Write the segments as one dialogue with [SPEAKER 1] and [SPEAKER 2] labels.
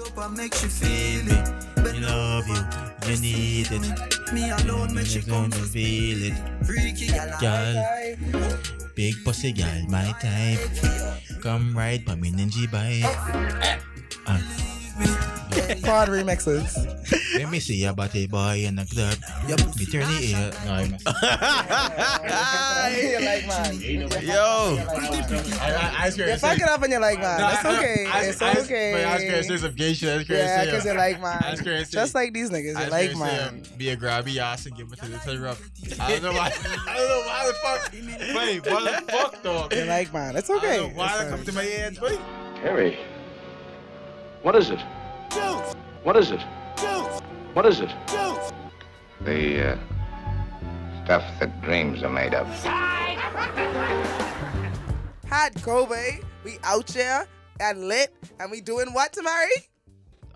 [SPEAKER 1] up and make she feel it. But
[SPEAKER 2] You love you, you need it.
[SPEAKER 1] me alone make she come
[SPEAKER 2] gonna
[SPEAKER 1] to
[SPEAKER 2] feel it.
[SPEAKER 1] freaky girl. I
[SPEAKER 2] Girl.
[SPEAKER 1] like.
[SPEAKER 2] Big pussy girl, my type. Come ride by me ninja bike. And
[SPEAKER 3] Quad remixes.
[SPEAKER 2] let me see your body boy in the club.
[SPEAKER 1] Your
[SPEAKER 2] Me
[SPEAKER 1] pussy
[SPEAKER 2] turn the ear. No, I'm not.
[SPEAKER 3] You're like, man.
[SPEAKER 4] Yo.
[SPEAKER 5] Ice cream.
[SPEAKER 3] You
[SPEAKER 5] is
[SPEAKER 3] fuck
[SPEAKER 5] sick.
[SPEAKER 3] it up and you're like, man.
[SPEAKER 5] No,
[SPEAKER 3] That's
[SPEAKER 5] I- I-
[SPEAKER 3] okay.
[SPEAKER 5] ice-
[SPEAKER 3] It's
[SPEAKER 5] ice- But ice cream is
[SPEAKER 3] okay.
[SPEAKER 5] sick of gay shit. Ice cream is
[SPEAKER 3] Yeah,
[SPEAKER 5] sick.
[SPEAKER 3] because you're like,
[SPEAKER 5] Ice cream
[SPEAKER 3] man.
[SPEAKER 5] is sick.
[SPEAKER 3] Just like these niggas,
[SPEAKER 5] I
[SPEAKER 3] you're
[SPEAKER 5] was
[SPEAKER 3] like,
[SPEAKER 5] gonna say, um,
[SPEAKER 3] man.
[SPEAKER 5] Be a grab your ass and give it to the tear up. I don't know why. I don't know why the fuck. Wait, what the fuck, dog?
[SPEAKER 3] You're like, man. It's
[SPEAKER 5] I
[SPEAKER 3] okay.
[SPEAKER 5] don't know why that
[SPEAKER 3] It's
[SPEAKER 5] come to my head, wait.
[SPEAKER 6] Harry, what is it? What is it? What is it?
[SPEAKER 7] The uh, stuff that dreams are made of.
[SPEAKER 3] fine. Hot Kobe. We out here and lit and we doing what, Tamari?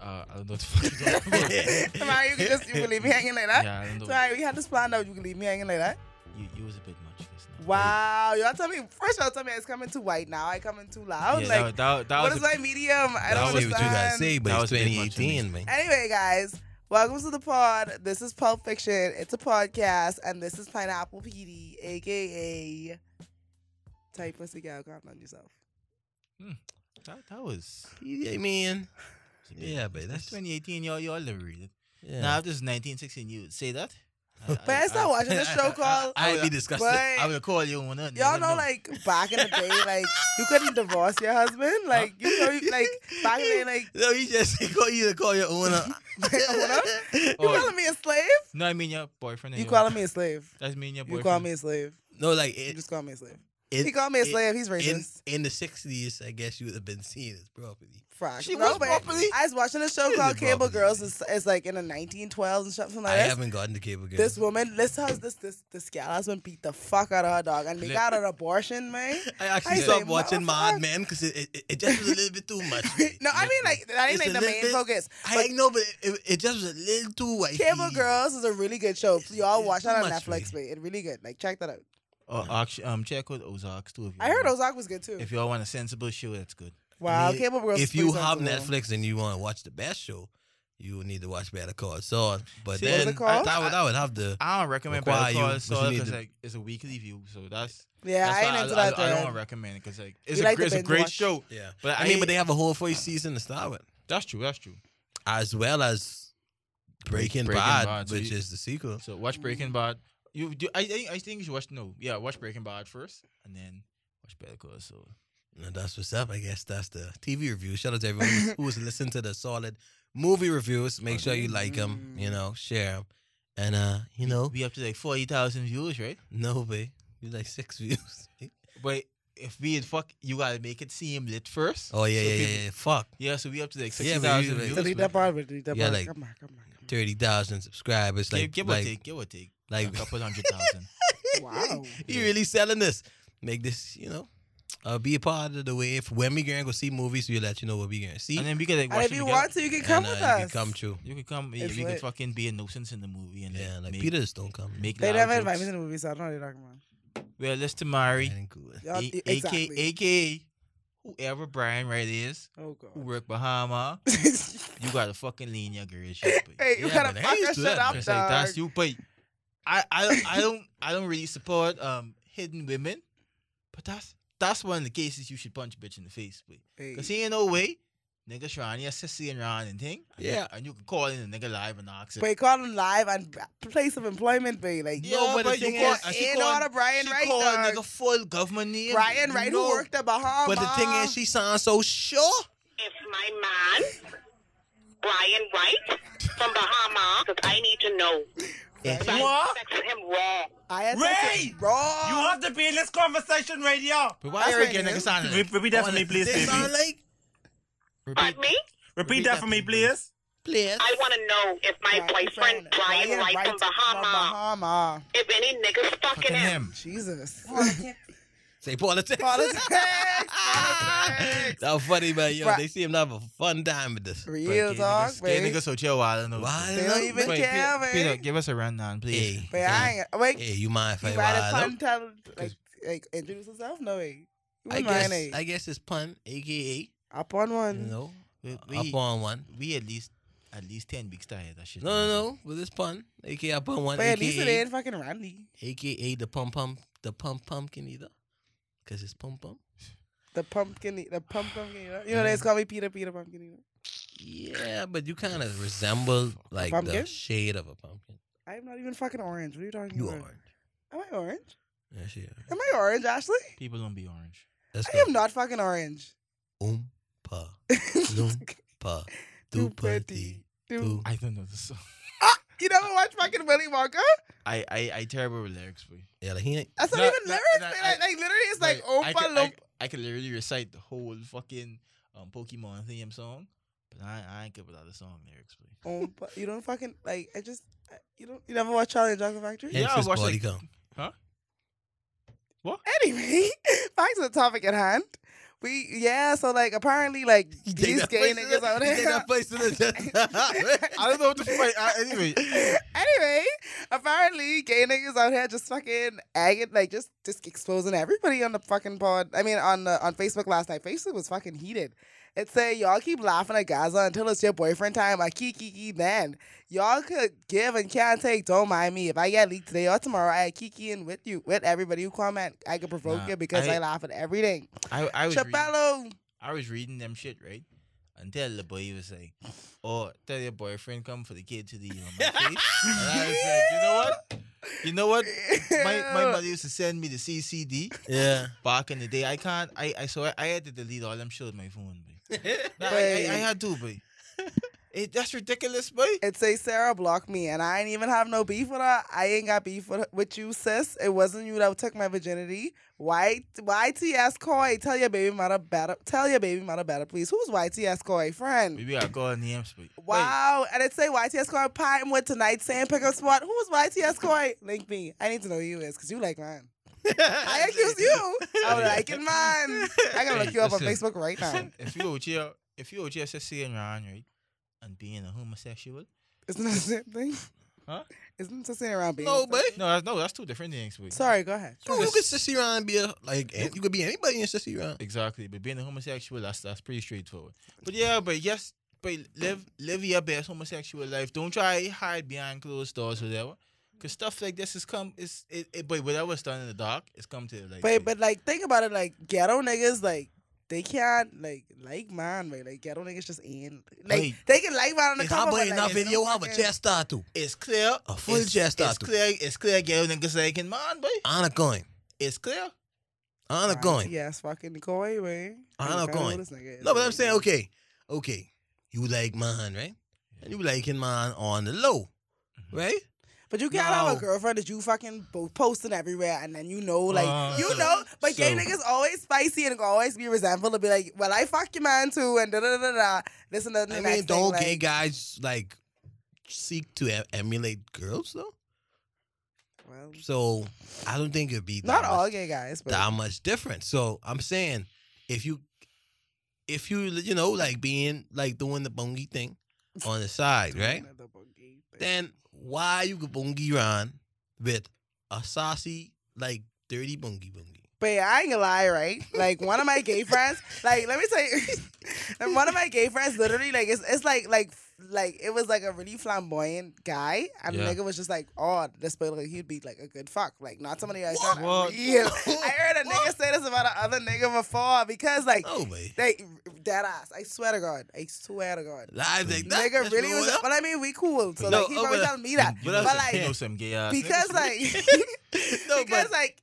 [SPEAKER 2] Uh, I don't know what the fuck is going on.
[SPEAKER 3] Tamari, you can just you can leave me hanging like that.
[SPEAKER 2] Yeah, I don't know.
[SPEAKER 3] Sorry, we had this planned out. You can leave me hanging like that.
[SPEAKER 2] You, you was a bit much. Just now.
[SPEAKER 3] Wow, y'all tell me first. Y'all tell me it's coming too white now. I coming too loud.
[SPEAKER 2] Yeah,
[SPEAKER 3] like,
[SPEAKER 2] that, that, that
[SPEAKER 3] what
[SPEAKER 2] was
[SPEAKER 3] is my medium? I
[SPEAKER 4] I
[SPEAKER 3] don't
[SPEAKER 4] don't see what you guys
[SPEAKER 3] understand.
[SPEAKER 4] say, but
[SPEAKER 2] That
[SPEAKER 4] it's
[SPEAKER 2] was a bit much for me.
[SPEAKER 4] 2018, man.
[SPEAKER 3] Anyway, guys, welcome to the pod. This is Pulp Fiction. It's a podcast, and this is Pineapple PD, aka Type Pussy Gal. Calm down yourself.
[SPEAKER 2] that, that was.
[SPEAKER 4] Yeah, man. Yeah, but
[SPEAKER 2] That's
[SPEAKER 4] that's
[SPEAKER 2] 2018. Y'all, y'all never read it.
[SPEAKER 4] yeah.
[SPEAKER 2] Now if this is 1916, you say that. I-
[SPEAKER 3] But I started watching this show called-
[SPEAKER 2] I, I,
[SPEAKER 4] I'd be
[SPEAKER 2] will-
[SPEAKER 4] disgusted.
[SPEAKER 3] But
[SPEAKER 2] I will call you on it.
[SPEAKER 3] y'all know, like back in the day, like you couldn't divorce your husband. Like you know, you- like back in the day, like
[SPEAKER 2] No, you just call you to call your owner.
[SPEAKER 3] Owner? you
[SPEAKER 4] Oh.
[SPEAKER 2] Or-
[SPEAKER 3] calling me a slave?
[SPEAKER 2] No, I mean your boyfriend. and
[SPEAKER 3] You
[SPEAKER 2] your-
[SPEAKER 3] calling me a slave?
[SPEAKER 2] That's me and your boyfriend.
[SPEAKER 3] You call me a slave?
[SPEAKER 4] no, like
[SPEAKER 3] You
[SPEAKER 4] it,
[SPEAKER 3] just call me a slave?
[SPEAKER 4] it,
[SPEAKER 3] He called me a
[SPEAKER 4] it-
[SPEAKER 3] slave. He's
[SPEAKER 4] in,
[SPEAKER 3] racist.
[SPEAKER 4] in the 60s, I guess you would have been seen as property.
[SPEAKER 3] Fuck.
[SPEAKER 2] She
[SPEAKER 3] No,
[SPEAKER 2] was
[SPEAKER 3] but
[SPEAKER 2] properly-
[SPEAKER 3] I was watching a show
[SPEAKER 4] She
[SPEAKER 3] called
[SPEAKER 4] was
[SPEAKER 3] Cable
[SPEAKER 4] properly.
[SPEAKER 3] Girls. It's, it's like in the 1912s and something
[SPEAKER 4] I
[SPEAKER 3] like that.
[SPEAKER 4] haven't gotten to cable girl.
[SPEAKER 3] This woman, this hus this this this gal husband beat the fuck out of her dog and they
[SPEAKER 2] Lit-
[SPEAKER 3] got an abortion, man.
[SPEAKER 4] I
[SPEAKER 3] I
[SPEAKER 4] actually
[SPEAKER 3] say,
[SPEAKER 4] stopped watching
[SPEAKER 3] motherfucker.
[SPEAKER 4] Mad Men because it, it, it just was a little bit too much. man.
[SPEAKER 3] no, I mean like that
[SPEAKER 4] It's
[SPEAKER 3] ain't like
[SPEAKER 4] a
[SPEAKER 3] the
[SPEAKER 4] little
[SPEAKER 3] main
[SPEAKER 4] bit-
[SPEAKER 3] focus.
[SPEAKER 4] I ain't know, but it, it just was a little too white.
[SPEAKER 3] Cable Girls is a really good show. So y'all
[SPEAKER 4] It's
[SPEAKER 3] watch
[SPEAKER 4] too
[SPEAKER 3] that on
[SPEAKER 4] much for
[SPEAKER 3] Netflix,
[SPEAKER 4] me.
[SPEAKER 3] man. It's really good. Like check that out.
[SPEAKER 2] Or actually, um, check out Ozarks too. If you
[SPEAKER 3] I heard
[SPEAKER 2] want.
[SPEAKER 3] Ozark was good too.
[SPEAKER 2] If y'all want a sensible show, that's good.
[SPEAKER 3] Wow,
[SPEAKER 4] I mean,
[SPEAKER 3] Cable Girls.
[SPEAKER 4] If Mm-hmm. you
[SPEAKER 3] please don't
[SPEAKER 4] have
[SPEAKER 3] do that.
[SPEAKER 4] Netflix and you want to watch the best show, you need to watch Better Call Saul. But
[SPEAKER 2] See,
[SPEAKER 3] what's
[SPEAKER 4] then
[SPEAKER 3] it called?
[SPEAKER 4] that would that would have the
[SPEAKER 2] I don't recommend
[SPEAKER 4] Require
[SPEAKER 2] Better
[SPEAKER 4] you,
[SPEAKER 2] Call
[SPEAKER 4] but
[SPEAKER 2] Saul
[SPEAKER 4] you need
[SPEAKER 2] because
[SPEAKER 4] to-
[SPEAKER 2] like it's a weekly view, so that's
[SPEAKER 3] Yeah,
[SPEAKER 2] that's
[SPEAKER 3] I ain't
[SPEAKER 2] why
[SPEAKER 3] into
[SPEAKER 2] I,
[SPEAKER 3] that.
[SPEAKER 2] I, I
[SPEAKER 3] though.
[SPEAKER 2] don't recommend it because like it's
[SPEAKER 3] You
[SPEAKER 2] a,
[SPEAKER 3] like
[SPEAKER 2] gr-
[SPEAKER 3] to
[SPEAKER 2] it's a
[SPEAKER 3] binge
[SPEAKER 2] great
[SPEAKER 3] watch.
[SPEAKER 2] show.
[SPEAKER 4] yeah.
[SPEAKER 2] But
[SPEAKER 4] I, mean, but they have a whole first season to start with,
[SPEAKER 2] that's true. That's true.
[SPEAKER 4] as well as Breaking,
[SPEAKER 2] Breaking
[SPEAKER 4] Bad,
[SPEAKER 2] Bad, so
[SPEAKER 4] which
[SPEAKER 2] you-
[SPEAKER 4] is the sequel.
[SPEAKER 2] So watch
[SPEAKER 3] Mm.
[SPEAKER 2] Breaking Bad. You do. I think I think you should watch. No, yeah, watch Breaking Bad first, and then watch Better Call Saul.
[SPEAKER 4] And that's what's up. I guess that's the TV review. Shout out to everyone who's- who's listening to the solid movie reviews. Make sure you like them. You know, share them, and uh, you know,
[SPEAKER 2] We up to like forty thousand views, right?
[SPEAKER 4] no way, you like six views.
[SPEAKER 2] But if we in fuck, you gotta make it seem lit first.
[SPEAKER 4] oh yeah,
[SPEAKER 2] So
[SPEAKER 4] yeah, yeah,
[SPEAKER 2] people-
[SPEAKER 4] yeah. Fuck.
[SPEAKER 2] Yeah, so we up to like
[SPEAKER 4] Yeah,
[SPEAKER 2] sixty
[SPEAKER 4] but
[SPEAKER 2] thousand
[SPEAKER 4] you-
[SPEAKER 2] views.
[SPEAKER 3] Delete
[SPEAKER 2] man.
[SPEAKER 3] that part, but delete that
[SPEAKER 4] Yeah,
[SPEAKER 3] part.
[SPEAKER 4] like-
[SPEAKER 3] come on, come on,
[SPEAKER 4] thirty thousand subscribers.
[SPEAKER 2] Give,
[SPEAKER 4] Like,
[SPEAKER 2] give or
[SPEAKER 4] like,
[SPEAKER 2] take, give or take,
[SPEAKER 4] like
[SPEAKER 2] a couple hundred thousand.
[SPEAKER 3] come on. Wow.
[SPEAKER 4] you really selling this. Make this, you know, uh, be a part of the wave. When we gonna go see movies, we'll let you know what we gonna see.
[SPEAKER 2] and then we could like
[SPEAKER 3] And
[SPEAKER 2] watch
[SPEAKER 3] if
[SPEAKER 2] it
[SPEAKER 3] you
[SPEAKER 2] together.
[SPEAKER 3] want to, you can come
[SPEAKER 4] And, uh,
[SPEAKER 3] with
[SPEAKER 4] you
[SPEAKER 3] us.
[SPEAKER 4] Can come true.
[SPEAKER 2] you could come.
[SPEAKER 3] It's
[SPEAKER 2] you could
[SPEAKER 3] lit.
[SPEAKER 2] fucking be a nuisance in the movie and
[SPEAKER 4] Yeah, like
[SPEAKER 2] make,
[SPEAKER 4] Peter just don't come.
[SPEAKER 2] Make
[SPEAKER 3] They
[SPEAKER 2] loud
[SPEAKER 3] never
[SPEAKER 2] jokes.
[SPEAKER 3] invite me to the movie, so I don't know what you're talking about.
[SPEAKER 2] Well, let's to Mari,
[SPEAKER 4] That ain't cool.
[SPEAKER 3] Y'all-
[SPEAKER 2] A-
[SPEAKER 3] exactly.
[SPEAKER 2] aka, aka whoever Brian Wright is,
[SPEAKER 3] oh
[SPEAKER 2] who
[SPEAKER 3] god.
[SPEAKER 2] work Bahama. You gotta fucking lean your girl shit. but-
[SPEAKER 3] hey, you
[SPEAKER 4] Yeah, but
[SPEAKER 3] gotta
[SPEAKER 4] they
[SPEAKER 3] fuck
[SPEAKER 4] used
[SPEAKER 3] her
[SPEAKER 4] to
[SPEAKER 3] shit
[SPEAKER 4] that,
[SPEAKER 3] up,
[SPEAKER 2] It's
[SPEAKER 3] dog.
[SPEAKER 2] like that's you, but I, I I don't I don't really support um hidden women, but that's that's one of the cases you should punch a bitch in the face with.
[SPEAKER 3] Hey.
[SPEAKER 2] Cause he ain't no way, nigga trying your sissy and round and thing.
[SPEAKER 4] Yeah.
[SPEAKER 2] And you can call in a nigga live and ask it.
[SPEAKER 3] But he called him live and b- place of employment, babe. Like,
[SPEAKER 2] Yeah,
[SPEAKER 3] no,
[SPEAKER 2] but
[SPEAKER 3] but
[SPEAKER 2] the
[SPEAKER 3] you
[SPEAKER 2] thing
[SPEAKER 3] call
[SPEAKER 2] is, uh, she
[SPEAKER 3] in
[SPEAKER 2] called-
[SPEAKER 3] order Brian
[SPEAKER 2] she
[SPEAKER 3] Wright.
[SPEAKER 2] called
[SPEAKER 3] dog.
[SPEAKER 2] nigga full government name.
[SPEAKER 3] Brian Wright,
[SPEAKER 2] No.
[SPEAKER 3] who worked at Bahamas.
[SPEAKER 4] But the thing is, she sounds so sure.
[SPEAKER 8] if my man, Brian White, from Bahama, because I need to know.
[SPEAKER 2] Yeah.
[SPEAKER 8] So I sex him raw.
[SPEAKER 3] I had Ray! Raw.
[SPEAKER 9] You have to be in this conversation right here.
[SPEAKER 2] But why
[SPEAKER 3] That's
[SPEAKER 2] are you
[SPEAKER 3] what
[SPEAKER 2] getting
[SPEAKER 3] it
[SPEAKER 2] nigga
[SPEAKER 3] is.
[SPEAKER 2] sound like?
[SPEAKER 9] Re- repeat that for me, please,
[SPEAKER 4] They
[SPEAKER 9] baby.
[SPEAKER 4] sound like
[SPEAKER 8] Pardon me?
[SPEAKER 9] Repeat that for me, please.
[SPEAKER 4] players.
[SPEAKER 8] I want to know if my boyfriend, Brian, White, from Bahama,
[SPEAKER 3] Bahama.
[SPEAKER 8] if any niggas fucking,
[SPEAKER 2] Fucking
[SPEAKER 8] him.
[SPEAKER 2] him.
[SPEAKER 3] Jesus.
[SPEAKER 4] Say politics.
[SPEAKER 3] Politics. Politics.
[SPEAKER 4] That's funny, man. Yo,
[SPEAKER 3] Right.
[SPEAKER 4] they seem to have a fun time with this.
[SPEAKER 3] Real talk,
[SPEAKER 2] Scared
[SPEAKER 3] babe.
[SPEAKER 2] niggas so chill while I don't know.
[SPEAKER 4] Why?
[SPEAKER 3] They don't even
[SPEAKER 2] Wait,
[SPEAKER 3] care,
[SPEAKER 2] Peter, Peter,
[SPEAKER 3] babe.
[SPEAKER 2] give us a rundown, please.
[SPEAKER 4] Hey,
[SPEAKER 3] But I ain't. Wait,
[SPEAKER 4] hey, you mind if
[SPEAKER 3] you
[SPEAKER 4] I
[SPEAKER 3] got
[SPEAKER 4] wild
[SPEAKER 3] a
[SPEAKER 4] out?
[SPEAKER 3] fun tell, like, like, introduce yourself? No way. You
[SPEAKER 4] I
[SPEAKER 3] wouldn't mind,
[SPEAKER 4] guess,
[SPEAKER 3] eh?
[SPEAKER 4] I guess it's pun, aka,
[SPEAKER 3] Up on
[SPEAKER 4] you
[SPEAKER 3] one.
[SPEAKER 4] know,
[SPEAKER 2] We,
[SPEAKER 4] up
[SPEAKER 2] we,
[SPEAKER 4] on one.
[SPEAKER 2] we at least at least ten weeks tired. That shit.
[SPEAKER 4] No, no, no. With this pun, aka up on one,
[SPEAKER 3] But at least it
[SPEAKER 4] aka,
[SPEAKER 3] ain't fucking Randy.
[SPEAKER 4] aka the pump pump, the pump pumpkin either, because it's pump pump.
[SPEAKER 3] The pumpkin, the pump pumpkin. You know, you know they just call me Peter Peter pumpkin. You know?
[SPEAKER 4] Yeah, but you kind of resemble like the
[SPEAKER 3] pumpkin?
[SPEAKER 4] shade of a pumpkin.
[SPEAKER 3] I'm not even fucking orange. What are you talking
[SPEAKER 4] You
[SPEAKER 3] about?
[SPEAKER 4] orange.
[SPEAKER 3] Am I orange?
[SPEAKER 4] Yeah, she orange.
[SPEAKER 3] Mm. Am I orange, Ashley?
[SPEAKER 2] People don't be orange.
[SPEAKER 4] Let's
[SPEAKER 3] I am not fucking orange.
[SPEAKER 4] Oompa loompa dupa dee
[SPEAKER 3] Dude.
[SPEAKER 4] doo.
[SPEAKER 2] I don't know the song.
[SPEAKER 3] Ah! You never watch fucking Willy Wonka?
[SPEAKER 2] I I, I terrible with lyrics, boy.
[SPEAKER 4] Yeah, like he ain't.
[SPEAKER 3] That's not
[SPEAKER 2] No,
[SPEAKER 3] even
[SPEAKER 2] no,
[SPEAKER 3] lyrics.
[SPEAKER 2] no,
[SPEAKER 3] man.
[SPEAKER 2] I-
[SPEAKER 3] like, like literally, it's like oh,
[SPEAKER 2] I
[SPEAKER 3] Oompa
[SPEAKER 2] could, I,
[SPEAKER 3] Loompa.
[SPEAKER 2] I could literally recite the whole fucking um, Pokemon theme song, but I, I ain't good with other song lyrics, boy.
[SPEAKER 3] Oompa. You don't fucking like. I just. I- You don't. You never watch Charlie and the Chocolate Factory?
[SPEAKER 4] Hence
[SPEAKER 2] I
[SPEAKER 4] his
[SPEAKER 2] watched,
[SPEAKER 4] body
[SPEAKER 2] like-
[SPEAKER 4] count.
[SPEAKER 3] Anyway, back to the topic at hand. We yeah. So like apparently like
[SPEAKER 4] He take
[SPEAKER 3] these
[SPEAKER 4] that
[SPEAKER 3] gay
[SPEAKER 4] place to
[SPEAKER 3] niggas
[SPEAKER 4] the-
[SPEAKER 3] out
[SPEAKER 4] he take
[SPEAKER 3] here.
[SPEAKER 4] that place to the-
[SPEAKER 2] I don't know what the fuck. I, anyway,
[SPEAKER 3] anyway, apparently gay niggas out here just fucking agging, like just just exposing everybody on the fucking pod. I mean, on the, on Facebook last night, Facebook was fucking heated. It said y'all keep laughing at Gaza until it's your boyfriend time. I kiki kiki man, y'all could give and can't take. Don't mind me. If I get leaked today or tomorrow, I kiki in with you with everybody who comment. I could provoke
[SPEAKER 2] Nah,
[SPEAKER 3] you because I,
[SPEAKER 2] I-
[SPEAKER 3] laugh at everything.
[SPEAKER 2] I, I was reading,
[SPEAKER 3] Chapello.
[SPEAKER 2] I was reading them shit right until the boy was like, "Oh, tell your boyfriend come for the kid to the on my face." and I was like, "You know what? You know what? My my mother used to send me the CCD
[SPEAKER 4] Yeah.
[SPEAKER 2] back in the day. I can't. I I so I, I had to delete all them shit on my phone, boy. No, I, I, I
[SPEAKER 3] Babe.
[SPEAKER 2] had to, boy. it, that's ridiculous, boy.
[SPEAKER 3] It say Sarah blocked me, and I ain't even have no beef with her. I ain't got beef with, with you, sis. It wasn't you that took my virginity. Why, YTS Coy? Tell your baby mother better. Tell your baby mother better, please. Who's YTS Coy, friend?
[SPEAKER 2] Maybe I call names, boy.
[SPEAKER 3] Wow. And it say YTS Coy pine with tonight saying pick up spot. Who's YTS Coy? Link me. I need to know who you is because you like mine. I accuse you. I would like it, man. I gotta look you up on
[SPEAKER 2] Listen.
[SPEAKER 3] Facebook right now.
[SPEAKER 2] Listen, if you out here, if you out here just saying around, right, and being a homosexual,
[SPEAKER 3] Isn't that the same thing?
[SPEAKER 2] Huh?
[SPEAKER 3] Isn't just sitting around being
[SPEAKER 4] No, but
[SPEAKER 2] no, that's, no, that's two different things, boy.
[SPEAKER 3] Sorry, go ahead.
[SPEAKER 4] you could sissy Ryan be a like an- you could be anybody in sissy Ryan.
[SPEAKER 2] Exactly, but being a homosexual, that's that's pretty straightforward. But yeah, but yes, but live live your best homosexual life. Don't try hide behind closed doors, whatever. Cause stuff like this has come, it's it, it but whatever's done in the dark, it's come to like.
[SPEAKER 3] But but like think about it, like ghetto niggas like they can't like like man, right? Like ghetto niggas just ain't like
[SPEAKER 2] Hey.
[SPEAKER 3] they can like man on the
[SPEAKER 4] If I
[SPEAKER 3] cover.
[SPEAKER 4] play in
[SPEAKER 3] But, like,
[SPEAKER 4] that
[SPEAKER 3] it's
[SPEAKER 4] video,
[SPEAKER 3] no
[SPEAKER 4] I would
[SPEAKER 3] fucking-
[SPEAKER 4] chest start to.
[SPEAKER 2] it's clear,
[SPEAKER 4] A full
[SPEAKER 2] it's,
[SPEAKER 4] jest
[SPEAKER 2] It's
[SPEAKER 4] out there.
[SPEAKER 2] clear, it's clear, ghetto niggas like in man, boy.
[SPEAKER 4] Honor going.
[SPEAKER 2] It's clear.
[SPEAKER 4] Honor
[SPEAKER 3] Right,
[SPEAKER 4] going.
[SPEAKER 3] Yes, fucking Koi, man.
[SPEAKER 4] I'm not going. No, but I'm saying, okay, okay, you like mine, right? And you liking mine on the low,
[SPEAKER 3] Mm-hmm.
[SPEAKER 4] right?
[SPEAKER 3] But you can't have
[SPEAKER 4] No.
[SPEAKER 3] a girlfriend that you fucking both posting everywhere, and then you know, like
[SPEAKER 2] Uh,
[SPEAKER 3] you know. But gay
[SPEAKER 4] so-
[SPEAKER 3] niggas always spicy and always be resentful to be like, well, I fuck your man too, and da da da da. Listen to the
[SPEAKER 4] I
[SPEAKER 3] next
[SPEAKER 4] mean,
[SPEAKER 3] thing,
[SPEAKER 4] don't
[SPEAKER 3] like,
[SPEAKER 4] gay guys like seek to em- emulate girls though?
[SPEAKER 3] well,
[SPEAKER 4] So I don't think it'd be that
[SPEAKER 3] not
[SPEAKER 4] much-
[SPEAKER 3] all gay guys, but
[SPEAKER 4] that much different. So I'm saying, if you, if you, you know, like being like doing the bongy thing on the side, right? Then why you could bongy run with a saucy like dirty bongy bongy?
[SPEAKER 3] But yeah, I ain't gonna lie, right? Like one of my gay friends, like let me tell you, like, one of my gay friends literally, like it's, it's like like like it was like a really flamboyant guy, and
[SPEAKER 2] Yeah.
[SPEAKER 3] the nigga was just like, oh, this boy like he'd be like a good fuck, like not somebody I thought
[SPEAKER 2] What?
[SPEAKER 3] real. I heard a nigga say this about another nigga before because like
[SPEAKER 4] Oh, man.
[SPEAKER 3] they dead ass. I swear to God, I swear to God.
[SPEAKER 4] Live like that.
[SPEAKER 3] Nigga
[SPEAKER 4] That's
[SPEAKER 3] really
[SPEAKER 4] what
[SPEAKER 3] was,
[SPEAKER 4] up.
[SPEAKER 3] but I mean, we cool, so
[SPEAKER 4] No,
[SPEAKER 3] like he
[SPEAKER 4] oh,
[SPEAKER 3] probably
[SPEAKER 4] but-
[SPEAKER 3] telling me that. But
[SPEAKER 2] You know, some- you know
[SPEAKER 3] like,
[SPEAKER 2] some gay ass niggas,
[SPEAKER 3] because
[SPEAKER 2] boy.
[SPEAKER 3] like,
[SPEAKER 4] No,
[SPEAKER 3] because
[SPEAKER 4] but
[SPEAKER 3] like,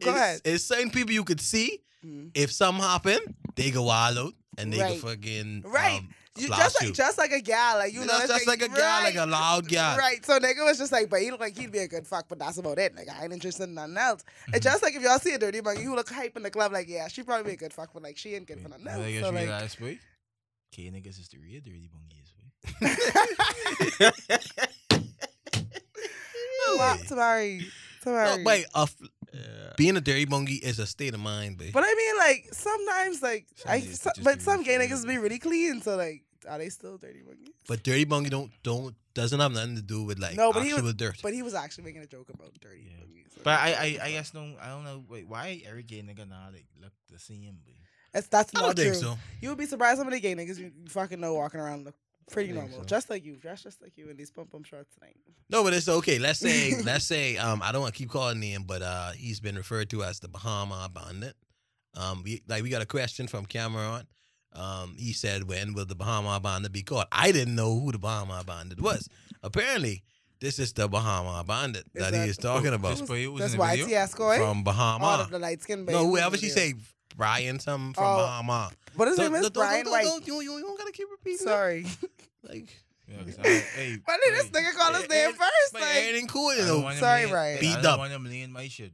[SPEAKER 3] go
[SPEAKER 4] it's,
[SPEAKER 3] ahead.
[SPEAKER 4] It's certain people you could see.
[SPEAKER 3] Mhm.
[SPEAKER 4] If something happen, they go wild and they
[SPEAKER 3] Right.
[SPEAKER 4] go fucking
[SPEAKER 3] Right.
[SPEAKER 4] um,
[SPEAKER 3] You
[SPEAKER 4] blast
[SPEAKER 3] just like
[SPEAKER 4] you.
[SPEAKER 3] just like a gal, like you know,
[SPEAKER 4] that's
[SPEAKER 3] this
[SPEAKER 4] just like a guy, like a
[SPEAKER 3] right,
[SPEAKER 4] loud guy.
[SPEAKER 3] Right, so nigga was just like, but he looked like he'd be a good fuck, but that's about it. Like I ain't interested in nothing else.
[SPEAKER 4] Mm-hmm.
[SPEAKER 3] It's just like if y'all see a dirty monkey who look hype in the club, like yeah, she probably be a good fuck, but like she ain't good for nothing
[SPEAKER 2] I
[SPEAKER 3] else.
[SPEAKER 2] guess
[SPEAKER 3] So,
[SPEAKER 2] you
[SPEAKER 3] like,
[SPEAKER 2] realize, boy. Gay niggas is the real dirty bungies, boy.
[SPEAKER 3] wow, Tamari, Tamari.
[SPEAKER 4] No, wait, a f- being a dirty bungie is a state of mind, babe.
[SPEAKER 3] but I mean, like sometimes, like
[SPEAKER 2] Some
[SPEAKER 3] I,
[SPEAKER 2] dudes could
[SPEAKER 3] so-
[SPEAKER 2] just
[SPEAKER 3] but
[SPEAKER 2] be
[SPEAKER 3] some gay
[SPEAKER 2] really
[SPEAKER 3] niggas
[SPEAKER 2] good.
[SPEAKER 3] be really clean, so like, are they still dirty monkeys?
[SPEAKER 4] But dirty bungie don't don't doesn't have nothing to do with like
[SPEAKER 3] No,
[SPEAKER 4] no,
[SPEAKER 3] but he
[SPEAKER 4] actual
[SPEAKER 3] was-
[SPEAKER 4] dirt.
[SPEAKER 3] But he was actually making a joke about dirty
[SPEAKER 2] Yeah.
[SPEAKER 3] monkeys.
[SPEAKER 2] But I, I, I guess no, I don't know. Wait, why every gay nigga now like look the same? But
[SPEAKER 3] That's that's
[SPEAKER 4] I
[SPEAKER 3] not
[SPEAKER 4] don't
[SPEAKER 3] true.
[SPEAKER 4] think so.
[SPEAKER 3] You would be surprised how many gay niggas you fucking know walking around look pretty
[SPEAKER 4] think
[SPEAKER 3] normal,
[SPEAKER 4] so.
[SPEAKER 3] just like you, dressed just like you in these pump pump shorts tonight.
[SPEAKER 4] No, but it's okay. Let's say, let's say, um, I don't want to keep calling him, but uh, he's been referred to as the Bahama Bandit. Um, we, like we got a question from Cameron. Um, he said, "When will the Bahama Bandit be caught?" I didn't know who the Bahama Bandit was. Apparently, this is the Bahama Bandit
[SPEAKER 3] Is
[SPEAKER 4] that,
[SPEAKER 3] that-
[SPEAKER 4] he is talking about
[SPEAKER 2] This boy was
[SPEAKER 3] That's
[SPEAKER 2] in the
[SPEAKER 3] why
[SPEAKER 2] video.
[SPEAKER 3] T Ascoy,
[SPEAKER 4] from
[SPEAKER 3] all of the
[SPEAKER 4] Bahama.
[SPEAKER 3] light skinned
[SPEAKER 4] No, whoever she say, Brian, something from
[SPEAKER 3] Oh,
[SPEAKER 4] Bahama.
[SPEAKER 3] What is
[SPEAKER 4] Don't-
[SPEAKER 3] his name? Is
[SPEAKER 4] don't- don't-
[SPEAKER 3] Brian
[SPEAKER 4] don't-
[SPEAKER 3] White.
[SPEAKER 4] don't- You you- you don't gotta keep repeating. that.
[SPEAKER 3] Sorry.
[SPEAKER 4] Like,
[SPEAKER 2] Yeah, 'cause I- hey,
[SPEAKER 3] Why did this
[SPEAKER 2] hey,
[SPEAKER 3] nigga call his
[SPEAKER 4] it-
[SPEAKER 3] name
[SPEAKER 4] it-
[SPEAKER 3] first?
[SPEAKER 4] but
[SPEAKER 3] Like,
[SPEAKER 4] it ain't cool.
[SPEAKER 2] I
[SPEAKER 4] You
[SPEAKER 2] don't
[SPEAKER 4] know,
[SPEAKER 2] want him
[SPEAKER 3] Sorry,
[SPEAKER 2] laying-
[SPEAKER 3] Ryan.
[SPEAKER 2] I
[SPEAKER 4] Beat
[SPEAKER 2] don't
[SPEAKER 4] up.
[SPEAKER 2] want him laying my shit.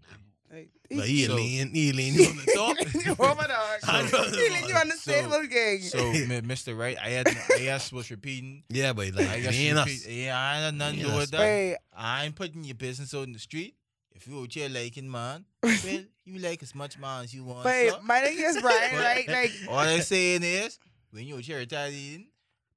[SPEAKER 3] like,
[SPEAKER 4] But he
[SPEAKER 2] So-
[SPEAKER 4] lean, he lean you on the top.
[SPEAKER 3] you over dog.
[SPEAKER 4] I know.
[SPEAKER 3] He let you on the
[SPEAKER 2] So-
[SPEAKER 3] table, gang.
[SPEAKER 2] So, m- Mr. Right, I had, I asked was repeating.
[SPEAKER 4] Yeah, but
[SPEAKER 2] I
[SPEAKER 4] like
[SPEAKER 2] guess
[SPEAKER 4] he ain't us.
[SPEAKER 2] repeat- yeah, I had nothing to
[SPEAKER 4] Yeah,
[SPEAKER 2] do with that.
[SPEAKER 3] Wait,
[SPEAKER 2] I ain't putting your business out in the street. If you out here liking man, well, you like as much man as you want.
[SPEAKER 3] wait,
[SPEAKER 2] sir.
[SPEAKER 3] my nigga is Brian, right? Like,
[SPEAKER 2] All I'm saying is, when you out here retaliating,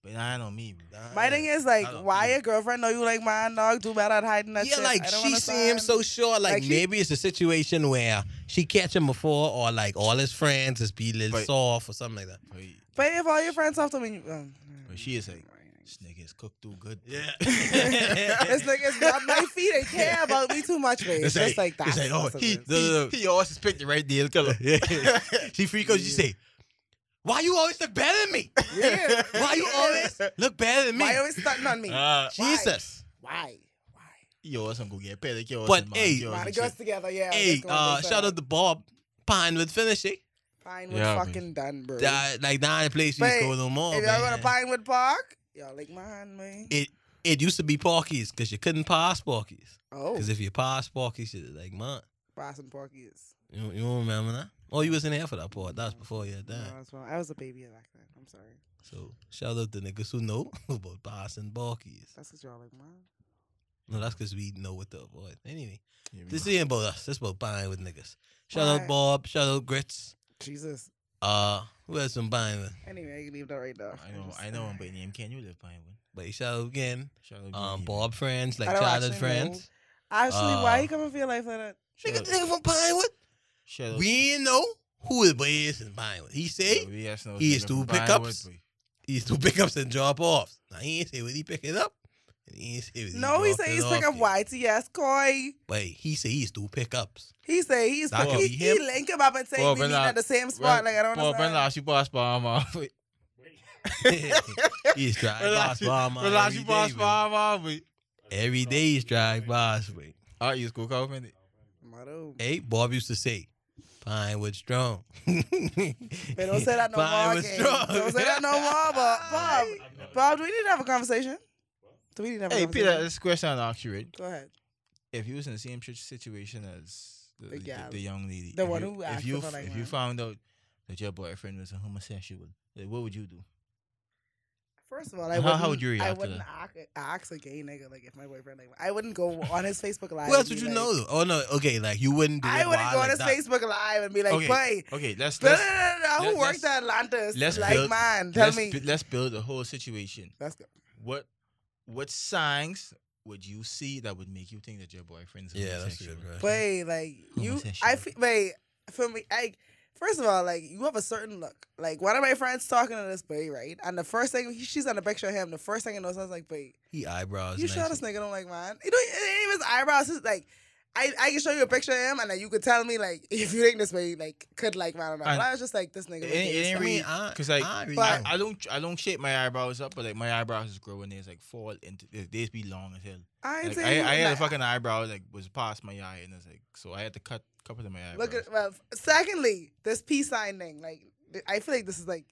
[SPEAKER 2] but I don't mean.
[SPEAKER 3] my thing is like,
[SPEAKER 2] I don't-
[SPEAKER 3] why
[SPEAKER 2] yeah.
[SPEAKER 3] your girlfriend know you like mine, dog? Do better at hiding that
[SPEAKER 4] Yeah,
[SPEAKER 3] shit.
[SPEAKER 4] like
[SPEAKER 3] I don't
[SPEAKER 4] she
[SPEAKER 3] wanna
[SPEAKER 4] see him
[SPEAKER 3] sign.
[SPEAKER 4] so sure. Like,
[SPEAKER 3] Like, she-
[SPEAKER 4] maybe it's a situation where she catch him before, or like all his friends is be a little
[SPEAKER 2] But-
[SPEAKER 4] soft or something like that.
[SPEAKER 2] Wait,
[SPEAKER 3] But if all your friends talk to me, you- um,
[SPEAKER 2] But she is like, this nigga is cooked too good.
[SPEAKER 3] this nigga's rubbed my feet and care about me too much, babe.
[SPEAKER 4] It's
[SPEAKER 3] It's
[SPEAKER 4] like-
[SPEAKER 3] just like that.
[SPEAKER 4] it's like, oh,
[SPEAKER 3] That's what it
[SPEAKER 4] he-
[SPEAKER 3] is.
[SPEAKER 4] the-
[SPEAKER 2] he, he always is picking right there. Look at him.
[SPEAKER 4] she freak out. She say, "Why you always look better than me?
[SPEAKER 3] yeah.
[SPEAKER 4] Why you always look better than me?
[SPEAKER 3] Why you always stunting on me?
[SPEAKER 2] Uh,
[SPEAKER 4] Jesus."
[SPEAKER 3] why? Why?
[SPEAKER 2] he always gonna go get pedicures.
[SPEAKER 4] But,
[SPEAKER 2] and
[SPEAKER 4] hey,
[SPEAKER 2] manicures
[SPEAKER 3] Why the
[SPEAKER 2] and
[SPEAKER 3] girls
[SPEAKER 2] uh, shit.
[SPEAKER 3] together? Yeah.
[SPEAKER 4] Hey,
[SPEAKER 3] that's going
[SPEAKER 4] uh,
[SPEAKER 3] to
[SPEAKER 4] shout
[SPEAKER 3] say.
[SPEAKER 4] out to Bob Pinewood Finishing.
[SPEAKER 3] Pinewood
[SPEAKER 2] Yeah,
[SPEAKER 3] fucking done, bro.
[SPEAKER 4] That, like not a place you used to
[SPEAKER 3] Wait,
[SPEAKER 4] go no more.
[SPEAKER 3] if y'all go
[SPEAKER 4] man.
[SPEAKER 3] to Pinewood Park, y'all like mine, man.
[SPEAKER 4] it it used to be Porkies because you couldn't pass Porkies.
[SPEAKER 3] oh,
[SPEAKER 4] Because if you pass Porkies, you like man,
[SPEAKER 3] Boston Park is.
[SPEAKER 4] you, you don't remember that? Oh, you wasn't here for that part. That was before your
[SPEAKER 3] No,
[SPEAKER 4] time.
[SPEAKER 3] I was wrong. I was a baby back then. I'm sorry.
[SPEAKER 4] So shout out to niggas who know about passing Porkies.
[SPEAKER 3] That's what y'all like mine.
[SPEAKER 4] No, that's because we know what to avoid. Anyway,
[SPEAKER 2] Yeah, we
[SPEAKER 4] this ain't about us. This about buying with niggas. Shout
[SPEAKER 3] Right.
[SPEAKER 4] out Bob. Shout out Grits.
[SPEAKER 3] Jesus.
[SPEAKER 4] Uh, who else been buying with?
[SPEAKER 3] Anyway, I can leave that right now.
[SPEAKER 2] I know, I know him by name. Can you live by one?
[SPEAKER 4] But shout out again.
[SPEAKER 2] Shout out
[SPEAKER 4] Um,
[SPEAKER 2] Junior.
[SPEAKER 4] Bob friends like
[SPEAKER 3] I don't
[SPEAKER 4] childhood
[SPEAKER 3] actually know.
[SPEAKER 4] friends.
[SPEAKER 3] Actually, why
[SPEAKER 4] Uh,
[SPEAKER 3] you coming for your life like that?
[SPEAKER 2] Shout
[SPEAKER 4] Nigga,
[SPEAKER 2] out-
[SPEAKER 4] nigga from Pinewood.
[SPEAKER 2] shout out-
[SPEAKER 4] We ain't know who the boy is in Pinewood. He say.
[SPEAKER 2] Yeah, we asked no
[SPEAKER 4] he is
[SPEAKER 2] nigga
[SPEAKER 4] two
[SPEAKER 2] from Pinewood,
[SPEAKER 4] pickups.
[SPEAKER 2] boy.
[SPEAKER 4] these two pickups and drop offs. Now he ain't say what he picking up. And he ain't say what
[SPEAKER 3] No, he
[SPEAKER 4] dropped
[SPEAKER 3] say
[SPEAKER 4] it
[SPEAKER 3] he's
[SPEAKER 4] off
[SPEAKER 3] picking up
[SPEAKER 4] to.
[SPEAKER 3] YTS Coy.
[SPEAKER 4] But he say he's two pickups.
[SPEAKER 3] He say he's
[SPEAKER 4] That
[SPEAKER 3] picking
[SPEAKER 4] could
[SPEAKER 3] he,
[SPEAKER 4] be
[SPEAKER 3] he
[SPEAKER 4] him.
[SPEAKER 3] link him up and say
[SPEAKER 2] Well,
[SPEAKER 3] we
[SPEAKER 2] when
[SPEAKER 3] meet
[SPEAKER 2] I-
[SPEAKER 3] at the same spot.
[SPEAKER 2] When-
[SPEAKER 3] like I don't
[SPEAKER 2] Bob, when
[SPEAKER 3] understand.
[SPEAKER 2] last you passed by my boy?
[SPEAKER 4] he's drive
[SPEAKER 2] When
[SPEAKER 4] boss
[SPEAKER 2] last you-
[SPEAKER 4] bomb.
[SPEAKER 2] when last you passed by my boy?
[SPEAKER 4] Every day he's drive boss. Wait.
[SPEAKER 2] I used to go in it.
[SPEAKER 3] Motto.
[SPEAKER 4] Hey, Bob used to say, Pinewood strong. but
[SPEAKER 3] But don't say that no more. gang. Don't say that no more, but Bob. Bob, do we need to have a conversation? Do we need to have a
[SPEAKER 2] Hey,
[SPEAKER 3] conversation?
[SPEAKER 2] Peter, this question on accurate.
[SPEAKER 3] Go ahead.
[SPEAKER 2] if you was in the same situ- situation as the,
[SPEAKER 3] The
[SPEAKER 2] the,
[SPEAKER 3] gal.
[SPEAKER 2] the young lady,
[SPEAKER 3] The
[SPEAKER 2] if
[SPEAKER 3] one
[SPEAKER 2] you,
[SPEAKER 3] who asked
[SPEAKER 2] if you
[SPEAKER 3] if I
[SPEAKER 2] f-
[SPEAKER 3] like
[SPEAKER 2] if you
[SPEAKER 3] mine.
[SPEAKER 2] found out that your boyfriend was a homosexual, like, what would you do?
[SPEAKER 3] First of all, I
[SPEAKER 2] How-
[SPEAKER 3] wouldn't,
[SPEAKER 2] how would you
[SPEAKER 3] I
[SPEAKER 2] react to
[SPEAKER 3] wouldn't ac- ask a gay nigga like if my boyfriend like I wouldn't go on his Facebook live.
[SPEAKER 4] What else
[SPEAKER 3] and
[SPEAKER 4] would you
[SPEAKER 3] be like-
[SPEAKER 4] know? though? Oh no, okay, like you wouldn't do
[SPEAKER 3] I
[SPEAKER 4] it
[SPEAKER 3] wouldn't
[SPEAKER 4] wild
[SPEAKER 3] go on
[SPEAKER 4] like
[SPEAKER 3] his
[SPEAKER 4] that.
[SPEAKER 3] Facebook live and be like,
[SPEAKER 2] okay,
[SPEAKER 3] "Boy,
[SPEAKER 2] okay, let's
[SPEAKER 3] no, no,
[SPEAKER 2] let's
[SPEAKER 3] no, no, no, who
[SPEAKER 2] let-
[SPEAKER 3] worked
[SPEAKER 2] let's-
[SPEAKER 3] at Atlantis?
[SPEAKER 2] let's
[SPEAKER 3] like
[SPEAKER 2] build-
[SPEAKER 3] mine. Tell
[SPEAKER 2] let's,
[SPEAKER 3] me.
[SPEAKER 2] bu- let's build the whole situation.
[SPEAKER 3] Let's go.
[SPEAKER 2] What what signs would you see that would make you think that your boyfriend's
[SPEAKER 4] Yeah, that's
[SPEAKER 2] homosexual?
[SPEAKER 4] good, right?
[SPEAKER 3] Wait, like you, I
[SPEAKER 2] Homosexual.
[SPEAKER 3] feel, wait for me. I first of all, like you have a certain look. Like one of my friends talking to this boy, right? And the first thing he, she's on a picture of him. The first thing I noticed, I was like, "Wait,
[SPEAKER 4] he
[SPEAKER 2] Oh,
[SPEAKER 4] eyebrows.
[SPEAKER 3] You
[SPEAKER 4] nice.
[SPEAKER 3] sure this nigga don't like mine? You know, it ain't even his eyebrows. It's like, I, I can show you a picture of him, and then you could tell me like if you think this way like could like mine or not.
[SPEAKER 2] And-
[SPEAKER 3] But I was just like, this nigga.
[SPEAKER 2] It
[SPEAKER 3] look
[SPEAKER 2] ain't,
[SPEAKER 3] gay
[SPEAKER 2] it
[SPEAKER 3] as
[SPEAKER 2] ain't
[SPEAKER 4] I
[SPEAKER 3] fuck.
[SPEAKER 4] mean,
[SPEAKER 2] really
[SPEAKER 4] I-
[SPEAKER 2] because like
[SPEAKER 4] I
[SPEAKER 2] I,
[SPEAKER 4] really
[SPEAKER 2] I,
[SPEAKER 4] don't.
[SPEAKER 2] don't I don't shape my eyebrows up, but like my eyebrows is growing. There's like fall into they they be long as hell.
[SPEAKER 3] I ain't
[SPEAKER 2] Like,
[SPEAKER 3] saying.
[SPEAKER 2] I, I
[SPEAKER 3] he-
[SPEAKER 2] had a
[SPEAKER 3] like,
[SPEAKER 2] fucking eyebrow like was past my eye, and it's like so I had to cut couple of my eyebrows.
[SPEAKER 3] Look at well. Secondly, this peace sign thing. Like, th- I feel like this is like.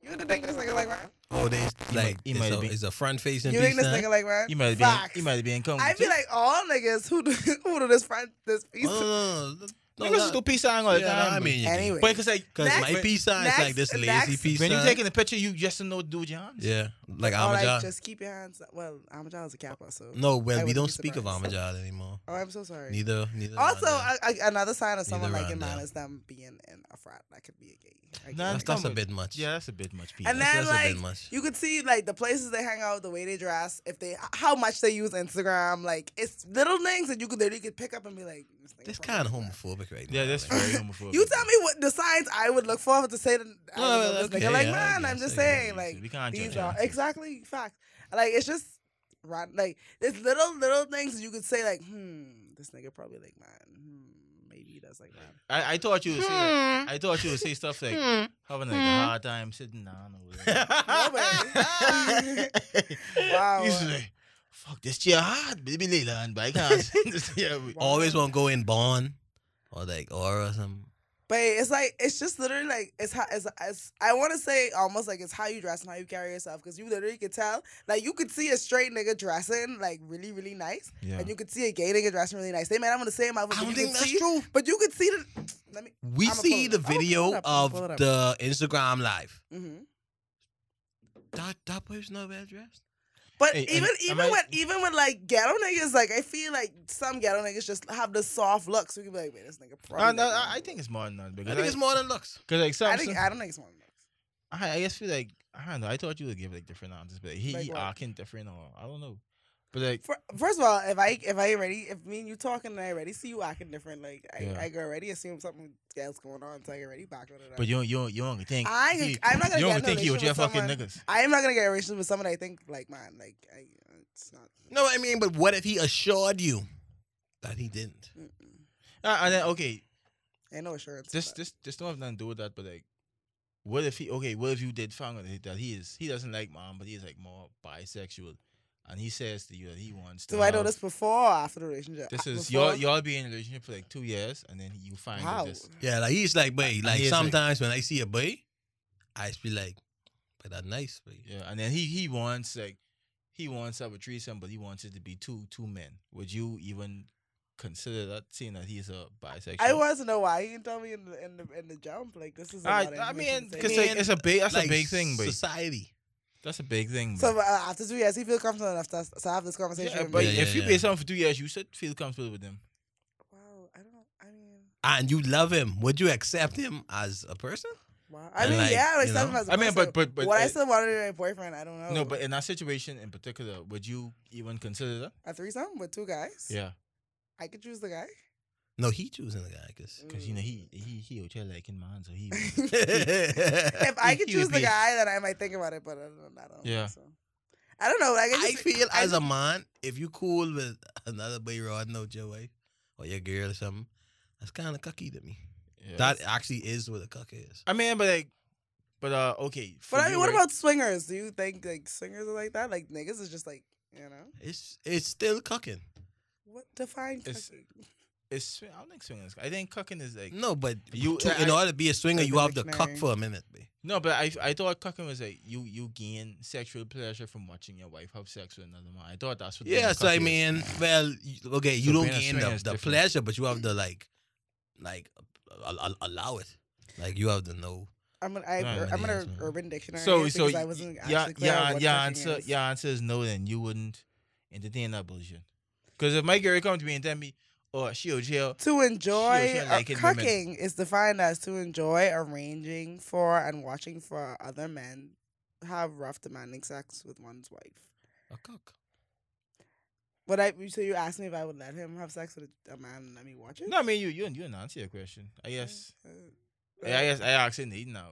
[SPEAKER 3] You think this nigga like mine?
[SPEAKER 4] Oh, they like
[SPEAKER 2] he might
[SPEAKER 4] it's,
[SPEAKER 2] be-
[SPEAKER 4] a, it's a front facing
[SPEAKER 3] You think
[SPEAKER 4] piece.
[SPEAKER 3] this nigga like mine?
[SPEAKER 2] You might be
[SPEAKER 3] Facts.
[SPEAKER 2] you might be in
[SPEAKER 3] I feel like all niggas who do, who do this front this peace.
[SPEAKER 4] Oh, no, no, no, no,
[SPEAKER 2] niggas
[SPEAKER 4] no,
[SPEAKER 2] just do peace sign all the
[SPEAKER 4] Yeah,
[SPEAKER 2] time.
[SPEAKER 4] I mean, you can.
[SPEAKER 3] Anyway.
[SPEAKER 2] but because like
[SPEAKER 4] Cause
[SPEAKER 3] Next-
[SPEAKER 4] my peace sign is like this lazy
[SPEAKER 3] next- next-
[SPEAKER 4] peace
[SPEAKER 2] when
[SPEAKER 4] sign.
[SPEAKER 2] you taking the picture, you just don't know dude John.
[SPEAKER 4] yeah, like
[SPEAKER 3] Or like,
[SPEAKER 4] Amajad.
[SPEAKER 3] just keep your hands. up. Well, Amajal is a kappa, so.
[SPEAKER 4] no,
[SPEAKER 3] I
[SPEAKER 4] well, we
[SPEAKER 3] wouldn't
[SPEAKER 4] don't
[SPEAKER 3] be
[SPEAKER 4] speak of
[SPEAKER 3] surprised.
[SPEAKER 4] Amajad anymore.
[SPEAKER 3] Oh, I'm so sorry.
[SPEAKER 4] Neither, neither.
[SPEAKER 3] Also,
[SPEAKER 4] Rhonda.
[SPEAKER 3] a, a, another sign of someone
[SPEAKER 4] Neither
[SPEAKER 3] liking
[SPEAKER 4] Rhonda.
[SPEAKER 3] man is them being in a frat. That could be a gay. a gay
[SPEAKER 2] Nah,
[SPEAKER 4] that's,
[SPEAKER 3] thing.
[SPEAKER 4] that's a
[SPEAKER 2] come
[SPEAKER 4] bit much.
[SPEAKER 2] Yeah, that's a bit much. People.
[SPEAKER 3] and
[SPEAKER 4] that's-
[SPEAKER 3] then
[SPEAKER 4] that's a bit
[SPEAKER 3] like
[SPEAKER 4] much.
[SPEAKER 3] you could see like the places they hang out, the way they dress, if they how much they use Instagram. Like it's little things that you could literally could pick up and be like, This,
[SPEAKER 4] That's kind of homophobic right now.
[SPEAKER 2] Yeah, that's
[SPEAKER 4] man.
[SPEAKER 2] very homophobic.
[SPEAKER 3] You tell me what the signs I would look for to say that I
[SPEAKER 4] No,
[SPEAKER 3] would love this
[SPEAKER 4] okay,
[SPEAKER 3] nigga. Like,
[SPEAKER 4] yeah, I
[SPEAKER 3] man, I'm
[SPEAKER 4] guess,
[SPEAKER 3] just
[SPEAKER 4] I
[SPEAKER 3] saying,
[SPEAKER 4] guess.
[SPEAKER 3] like,
[SPEAKER 2] we can't judge
[SPEAKER 3] these are
[SPEAKER 2] anything.
[SPEAKER 3] exactly facts. Like, it's just rotten. Like, there's little, little things you could say, like, hmm, this nigga probably like mine. Hmm, maybe that's like mine.
[SPEAKER 2] I, I thought you would say
[SPEAKER 3] Hmm.
[SPEAKER 2] that. I thought you would say stuff like having like a hard time sitting down or whatever.
[SPEAKER 3] No, Wow.
[SPEAKER 2] You say, fuck this chair hard, baby Leila and by can't sit in this chair."
[SPEAKER 4] Always want to go in Bond or like Aura or something.
[SPEAKER 3] But it's like it's just literally like it's how it's, it's I want to say almost like it's how you dress and how you carry yourself because you literally could tell like you could see a straight nigga dressing like really really nice
[SPEAKER 2] Yeah.
[SPEAKER 3] and you could see a gay nigga dressing really nice. They might not want to say him out, but
[SPEAKER 4] I
[SPEAKER 3] you
[SPEAKER 4] don't
[SPEAKER 3] could
[SPEAKER 4] think that's
[SPEAKER 3] see.
[SPEAKER 4] true.
[SPEAKER 3] But you could see the. Let me.
[SPEAKER 4] We
[SPEAKER 3] I'ma
[SPEAKER 4] see
[SPEAKER 3] pull
[SPEAKER 4] the
[SPEAKER 3] it- I'ma pull
[SPEAKER 4] video
[SPEAKER 3] it up, I'ma
[SPEAKER 4] of
[SPEAKER 3] pull it up.
[SPEAKER 4] the Instagram live.
[SPEAKER 3] hmm
[SPEAKER 4] That that boy's not well dressed.
[SPEAKER 3] But
[SPEAKER 2] Hey,
[SPEAKER 3] even
[SPEAKER 2] am- am
[SPEAKER 3] even
[SPEAKER 2] I-
[SPEAKER 3] when even with like ghetto niggas, like I feel like some ghetto niggas just have the soft look. So you can be like, wait, this nigga probably.
[SPEAKER 2] Uh, no,
[SPEAKER 3] like-
[SPEAKER 2] I, I think it's more than that because
[SPEAKER 4] I think it's more than looks.
[SPEAKER 2] because like some,
[SPEAKER 3] I
[SPEAKER 2] I,
[SPEAKER 3] think I don't think it's one. of them.
[SPEAKER 2] I, guess feel like I don't know. I thought you would give like different answers, but he,
[SPEAKER 3] Like
[SPEAKER 2] he
[SPEAKER 3] what?
[SPEAKER 2] acting different or I don't know. But like
[SPEAKER 3] Fir- First of all, if I if I already if me and you talking and I already see you acting different, like I,
[SPEAKER 2] Yeah.
[SPEAKER 3] I could already assume something else going on, so I already back on it.
[SPEAKER 2] But you don't, you don't, you don't think.
[SPEAKER 3] I-
[SPEAKER 2] you,
[SPEAKER 3] I'm not gonna
[SPEAKER 2] You
[SPEAKER 3] get
[SPEAKER 2] don't
[SPEAKER 3] in a
[SPEAKER 2] think you with
[SPEAKER 3] relationship
[SPEAKER 2] your
[SPEAKER 3] with
[SPEAKER 2] fucking
[SPEAKER 3] someone-
[SPEAKER 2] niggas.
[SPEAKER 3] I am not gonna get a relationship with someone I think like man, like I, it's not.
[SPEAKER 4] No, I mean, but what if he assured you that he didn't?
[SPEAKER 2] Uh, and then, okay,
[SPEAKER 3] Ain't no assurance.
[SPEAKER 2] this,
[SPEAKER 3] but-
[SPEAKER 2] this, this don't have nothing to do with that. But like, what if he? Okay, what if you did find out that he is he doesn't like mom, but he's like more bisexual, and he says to you that he wants. to
[SPEAKER 3] Do I know
[SPEAKER 2] have-
[SPEAKER 3] this before or after the relationship?
[SPEAKER 2] Uh, This
[SPEAKER 3] Uh,
[SPEAKER 2] is
[SPEAKER 3] before?
[SPEAKER 2] y'all y'all be in a relationship for like two years, and then you find
[SPEAKER 3] Wow.
[SPEAKER 2] out this.
[SPEAKER 4] Yeah, like he's like, boy, like
[SPEAKER 2] he is like-
[SPEAKER 4] sometimes when I see a boy, I just be like, but that nice boy.
[SPEAKER 2] Yeah, and then he he wants like he wants to have a threesome, but he wants it to be two two men. Would you even consider that seeing that he's a bisexual?
[SPEAKER 3] I want to know why he didn't tell me in the in the, in the jump. Like this is. a
[SPEAKER 2] I,
[SPEAKER 3] lot of
[SPEAKER 2] I
[SPEAKER 3] information
[SPEAKER 2] mean,
[SPEAKER 3] to
[SPEAKER 2] because
[SPEAKER 3] take.
[SPEAKER 4] like-
[SPEAKER 2] it's a big that's
[SPEAKER 4] like
[SPEAKER 2] a big thing, but
[SPEAKER 4] society.
[SPEAKER 2] that's a big thing.
[SPEAKER 3] So
[SPEAKER 2] babe.
[SPEAKER 3] uh, after two years, he feels comfortable enough to, to have this conversation.
[SPEAKER 2] Yeah,
[SPEAKER 3] with
[SPEAKER 2] but
[SPEAKER 3] me.
[SPEAKER 4] Yeah,
[SPEAKER 2] if
[SPEAKER 4] yeah,
[SPEAKER 2] you
[SPEAKER 4] yeah.
[SPEAKER 2] pay someone for two years, you should feel comfortable with them.
[SPEAKER 3] wow, I don't. I mean,
[SPEAKER 4] And you love him. Would you accept him as a person?
[SPEAKER 3] wow. I
[SPEAKER 4] And
[SPEAKER 3] mean,
[SPEAKER 4] like,
[SPEAKER 3] yeah, like
[SPEAKER 4] you know?
[SPEAKER 3] something as a
[SPEAKER 2] I mean,
[SPEAKER 3] person.
[SPEAKER 2] but but but
[SPEAKER 3] what I
[SPEAKER 2] uh,
[SPEAKER 3] still wanted in a boyfriend, I don't know.
[SPEAKER 2] no, but in that situation in particular, would you even consider that?
[SPEAKER 3] a threesome with two guys.
[SPEAKER 2] Yeah,
[SPEAKER 3] I could choose the guy.
[SPEAKER 4] No, he choosing the guy because
[SPEAKER 2] because you know he he he out here liking man, so he.
[SPEAKER 3] If I could
[SPEAKER 2] he would
[SPEAKER 3] choose the
[SPEAKER 2] be a-
[SPEAKER 3] guy, then I might think about it. But other than that, I don't.
[SPEAKER 2] Yeah.
[SPEAKER 3] Think so. I don't know. Like, I,
[SPEAKER 4] I
[SPEAKER 3] just,
[SPEAKER 4] feel
[SPEAKER 3] I
[SPEAKER 4] as a man, if you cool with another boy riding out your wife or your girl or something, that's kind of cocky to me.
[SPEAKER 2] Yeah.
[SPEAKER 4] That actually is what a cuck is.
[SPEAKER 2] I mean, but like, but uh, okay. for
[SPEAKER 3] But I
[SPEAKER 2] you,
[SPEAKER 3] mean, what
[SPEAKER 2] right?
[SPEAKER 3] about swingers? Do you think like swingers are like that? Like niggas is just like you know
[SPEAKER 4] It's it's still cucking.
[SPEAKER 3] what define
[SPEAKER 2] It's-
[SPEAKER 3] fucking-
[SPEAKER 2] It's swing- I don't think swinging is. I think cucking is like
[SPEAKER 4] No, but
[SPEAKER 2] You-
[SPEAKER 4] you to, in
[SPEAKER 2] I-
[SPEAKER 4] order to be a swinger,
[SPEAKER 3] The
[SPEAKER 4] you have to cuck
[SPEAKER 3] dictionary.
[SPEAKER 4] for a minute. bae.
[SPEAKER 2] no, but I I thought cucking was like you you gain sexual pleasure from watching your wife have sex with another man. I thought that's what. being a
[SPEAKER 4] Yeah, so I
[SPEAKER 2] cuck is.
[SPEAKER 4] mean, well, you- okay, you
[SPEAKER 2] So
[SPEAKER 4] don't
[SPEAKER 2] being a
[SPEAKER 4] gain
[SPEAKER 2] swinger
[SPEAKER 4] the,
[SPEAKER 2] is
[SPEAKER 4] the
[SPEAKER 2] different.
[SPEAKER 4] pleasure, but you have to like, like, al- al- allow it. Like you have to know.
[SPEAKER 3] I'm gonna I,
[SPEAKER 2] No,
[SPEAKER 3] am
[SPEAKER 4] it
[SPEAKER 3] gonna
[SPEAKER 4] is, man.
[SPEAKER 3] Urban Dictionary.
[SPEAKER 2] So
[SPEAKER 3] here
[SPEAKER 2] so
[SPEAKER 3] because I
[SPEAKER 2] y-
[SPEAKER 3] wasn't
[SPEAKER 2] yeah
[SPEAKER 3] actually clear on
[SPEAKER 2] yeah
[SPEAKER 3] what
[SPEAKER 2] yeah
[SPEAKER 3] fucking
[SPEAKER 2] answer
[SPEAKER 3] is.
[SPEAKER 2] yeah answer is no. Then you wouldn't entertain that bullshit. Because if my girl come to me and tell me, "Oh, she out here,"
[SPEAKER 3] To enjoy
[SPEAKER 2] should
[SPEAKER 3] uh,
[SPEAKER 2] like it, women.
[SPEAKER 3] cucking is defined as to enjoy arranging for and watching for other men have rough, demanding sex with one's wife.
[SPEAKER 4] A cuck.
[SPEAKER 3] But I so you asked me if I would let him have sex with a man and let me watch it.
[SPEAKER 2] no, I mean you you you didn't answer your question. I guess
[SPEAKER 3] Uh,
[SPEAKER 2] yeah, I guess I asked Nathan now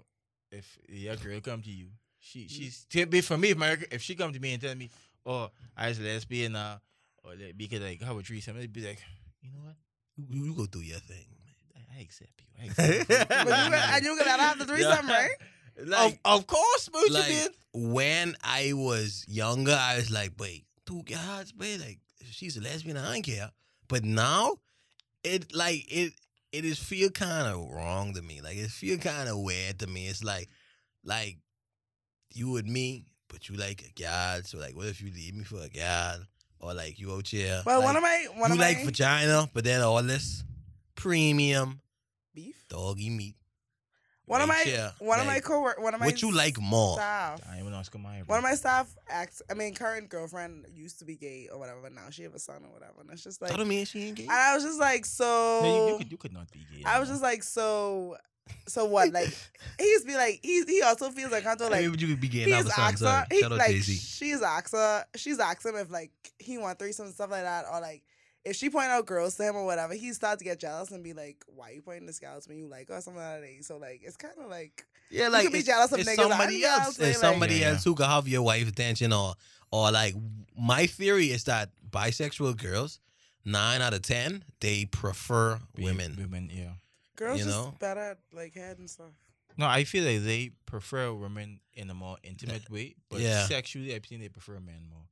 [SPEAKER 2] if your girl come to you, she
[SPEAKER 3] Mm.
[SPEAKER 2] she's to be for me if my if she come to me and tell me, "Oh, I was lesbian," uh, or like, because like how a threesome, I'd be like, you know what?
[SPEAKER 4] You, you go do your thing.
[SPEAKER 2] I- I accept you. I accept you.
[SPEAKER 3] But you gonna- and you gonna have the threesome,
[SPEAKER 2] Yeah.
[SPEAKER 3] right?
[SPEAKER 2] Like, of, of course, Moochie
[SPEAKER 4] like
[SPEAKER 2] did.
[SPEAKER 4] when I was younger, I was like, wait, two guys, wait, like if she's a lesbian, I don't care. But now, it like it it is feel kind of wrong to me. Like it feel kind of weird to me. It's like like you with me, but you like a guy. So like, what if you leave me for a guy? Or like you out here?
[SPEAKER 3] Well,
[SPEAKER 4] like,
[SPEAKER 3] one of my one
[SPEAKER 4] you
[SPEAKER 3] of
[SPEAKER 4] like
[SPEAKER 3] my
[SPEAKER 4] vagina, but then all this premium
[SPEAKER 3] beef.
[SPEAKER 4] doggy meat.
[SPEAKER 3] One of
[SPEAKER 4] right
[SPEAKER 3] my
[SPEAKER 4] here,
[SPEAKER 3] one of my
[SPEAKER 4] like,
[SPEAKER 3] cowork one of my
[SPEAKER 4] What you like more?
[SPEAKER 3] staff.
[SPEAKER 2] Oh, I am an Oscar Mayer.
[SPEAKER 3] One of my staff ex, I mean, current girlfriend used to be gay or whatever, but now she have a son or whatever. And it's just like,
[SPEAKER 4] That
[SPEAKER 3] and
[SPEAKER 4] don't mean she ain't gay.
[SPEAKER 3] I was just like, so.
[SPEAKER 2] no, you, you could you could not be gay.
[SPEAKER 3] I was
[SPEAKER 2] no.
[SPEAKER 3] just like, so, so what? Like, he used to be like, he he also feels uncomfortable. Like,
[SPEAKER 4] Maybe you could be getting
[SPEAKER 3] he's
[SPEAKER 4] out of something. Sorry.
[SPEAKER 3] Oxa, he
[SPEAKER 4] Shout out
[SPEAKER 3] like
[SPEAKER 4] Jay Z.
[SPEAKER 3] she's Oxa, she's Oxa him if like he want threesome and stuff like that, or like if she point out girls to him or whatever, he starts to get jealous and be like, "Why you pointing this girl out to me? You like her or something like that?" So like, it's kind of like
[SPEAKER 4] Yeah,
[SPEAKER 3] like,
[SPEAKER 4] like
[SPEAKER 3] could be
[SPEAKER 4] it's-
[SPEAKER 3] jealous of
[SPEAKER 4] it's
[SPEAKER 3] niggas like,
[SPEAKER 4] somebody
[SPEAKER 3] "I
[SPEAKER 4] else.
[SPEAKER 3] love
[SPEAKER 4] It's
[SPEAKER 3] Layla."
[SPEAKER 4] somebody
[SPEAKER 5] Yeah,
[SPEAKER 4] else who could have your wife's attention or or like my theory is that bisexual girls, nine out of ten, they prefer women.
[SPEAKER 2] Women, yeah.
[SPEAKER 3] girls
[SPEAKER 4] you
[SPEAKER 3] just
[SPEAKER 4] know?
[SPEAKER 3] better at like head and stuff.
[SPEAKER 2] No, I feel like they prefer women in a more intimate way, but
[SPEAKER 4] Yeah.
[SPEAKER 2] sexually, I think they prefer men more.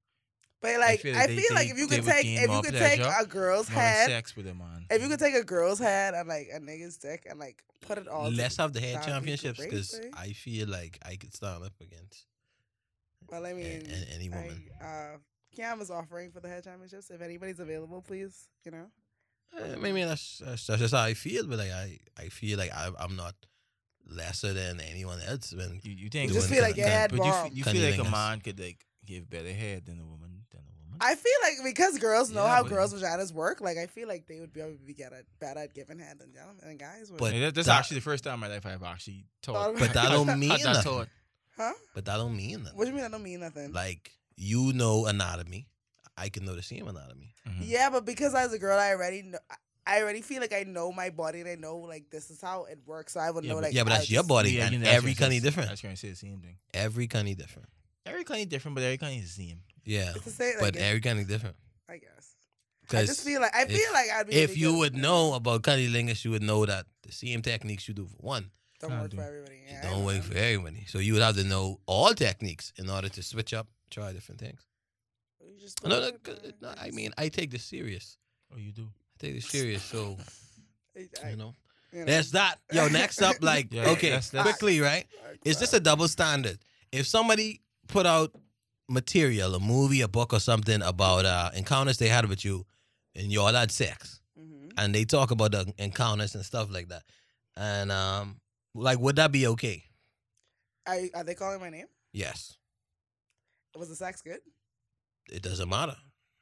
[SPEAKER 3] But like, I feel
[SPEAKER 2] feel
[SPEAKER 3] like,
[SPEAKER 2] they- they-
[SPEAKER 3] if you
[SPEAKER 2] they
[SPEAKER 3] could
[SPEAKER 2] would
[SPEAKER 3] take
[SPEAKER 2] gain
[SPEAKER 3] if you
[SPEAKER 2] more
[SPEAKER 3] could take
[SPEAKER 2] pleasure,
[SPEAKER 3] a girl's
[SPEAKER 2] More
[SPEAKER 3] head,
[SPEAKER 2] sex with a man.
[SPEAKER 3] if you could take a girl's head and like a nigga's dick and like put it all,
[SPEAKER 4] Let's have the
[SPEAKER 3] that'd
[SPEAKER 4] head
[SPEAKER 3] be
[SPEAKER 4] championships
[SPEAKER 3] great,
[SPEAKER 4] because
[SPEAKER 3] right?
[SPEAKER 4] I feel like I could stand up against
[SPEAKER 3] well, I
[SPEAKER 4] a-
[SPEAKER 3] mean,
[SPEAKER 4] a- any
[SPEAKER 3] I-
[SPEAKER 4] woman.
[SPEAKER 3] uh, Cam is offering for the head championships. If anybody's available, please, you know.
[SPEAKER 4] Eh, I, I mean, that's, that's that's just how I feel. But like I, I feel like I, I'm not lesser than anyone else. When
[SPEAKER 2] you, you think
[SPEAKER 4] You just
[SPEAKER 2] women
[SPEAKER 4] feel
[SPEAKER 2] can-
[SPEAKER 4] like your
[SPEAKER 2] can-
[SPEAKER 3] head
[SPEAKER 2] but you,
[SPEAKER 3] bomb.
[SPEAKER 2] f- you
[SPEAKER 4] Can
[SPEAKER 2] feel
[SPEAKER 4] you
[SPEAKER 2] like a
[SPEAKER 4] think
[SPEAKER 2] man could like give better head than a woman than a woman.
[SPEAKER 3] I feel like because girls know
[SPEAKER 2] Yeah,
[SPEAKER 3] how
[SPEAKER 2] but-
[SPEAKER 3] girls' vaginas work, like I feel like they would be able to be get at, better at giving head than gentlemen and guys would.
[SPEAKER 4] But
[SPEAKER 2] Yeah, that- that's
[SPEAKER 4] that-
[SPEAKER 2] actually the first time in my life I've actually
[SPEAKER 3] Thought
[SPEAKER 2] taught.
[SPEAKER 3] about But
[SPEAKER 4] that it. don't mean
[SPEAKER 2] had that
[SPEAKER 4] nothing.
[SPEAKER 2] thought.
[SPEAKER 3] huh?
[SPEAKER 4] but that don't mean nothing.
[SPEAKER 3] What do you mean that don't mean nothing?
[SPEAKER 4] Like you know anatomy, I can know the same anatomy.
[SPEAKER 2] Mhm.
[SPEAKER 3] yeah, but because as a girl, I already know. I already feel like I know my body and I know like this is how it works, so I would
[SPEAKER 2] Yeah,
[SPEAKER 3] know
[SPEAKER 2] but-
[SPEAKER 3] like
[SPEAKER 4] yeah, but
[SPEAKER 3] I
[SPEAKER 4] that's your
[SPEAKER 3] just-
[SPEAKER 4] body,
[SPEAKER 2] Yeah,
[SPEAKER 4] and
[SPEAKER 2] you know,
[SPEAKER 4] every
[SPEAKER 2] that's what I'm
[SPEAKER 4] cunny
[SPEAKER 2] saying. I
[SPEAKER 4] different.
[SPEAKER 2] was trying to say the same thing.
[SPEAKER 4] Every cunny different.
[SPEAKER 2] Every cunny different, but every cunny is the same.
[SPEAKER 4] Yeah,
[SPEAKER 3] It's the same, I
[SPEAKER 4] but
[SPEAKER 3] guess.
[SPEAKER 4] every cunny different.
[SPEAKER 3] I guess. I just
[SPEAKER 4] 'Cause
[SPEAKER 3] feel like I
[SPEAKER 4] if-
[SPEAKER 3] feel like I'd be.
[SPEAKER 4] if
[SPEAKER 3] really
[SPEAKER 4] you
[SPEAKER 3] good
[SPEAKER 4] would
[SPEAKER 3] at-
[SPEAKER 4] know about cunnilingus, you would know that the same techniques you do for one
[SPEAKER 3] don't
[SPEAKER 2] Can't
[SPEAKER 3] work
[SPEAKER 2] do.
[SPEAKER 3] for everybody.
[SPEAKER 4] it
[SPEAKER 3] Yeah, I
[SPEAKER 4] don't
[SPEAKER 3] know
[SPEAKER 4] work
[SPEAKER 3] that.
[SPEAKER 4] for everybody. So you would have to know all techniques in order to switch up, try different things.
[SPEAKER 3] You just
[SPEAKER 4] No, no,
[SPEAKER 3] don't work
[SPEAKER 4] 'cause-
[SPEAKER 3] for it,
[SPEAKER 4] no, I
[SPEAKER 3] guess.
[SPEAKER 4] mean I take this serious.
[SPEAKER 2] Oh, you do.
[SPEAKER 4] I take this serious. So
[SPEAKER 3] I- I-
[SPEAKER 4] you know,
[SPEAKER 3] you know.
[SPEAKER 4] there's that. Yo, next up, like
[SPEAKER 2] Yeah,
[SPEAKER 4] okay,
[SPEAKER 2] that's- that's-
[SPEAKER 4] quickly, right? Is this a double standard? If somebody put out material, a movie, a book, or something about uh, encounters they had with you, and y'all had sex,
[SPEAKER 3] Mhm.
[SPEAKER 4] and they talk about the encounters and stuff like that, and um, like would that be okay?
[SPEAKER 3] Are, are they calling my name?
[SPEAKER 4] Yes,
[SPEAKER 3] Was the sex good?
[SPEAKER 4] it doesn't matter.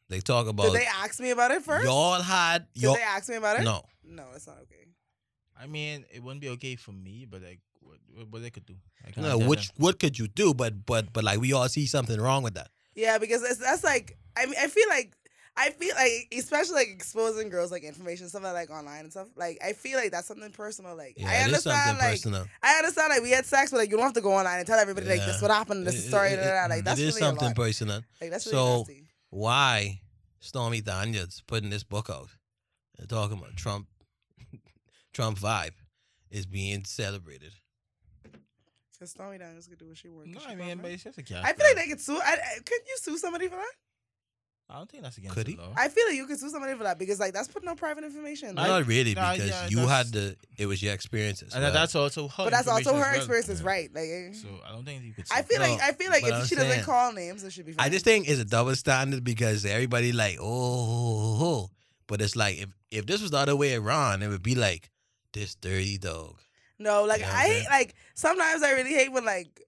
[SPEAKER 4] They talk about
[SPEAKER 3] Did they ask me about it first?
[SPEAKER 4] y'all had
[SPEAKER 3] Did
[SPEAKER 4] y'all.
[SPEAKER 3] they ask me about it?
[SPEAKER 4] No,
[SPEAKER 3] No, that's not okay.
[SPEAKER 2] I mean, it wouldn't be okay for me, but like, what what, what I could do? I can't
[SPEAKER 4] no.
[SPEAKER 2] tell
[SPEAKER 4] Which
[SPEAKER 2] them.
[SPEAKER 4] what could you do? But but but like we all see something wrong with that.
[SPEAKER 3] Yeah, because it's, that's like I mean I feel like I feel like especially like exposing girls like information stuff like, like online and stuff like I feel like that's something personal. Like
[SPEAKER 4] Yeah,
[SPEAKER 3] I
[SPEAKER 4] it is something
[SPEAKER 3] understand like
[SPEAKER 4] personal.
[SPEAKER 3] I understand like we had sex, but like you don't have to go online and tell everybody like
[SPEAKER 4] Yeah.
[SPEAKER 3] this what happened, this
[SPEAKER 4] It-
[SPEAKER 3] is story,
[SPEAKER 4] it-
[SPEAKER 3] da, da, da.
[SPEAKER 4] it
[SPEAKER 3] like that's
[SPEAKER 4] is
[SPEAKER 3] really
[SPEAKER 4] something
[SPEAKER 3] a lot.
[SPEAKER 4] personal.
[SPEAKER 3] Like that's really
[SPEAKER 4] So-
[SPEAKER 3] nasty.
[SPEAKER 4] why Stormy Daniels putting this book out and talking about Trump Trump vibe is being celebrated.
[SPEAKER 3] Cause Stormy Daniels could do what she wants.
[SPEAKER 2] No, I mean, but it's just a character.
[SPEAKER 3] I feel like they could sue. I, I, could you sue somebody for that?
[SPEAKER 2] I don't think that's against
[SPEAKER 4] Could
[SPEAKER 2] the
[SPEAKER 4] he?
[SPEAKER 2] law.
[SPEAKER 3] I feel like you could sue somebody for that because like that's putting out private information. Like,
[SPEAKER 4] Not really
[SPEAKER 2] nah,
[SPEAKER 4] because
[SPEAKER 2] yeah,
[SPEAKER 4] you had
[SPEAKER 2] that's-
[SPEAKER 4] the it was your experience. as
[SPEAKER 2] and
[SPEAKER 4] well.
[SPEAKER 2] that's also her.
[SPEAKER 3] but that's also
[SPEAKER 2] information
[SPEAKER 3] her
[SPEAKER 2] as well.
[SPEAKER 3] experiences,
[SPEAKER 2] Yeah.
[SPEAKER 3] right? Like eh.
[SPEAKER 2] So I don't think you could.
[SPEAKER 3] I
[SPEAKER 2] say-
[SPEAKER 3] feel
[SPEAKER 4] No,
[SPEAKER 3] like I feel like
[SPEAKER 4] but
[SPEAKER 3] if
[SPEAKER 4] I'm
[SPEAKER 3] she doesn't
[SPEAKER 4] saying-
[SPEAKER 3] call names, it should be. Fine.
[SPEAKER 4] I just think it's a double standard because everybody like oh, oh, oh, oh. but it's like if if this was the other way around, it would be like this dirty dog.
[SPEAKER 3] No, like
[SPEAKER 4] Yeah,
[SPEAKER 3] I
[SPEAKER 4] okay.
[SPEAKER 3] hate like sometimes I really hate when like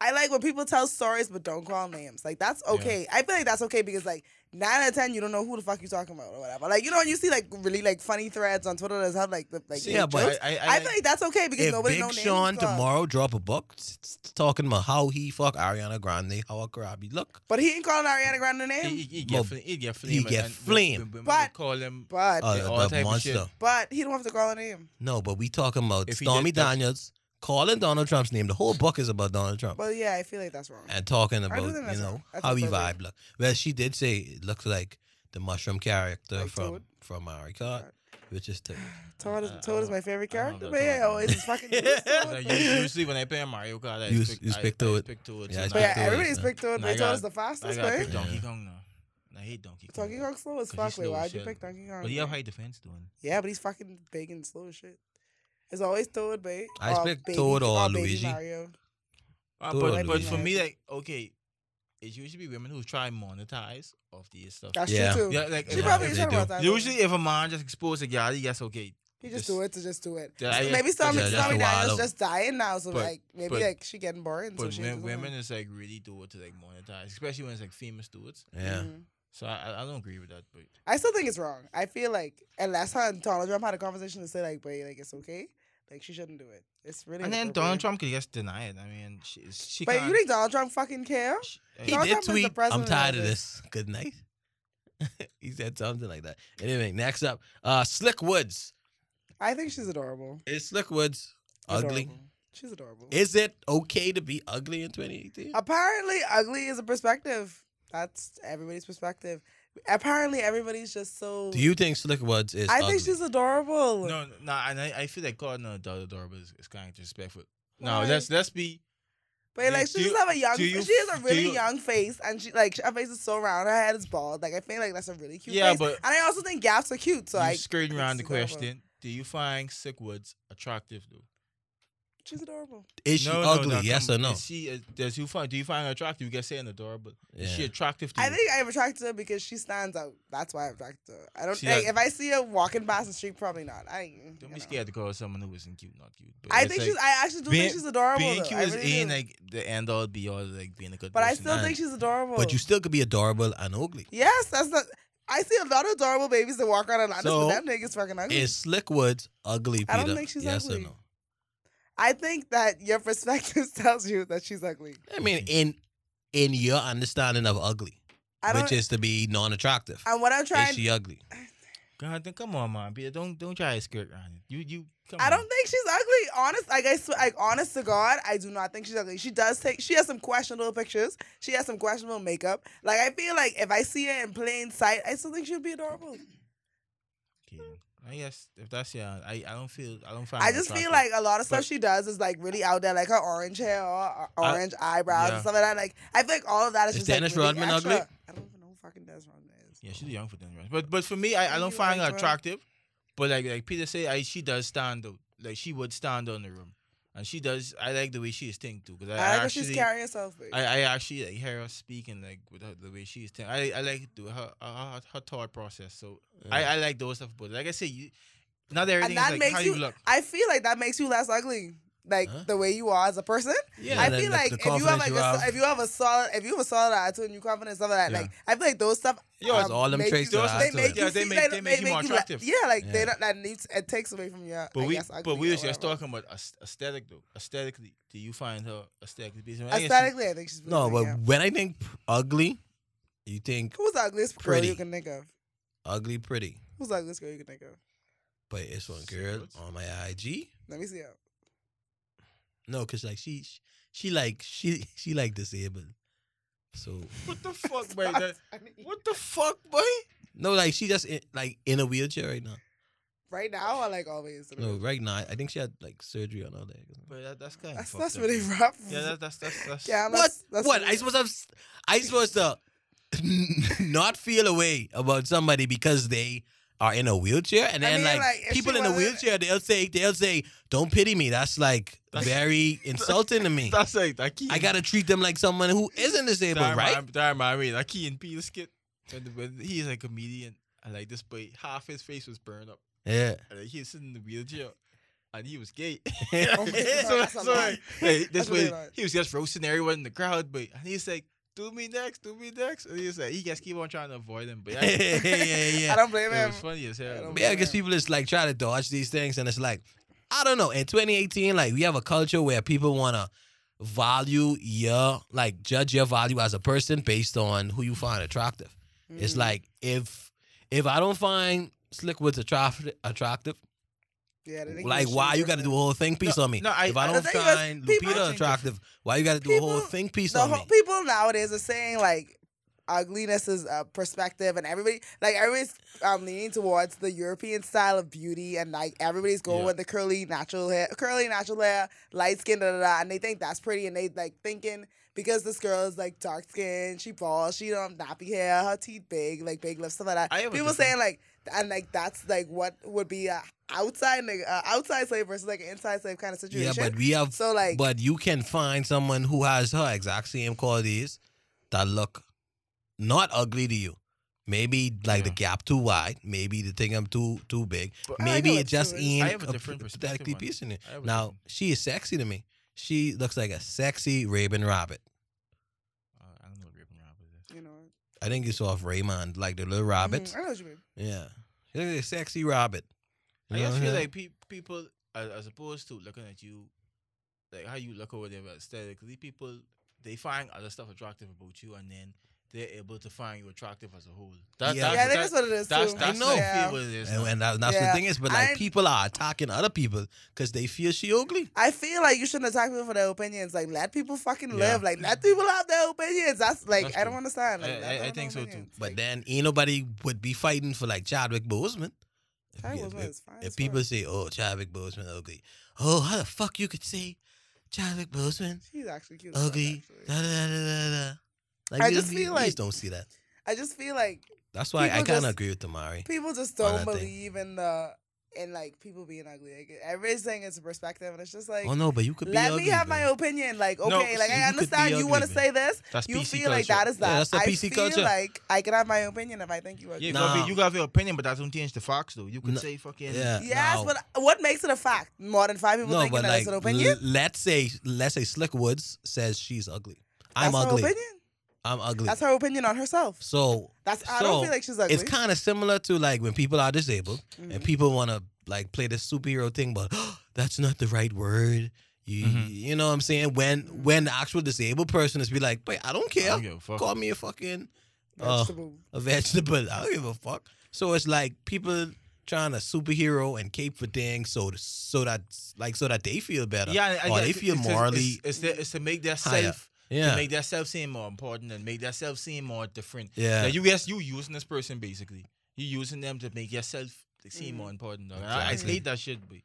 [SPEAKER 3] I like when people tell stories but don't call names. Like that's okay. I feel like that's okay because like nine out of ten you don't know who the fuck you talking about or whatever. Like you know when you see like really like funny threads on Twitter that have like the like
[SPEAKER 4] Yeah,
[SPEAKER 3] yeah,
[SPEAKER 4] but
[SPEAKER 3] jokes. I, feel like that's okay because
[SPEAKER 4] If
[SPEAKER 3] nobody
[SPEAKER 4] Big
[SPEAKER 3] know names.
[SPEAKER 4] Sean
[SPEAKER 3] so-
[SPEAKER 4] tomorrow drop a book s- s- talking about how he fuck Ariana Grande, how a Karabi look,
[SPEAKER 3] But he ain't calling Ariana Grande a name.
[SPEAKER 2] He, he, he
[SPEAKER 4] Well,
[SPEAKER 2] get flame. He get flame.
[SPEAKER 4] he get
[SPEAKER 2] and- and
[SPEAKER 4] flame.
[SPEAKER 2] when- when we
[SPEAKER 3] But-
[SPEAKER 2] call him.
[SPEAKER 3] but
[SPEAKER 4] uh,
[SPEAKER 2] Yeah, all type
[SPEAKER 4] the
[SPEAKER 2] of
[SPEAKER 4] monster.
[SPEAKER 2] shit.
[SPEAKER 3] but he don't have to call a name.
[SPEAKER 4] No, but we talking about
[SPEAKER 2] If he
[SPEAKER 4] Stormy
[SPEAKER 2] did that-
[SPEAKER 4] Daniels calling Donald Trump's name. The whole book is about Donald Trump
[SPEAKER 3] But yeah, I feel like that's wrong.
[SPEAKER 4] and talking about
[SPEAKER 3] think
[SPEAKER 4] you
[SPEAKER 3] that's-
[SPEAKER 4] know
[SPEAKER 3] that's
[SPEAKER 4] how he
[SPEAKER 3] appropriate.
[SPEAKER 4] vibe look. Well, she did say it looks like the mushroom character
[SPEAKER 3] Like
[SPEAKER 4] from
[SPEAKER 3] Toad?
[SPEAKER 4] from Mario Kart, which is Toad.
[SPEAKER 3] Toad is,
[SPEAKER 2] I- I
[SPEAKER 3] Toad is
[SPEAKER 2] don't-
[SPEAKER 3] my favorite
[SPEAKER 2] I don't
[SPEAKER 3] character.
[SPEAKER 2] know
[SPEAKER 3] But yeah,
[SPEAKER 2] Toad.
[SPEAKER 3] always is fucking.
[SPEAKER 2] Like,
[SPEAKER 3] Toad.
[SPEAKER 2] usually when I play Mario Kart, I
[SPEAKER 4] You-
[SPEAKER 2] expect,
[SPEAKER 4] you speak
[SPEAKER 2] I,
[SPEAKER 4] to
[SPEAKER 2] I
[SPEAKER 4] it.
[SPEAKER 2] expect to it.
[SPEAKER 4] Yeah, I
[SPEAKER 2] so
[SPEAKER 3] But
[SPEAKER 2] now-
[SPEAKER 3] yeah,
[SPEAKER 4] Toad,
[SPEAKER 3] everybody's
[SPEAKER 4] man.
[SPEAKER 3] pick Toad. but
[SPEAKER 2] Now I
[SPEAKER 3] Toad
[SPEAKER 2] gotta-
[SPEAKER 3] is the
[SPEAKER 2] I
[SPEAKER 3] fastest,
[SPEAKER 2] gotta
[SPEAKER 3] right?
[SPEAKER 2] pick Donkey Kong now. And I hate Donkey Kong.
[SPEAKER 3] Donkey Kong slow as
[SPEAKER 2] 'Cause
[SPEAKER 3] fuck.
[SPEAKER 2] he's
[SPEAKER 3] Wait,
[SPEAKER 2] slow
[SPEAKER 3] why'd
[SPEAKER 2] as
[SPEAKER 3] you
[SPEAKER 2] shit.
[SPEAKER 3] pick Donkey Kong?
[SPEAKER 2] But you have
[SPEAKER 3] man?
[SPEAKER 2] high defense doing.
[SPEAKER 3] Yeah, but he's fucking big and slow as shit. It's always Toad, babe.
[SPEAKER 4] I
[SPEAKER 3] Or
[SPEAKER 4] expect
[SPEAKER 3] baby- oh,
[SPEAKER 4] Toad or
[SPEAKER 3] baby
[SPEAKER 4] Luigi.
[SPEAKER 3] Mario.
[SPEAKER 2] Uh,
[SPEAKER 4] Totally.
[SPEAKER 2] but but for
[SPEAKER 3] Yeah.
[SPEAKER 2] me, like okay, it usually be women who try monetize of these stuff.
[SPEAKER 3] That's
[SPEAKER 4] Yeah.
[SPEAKER 3] true too.
[SPEAKER 2] Yeah, like
[SPEAKER 3] she
[SPEAKER 2] if-
[SPEAKER 3] probably
[SPEAKER 4] they
[SPEAKER 3] is talking
[SPEAKER 4] do.
[SPEAKER 3] about that.
[SPEAKER 2] usually if a man just expose a guy, yes, okay.
[SPEAKER 3] you just
[SPEAKER 2] just-
[SPEAKER 3] do it to just do it.
[SPEAKER 2] Yeah,
[SPEAKER 3] So
[SPEAKER 2] I-
[SPEAKER 3] maybe Stormy
[SPEAKER 4] Yeah, that's
[SPEAKER 3] Stormy
[SPEAKER 4] the wild
[SPEAKER 3] Daniels
[SPEAKER 4] out.
[SPEAKER 3] just dying now, so
[SPEAKER 2] But-
[SPEAKER 3] like maybe
[SPEAKER 2] but-
[SPEAKER 3] like she getting boring. so
[SPEAKER 2] But
[SPEAKER 3] she
[SPEAKER 2] wo-
[SPEAKER 3] doesn't
[SPEAKER 2] women
[SPEAKER 3] know.
[SPEAKER 2] is like really do it to like monetize, especially when it's like famous dudes.
[SPEAKER 4] Yeah,
[SPEAKER 3] Mhm.
[SPEAKER 2] So I, I- I don't agree with that. But
[SPEAKER 3] I still think it's wrong. I feel like and last time Donald Trump had a conversation to say like, but like it's okay, like she shouldn't do it. It's really
[SPEAKER 2] and then
[SPEAKER 3] inappropriate.
[SPEAKER 2] Donald Trump could just deny it. I mean, she she
[SPEAKER 3] But
[SPEAKER 2] can't.
[SPEAKER 3] you think Donald Trump fucking care?
[SPEAKER 2] she-
[SPEAKER 4] he
[SPEAKER 2] uh,
[SPEAKER 3] Donald
[SPEAKER 4] did
[SPEAKER 3] Trump is the
[SPEAKER 4] tweet. I'm
[SPEAKER 3] president
[SPEAKER 4] tired
[SPEAKER 3] of
[SPEAKER 4] of
[SPEAKER 3] this."
[SPEAKER 4] this. Good night. he said something like that. Anyway, next up, uh, Slick Woods.
[SPEAKER 3] I think she's adorable.
[SPEAKER 4] Is Slick Woods ugly?
[SPEAKER 3] Adorable. She's adorable.
[SPEAKER 4] Is it okay to be ugly in 2018?
[SPEAKER 3] Apparently, ugly is a perspective. That's everybody's perspective. Apparently, everybody's just so.
[SPEAKER 4] Do you think Slick Woods is
[SPEAKER 3] I
[SPEAKER 4] ugly?
[SPEAKER 3] think she's adorable.
[SPEAKER 2] No, no, and I, I feel like calling her Dada Dorba is, is kind of disrespectful. No,
[SPEAKER 3] Why?
[SPEAKER 2] let's let's be.
[SPEAKER 3] But like
[SPEAKER 2] Do
[SPEAKER 3] she just
[SPEAKER 2] you-
[SPEAKER 3] have a young,
[SPEAKER 2] do you-
[SPEAKER 3] she has a
[SPEAKER 2] do
[SPEAKER 3] really
[SPEAKER 2] you-
[SPEAKER 3] young face, and she like her face is so round. Her head is bald. Like I feel like that's a really cute
[SPEAKER 2] Yeah,
[SPEAKER 3] face.
[SPEAKER 2] but-
[SPEAKER 3] and I also think gaps are cute. So
[SPEAKER 2] you
[SPEAKER 3] I
[SPEAKER 2] skirting
[SPEAKER 3] think
[SPEAKER 2] around the
[SPEAKER 3] she's adorable.
[SPEAKER 2] question. Do you find Sick Woods attractive though?
[SPEAKER 3] She's adorable.
[SPEAKER 4] is she
[SPEAKER 2] No, no,
[SPEAKER 4] ugly?
[SPEAKER 2] no,
[SPEAKER 4] yes
[SPEAKER 2] come-
[SPEAKER 4] or no?
[SPEAKER 2] Is she uh, does you find do you find her attractive? You get saying adorable. Is
[SPEAKER 4] Yeah.
[SPEAKER 2] she attractive to
[SPEAKER 3] I
[SPEAKER 2] you?
[SPEAKER 3] think I'm attracted to her because she stands out. That's why I'm attracted to her. I don't
[SPEAKER 2] She
[SPEAKER 3] think
[SPEAKER 2] like-
[SPEAKER 3] if I see her walking past the street, probably not. I you
[SPEAKER 2] Don't
[SPEAKER 3] know.
[SPEAKER 2] be scared to call someone who isn't cute not cute. But
[SPEAKER 3] I
[SPEAKER 2] it's
[SPEAKER 3] think
[SPEAKER 2] like,
[SPEAKER 3] she's. I actually do
[SPEAKER 2] being-
[SPEAKER 3] think she's adorable.
[SPEAKER 2] being
[SPEAKER 3] though.
[SPEAKER 2] cute
[SPEAKER 3] I
[SPEAKER 2] is
[SPEAKER 3] really
[SPEAKER 2] ain't
[SPEAKER 3] do.
[SPEAKER 2] like the end all be all like being a good
[SPEAKER 3] But I
[SPEAKER 2] person.
[SPEAKER 3] still
[SPEAKER 4] and-
[SPEAKER 3] think she's adorable.
[SPEAKER 4] But you still could be adorable and ugly.
[SPEAKER 3] Yes, that's the. I see a lot of adorable babies that walk around Atlantis,
[SPEAKER 4] So,
[SPEAKER 3] but that nigga's fucking ugly.
[SPEAKER 4] Is Slick Woods ugly, Peter?
[SPEAKER 3] I don't think she's
[SPEAKER 4] yes
[SPEAKER 3] ugly.
[SPEAKER 4] or no?
[SPEAKER 3] I think that your perspective tells you that she's ugly.
[SPEAKER 4] I mean, in in your understanding of ugly,
[SPEAKER 3] I don't.
[SPEAKER 4] which is to be non-attractive,
[SPEAKER 3] and what I'm
[SPEAKER 4] is
[SPEAKER 3] trying,
[SPEAKER 4] she ugly?
[SPEAKER 2] God, then come on, man. Peter, Don't don't try to skirt around it. You you. Come
[SPEAKER 3] I
[SPEAKER 2] on.
[SPEAKER 3] don't think she's ugly. Honest, like I swear, like honest to God, I do not think she's ugly. She does take. She has some questionable pictures. She has some questionable makeup. Like I feel like if I see her in plain sight, I still think she'd be adorable.
[SPEAKER 2] Okay. I guess if that's yeah, I, I don't feel I don't find.
[SPEAKER 3] I
[SPEAKER 2] her
[SPEAKER 3] just feel
[SPEAKER 2] attractive.
[SPEAKER 3] like a lot of stuff
[SPEAKER 2] But-
[SPEAKER 3] she does is like really out there, like her orange hair, or, or
[SPEAKER 2] I-
[SPEAKER 3] orange eyebrows,
[SPEAKER 2] yeah.
[SPEAKER 3] and stuff like that. Like I feel like all of that is,
[SPEAKER 4] Is
[SPEAKER 3] just like,
[SPEAKER 4] Dennis
[SPEAKER 3] really
[SPEAKER 4] Rodman
[SPEAKER 3] extra.
[SPEAKER 4] ugly?
[SPEAKER 3] I don't even know who fucking Dennis Rodman is.
[SPEAKER 2] Yeah, she's young for them, right? But but for me, I, I
[SPEAKER 3] Thank
[SPEAKER 2] don't
[SPEAKER 3] you,
[SPEAKER 2] find her
[SPEAKER 3] Angela.
[SPEAKER 2] attractive. But like like Peter said, I, she does stand out. Like she would stand out in the room, and she does. I like the way she is think too, because I,
[SPEAKER 3] I like how she's
[SPEAKER 2] actually
[SPEAKER 3] carrying herself. babe.
[SPEAKER 2] I, I actually like hear her speaking like with her, the way she's think. I I like the, her, her her thought process. So I, I like those stuff. But like I said, you not everything is
[SPEAKER 3] that
[SPEAKER 2] like
[SPEAKER 3] makes
[SPEAKER 2] how
[SPEAKER 3] you-
[SPEAKER 2] you look.
[SPEAKER 3] I feel like that makes you less ugly. Like
[SPEAKER 4] Huh?
[SPEAKER 3] the way you are as a person.
[SPEAKER 4] Yeah,
[SPEAKER 3] I
[SPEAKER 4] the-
[SPEAKER 3] feel
[SPEAKER 4] the-
[SPEAKER 3] like
[SPEAKER 4] the
[SPEAKER 3] if you have
[SPEAKER 4] confidence
[SPEAKER 3] like
[SPEAKER 4] you
[SPEAKER 3] a, so-
[SPEAKER 4] have.
[SPEAKER 3] if you have a solid if you have a solid attitude and you confident stuff like that,
[SPEAKER 4] Yeah.
[SPEAKER 3] like I feel like those stuff. um,
[SPEAKER 2] Yo,
[SPEAKER 4] it's all them
[SPEAKER 3] make
[SPEAKER 4] traits
[SPEAKER 3] You,
[SPEAKER 4] that
[SPEAKER 3] they
[SPEAKER 4] add to
[SPEAKER 3] make
[SPEAKER 4] it.
[SPEAKER 3] you
[SPEAKER 2] Yeah, they
[SPEAKER 3] feel-
[SPEAKER 2] make- they make you more
[SPEAKER 3] la-
[SPEAKER 2] attractive.
[SPEAKER 3] yeah, like they
[SPEAKER 4] Yeah.
[SPEAKER 3] don't, that needs it takes away from your.
[SPEAKER 2] But
[SPEAKER 3] I
[SPEAKER 2] we
[SPEAKER 3] guess, ugly
[SPEAKER 2] but we
[SPEAKER 3] or
[SPEAKER 2] was just
[SPEAKER 3] whatever.
[SPEAKER 2] talking about aes- aesthetic though. Aesthetically, do you find her aesthetically? pleasing? I guess she-
[SPEAKER 3] Aesthetically, I think she's
[SPEAKER 4] No, but
[SPEAKER 3] beautiful, yeah.
[SPEAKER 4] when I think p- ugly, you think
[SPEAKER 3] who's the ugliest girl you
[SPEAKER 4] pretty.
[SPEAKER 3] can think of?
[SPEAKER 4] ugly, pretty.
[SPEAKER 3] Who's the ugliest girl you can think of?
[SPEAKER 4] But it's one girl on my IG.
[SPEAKER 3] Let me see her.
[SPEAKER 4] No, cause like she, she, she like she, she like disabled. So
[SPEAKER 2] What the fuck, boy? That- what the fuck, boy?
[SPEAKER 4] no, like she just in, like in a wheelchair right now.
[SPEAKER 3] Right now, I like always.
[SPEAKER 4] No, right now I think she had like surgery on her leg.
[SPEAKER 2] But that, that's kind of
[SPEAKER 3] that's that's really rough.
[SPEAKER 2] Yeah, that, that's that's that's.
[SPEAKER 3] Yeah,
[SPEAKER 4] What?
[SPEAKER 3] that's, that's
[SPEAKER 4] what?
[SPEAKER 3] really
[SPEAKER 4] I supposed to, have- I supposed to not feel a way about somebody because they are in a wheelchair, and
[SPEAKER 3] I
[SPEAKER 4] then
[SPEAKER 3] mean,
[SPEAKER 4] like,
[SPEAKER 3] like, if
[SPEAKER 4] people
[SPEAKER 3] she
[SPEAKER 4] in a
[SPEAKER 3] wasn't-
[SPEAKER 4] wheelchair, they'll say they'll say, "Don't pity me." That's like very insulting to me.
[SPEAKER 2] That's like that key.
[SPEAKER 4] I gotta treat them like someone who isn't
[SPEAKER 2] that
[SPEAKER 4] disabled, right?
[SPEAKER 2] Remind, that remind me that key in Peter skit. When, when he's a comedian, and like this boy, half his face was burned up,
[SPEAKER 4] Yeah.
[SPEAKER 2] and like, he was sitting in the wheelchair, and he was gay.
[SPEAKER 3] Oh my God,
[SPEAKER 2] so
[SPEAKER 3] that's a
[SPEAKER 2] so
[SPEAKER 3] lot.
[SPEAKER 2] like, hey, this
[SPEAKER 3] That's really
[SPEAKER 2] way
[SPEAKER 3] a lot.
[SPEAKER 2] he was just roasting everyone in the crowd, but and he's like, "Do me next, do me next," and he's like, he just keep on trying to avoid him, but.
[SPEAKER 4] yeah,
[SPEAKER 2] I,
[SPEAKER 4] yeah,
[SPEAKER 3] I
[SPEAKER 4] yeah.
[SPEAKER 3] don't blame
[SPEAKER 2] It
[SPEAKER 3] him.
[SPEAKER 2] was funny as
[SPEAKER 3] I
[SPEAKER 2] hell.
[SPEAKER 3] don't
[SPEAKER 4] Yeah, because people just like try to dodge these things, and it's like, I don't know. In 2018, like we have a culture where people wanna value your like judge your value as a person based on who you find attractive. It's
[SPEAKER 3] Mm.
[SPEAKER 4] like if if I don't find Slickwoods attractive, attractive,
[SPEAKER 3] Mm. yeah, they think
[SPEAKER 4] like
[SPEAKER 3] you're
[SPEAKER 4] why
[SPEAKER 3] shitty
[SPEAKER 4] you got to
[SPEAKER 3] person.
[SPEAKER 4] do a whole think piece on me?
[SPEAKER 2] no, I-
[SPEAKER 4] if I
[SPEAKER 2] I-
[SPEAKER 4] don't
[SPEAKER 3] the thing is,
[SPEAKER 4] find
[SPEAKER 3] people- I
[SPEAKER 4] Lupita
[SPEAKER 2] think-
[SPEAKER 4] attractive, why you got to do a whole
[SPEAKER 3] people-
[SPEAKER 4] think piece
[SPEAKER 3] the
[SPEAKER 4] on me?
[SPEAKER 3] whole, people nowadays are saying like ugliness is a perspective and everybody like everybody's um leaning towards the european style of beauty and like everybody's going
[SPEAKER 2] Yeah.
[SPEAKER 3] with the curly natural hair curly natural hair light skin da, da, da, and they think that's pretty and they like thinking because this girl is like dark skinned she bald she don't have nappy hair her teeth big like big lips stuff like that
[SPEAKER 2] I have a
[SPEAKER 3] people
[SPEAKER 2] different-
[SPEAKER 3] saying like and like that's like what would be a outside nigga uh, outside slave versus like an inside slave kind of
[SPEAKER 4] Yeah,
[SPEAKER 3] situation
[SPEAKER 4] but we have
[SPEAKER 3] so like
[SPEAKER 4] but you can find someone who has her exact same qualities that look not ugly to you. Maybe like the
[SPEAKER 2] Yeah.
[SPEAKER 4] gap too wide. Maybe the thing I'm too too big.
[SPEAKER 3] I
[SPEAKER 4] maybe
[SPEAKER 3] know
[SPEAKER 4] it just
[SPEAKER 3] it's true.
[SPEAKER 4] ain't
[SPEAKER 2] I have a different perspective
[SPEAKER 4] pathetically
[SPEAKER 2] on it.
[SPEAKER 4] piecing it.
[SPEAKER 2] I have a
[SPEAKER 4] Now
[SPEAKER 2] different-
[SPEAKER 4] she is sexy to me. She looks like a sexy Raven Rabbit.
[SPEAKER 2] Uh, I don't know what Raven Rob is.
[SPEAKER 3] you know
[SPEAKER 4] I think you saw Raymond, like the little rabbit.
[SPEAKER 3] mhm, i know what you mean
[SPEAKER 4] Yeah, she looks like a sexy rabbit. You
[SPEAKER 2] I
[SPEAKER 4] know
[SPEAKER 2] just
[SPEAKER 4] what I'm
[SPEAKER 2] feel
[SPEAKER 4] saying?
[SPEAKER 2] like pe- people, as, as opposed to looking at you, like how you look or whatever aesthetically, people they find other stuff attractive about you, and then they're able to find you attractive as a whole. That,
[SPEAKER 4] Yeah.
[SPEAKER 2] that's,
[SPEAKER 3] yeah, I think
[SPEAKER 2] that's,
[SPEAKER 3] that's what it is.
[SPEAKER 2] that's,
[SPEAKER 3] too.
[SPEAKER 2] that's
[SPEAKER 4] I know.
[SPEAKER 2] I
[SPEAKER 3] Yeah.
[SPEAKER 2] feel what it is.
[SPEAKER 4] And,
[SPEAKER 2] now.
[SPEAKER 4] and that- that's
[SPEAKER 3] Yeah.
[SPEAKER 4] the thing is, but like
[SPEAKER 3] I-
[SPEAKER 4] people are attacking other people because they feel she ugly.
[SPEAKER 3] I feel like you shouldn't attack people for their opinions. Like let people fucking
[SPEAKER 2] Yeah.
[SPEAKER 3] live. Like let people have their opinions. That's like
[SPEAKER 2] That's
[SPEAKER 3] I don't
[SPEAKER 2] true.
[SPEAKER 3] understand. Like,
[SPEAKER 2] I-
[SPEAKER 3] let
[SPEAKER 2] I- I
[SPEAKER 3] them have
[SPEAKER 2] think
[SPEAKER 3] their
[SPEAKER 2] so too.
[SPEAKER 3] opinions.
[SPEAKER 4] But
[SPEAKER 3] Like,
[SPEAKER 4] then ain't nobody would be fighting for like Chadwick Boseman. If-
[SPEAKER 3] Chadwick
[SPEAKER 4] if-
[SPEAKER 3] Boseman is fine
[SPEAKER 4] If,
[SPEAKER 3] as
[SPEAKER 4] people
[SPEAKER 3] fuck.
[SPEAKER 4] say, "Oh, Chadwick Boseman ugly," oh, how the fuck you could say Chadwick Boseman
[SPEAKER 3] she's actually cute. as fuck,
[SPEAKER 4] ugly?
[SPEAKER 3] actually.
[SPEAKER 4] Da, da, da, da, da. Like,
[SPEAKER 3] I
[SPEAKER 4] we-
[SPEAKER 3] just
[SPEAKER 4] we-
[SPEAKER 3] feel
[SPEAKER 4] we
[SPEAKER 3] like-
[SPEAKER 4] don't see that.
[SPEAKER 3] I just feel like
[SPEAKER 4] That's why I
[SPEAKER 3] people
[SPEAKER 4] kind of
[SPEAKER 3] just-
[SPEAKER 4] agree with Tamari.
[SPEAKER 3] people just
[SPEAKER 4] On that
[SPEAKER 3] don't
[SPEAKER 4] thing.
[SPEAKER 3] believe in the in like people being ugly. Like, everything is perspective, and it's just like
[SPEAKER 4] oh no, but you could be
[SPEAKER 3] let
[SPEAKER 4] ugly.
[SPEAKER 3] me have my
[SPEAKER 4] man.
[SPEAKER 3] opinion. Like okay,
[SPEAKER 2] No,
[SPEAKER 3] like
[SPEAKER 4] see, you
[SPEAKER 3] I
[SPEAKER 4] could be
[SPEAKER 3] understand you
[SPEAKER 4] ugly,
[SPEAKER 3] want to
[SPEAKER 4] man.
[SPEAKER 3] say this.
[SPEAKER 2] That's
[SPEAKER 3] You
[SPEAKER 2] PC
[SPEAKER 3] feel like that
[SPEAKER 2] culture.
[SPEAKER 3] is
[SPEAKER 4] Yeah,
[SPEAKER 3] that.
[SPEAKER 4] that's the
[SPEAKER 3] I
[SPEAKER 4] PC
[SPEAKER 3] feel
[SPEAKER 4] culture.
[SPEAKER 3] like I can have my opinion if I think you ugly.
[SPEAKER 2] Yeah, you,
[SPEAKER 4] Nah.
[SPEAKER 2] gotta be, you gotta have your opinion, but that don't change the facts, though. You could
[SPEAKER 4] No.
[SPEAKER 2] say fucking.
[SPEAKER 4] Yeah.
[SPEAKER 3] Yes,
[SPEAKER 4] Uh, no.
[SPEAKER 3] but what makes it a fact? More than five people
[SPEAKER 4] no,
[SPEAKER 3] thinking
[SPEAKER 4] but
[SPEAKER 3] that
[SPEAKER 4] like,
[SPEAKER 3] it's an opinion.
[SPEAKER 4] l- let's say, let's say Slick Woods says she's ugly. I'm
[SPEAKER 3] That's
[SPEAKER 4] ugly.
[SPEAKER 3] her opinion.
[SPEAKER 4] I'm ugly.
[SPEAKER 3] That's her opinion on herself.
[SPEAKER 4] So
[SPEAKER 3] That's I don't
[SPEAKER 4] So,
[SPEAKER 3] feel like she's ugly.
[SPEAKER 4] It's kind of similar to like when people are disabled and
[SPEAKER 3] Mhm.
[SPEAKER 4] people want to like play the superhero thing, but that's not the right word. You,
[SPEAKER 2] Mhm.
[SPEAKER 4] you know what I'm saying? When when the actual disabled person is be like, but I don't
[SPEAKER 2] I
[SPEAKER 4] care.
[SPEAKER 2] don't give a fuck.
[SPEAKER 4] Call me a fucking uh,
[SPEAKER 3] Vegetable.
[SPEAKER 4] a vegetable. I don't give a fuck. So it's like people trying to superhero and cape for things so so that like so that they feel better.
[SPEAKER 2] Yeah, I, I
[SPEAKER 4] or
[SPEAKER 2] guess
[SPEAKER 4] they feel
[SPEAKER 2] it's,
[SPEAKER 4] morally.
[SPEAKER 2] It's, it's, to, it's to make that
[SPEAKER 4] higher.
[SPEAKER 2] self, to
[SPEAKER 4] yeah.
[SPEAKER 2] make that self seem more important and make that self seem more different.
[SPEAKER 4] yeah.
[SPEAKER 2] Like you guess you using this person basically. You using them to make yourself seem more important. dog. And I, I
[SPEAKER 4] Exactly.
[SPEAKER 2] hate that shit, but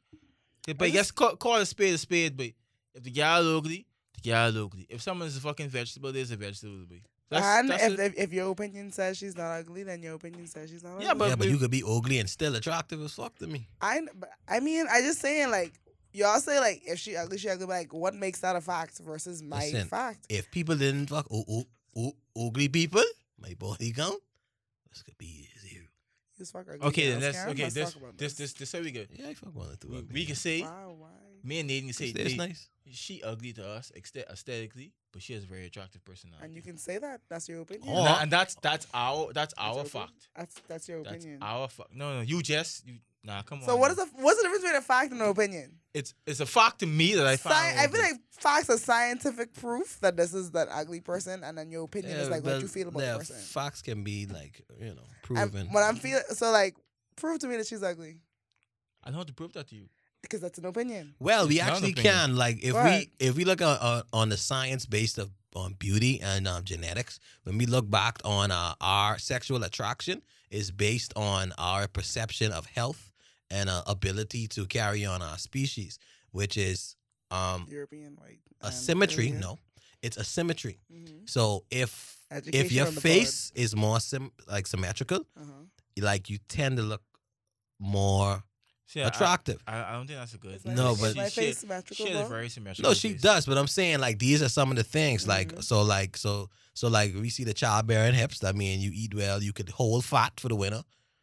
[SPEAKER 2] but yes, call, call a spade a spade. But if the gal ugly, the gal ugly. If someone's a fucking vegetable, there's a vegetable. But
[SPEAKER 3] and if,
[SPEAKER 2] it.
[SPEAKER 3] if, if your opinion says she's not ugly, then your opinion says she's not ugly.
[SPEAKER 2] Yeah, but
[SPEAKER 4] yeah, but
[SPEAKER 2] we-
[SPEAKER 4] you could be ugly and still attractive as fuck to me.
[SPEAKER 3] I but I mean I just saying like y'all say like if she ugly she ugly but like what makes that a fact versus my
[SPEAKER 4] Listen,
[SPEAKER 3] fact.
[SPEAKER 4] if people didn't fuck oh, oh, oh, ugly people, my body count, this could be zero.
[SPEAKER 3] You just fuck ugly.
[SPEAKER 2] okay, then
[SPEAKER 3] girls,
[SPEAKER 2] that's
[SPEAKER 3] Karen.
[SPEAKER 2] okay.
[SPEAKER 3] Let's
[SPEAKER 2] This
[SPEAKER 3] talk about
[SPEAKER 2] this this this how we go.
[SPEAKER 4] Yeah, I fuck one or two.
[SPEAKER 2] We,
[SPEAKER 4] ugly
[SPEAKER 2] we can
[SPEAKER 4] people.
[SPEAKER 2] say
[SPEAKER 3] Wow, why?
[SPEAKER 2] me and Nathan can say
[SPEAKER 4] It's- it's
[SPEAKER 2] they-
[SPEAKER 4] nice.
[SPEAKER 2] she ugly to us exte- aesthetically, but she has a very attractive personality.
[SPEAKER 3] And you can say that. That's your opinion.
[SPEAKER 2] and,
[SPEAKER 4] Oh,
[SPEAKER 2] that- and that's that's our that's
[SPEAKER 3] That's
[SPEAKER 2] our
[SPEAKER 3] your
[SPEAKER 2] fact.
[SPEAKER 3] opinion. That's that's your
[SPEAKER 2] That's
[SPEAKER 3] opinion.
[SPEAKER 2] our fact. No, no, you just you, nah. Come on.
[SPEAKER 3] so what
[SPEAKER 2] man.
[SPEAKER 3] is a what's the difference between a fact and an opinion?
[SPEAKER 2] it's it's a fact to me that I
[SPEAKER 3] Sci-
[SPEAKER 2] find.
[SPEAKER 3] I feel like facts are scientific proof that this is that ugly person, and then your opinion is
[SPEAKER 4] Yeah,
[SPEAKER 3] like what
[SPEAKER 4] but
[SPEAKER 3] you feel about
[SPEAKER 4] yeah,
[SPEAKER 3] the person.
[SPEAKER 4] Facts can be like you know
[SPEAKER 3] I'm-
[SPEAKER 4] proven.
[SPEAKER 3] When I'm feeling so like, prove to me that she's ugly
[SPEAKER 2] I don't have to prove that to you.
[SPEAKER 3] because that's an opinion.
[SPEAKER 4] well, we
[SPEAKER 2] It's not an
[SPEAKER 4] actually
[SPEAKER 2] opinion.
[SPEAKER 4] can like if
[SPEAKER 3] Right.
[SPEAKER 4] we if we look on, on, on the science based of on beauty and um, genetics. When we look back on uh, our sexual attraction is based on our perception of health and uh, ability to carry on our species, which is um,
[SPEAKER 3] European white
[SPEAKER 4] a
[SPEAKER 3] um,
[SPEAKER 4] symmetry.
[SPEAKER 3] Caribbean.
[SPEAKER 4] No, it's a symmetry.
[SPEAKER 3] Mhm.
[SPEAKER 4] So if if
[SPEAKER 3] Education
[SPEAKER 4] your
[SPEAKER 3] on the
[SPEAKER 4] face is more sim- like symmetrical,
[SPEAKER 3] Uh-huh.
[SPEAKER 4] like you tend to look more
[SPEAKER 2] See, I-
[SPEAKER 4] attractive.
[SPEAKER 2] I, I, don't think that's a good.
[SPEAKER 3] Is my
[SPEAKER 4] No,
[SPEAKER 3] face-
[SPEAKER 4] but-
[SPEAKER 3] is my
[SPEAKER 2] she,
[SPEAKER 3] face
[SPEAKER 2] she,
[SPEAKER 3] symmetrical.
[SPEAKER 2] she has
[SPEAKER 3] bro?
[SPEAKER 2] a very symmetrical.
[SPEAKER 4] no, she
[SPEAKER 2] face.
[SPEAKER 4] does, but I'm saying like these are some of the things. Like
[SPEAKER 2] Mm-hmm.
[SPEAKER 3] Mhm.
[SPEAKER 4] so, like so, so like we see the childbearing hips. I mean, you eat well, you could hold fat for the winter.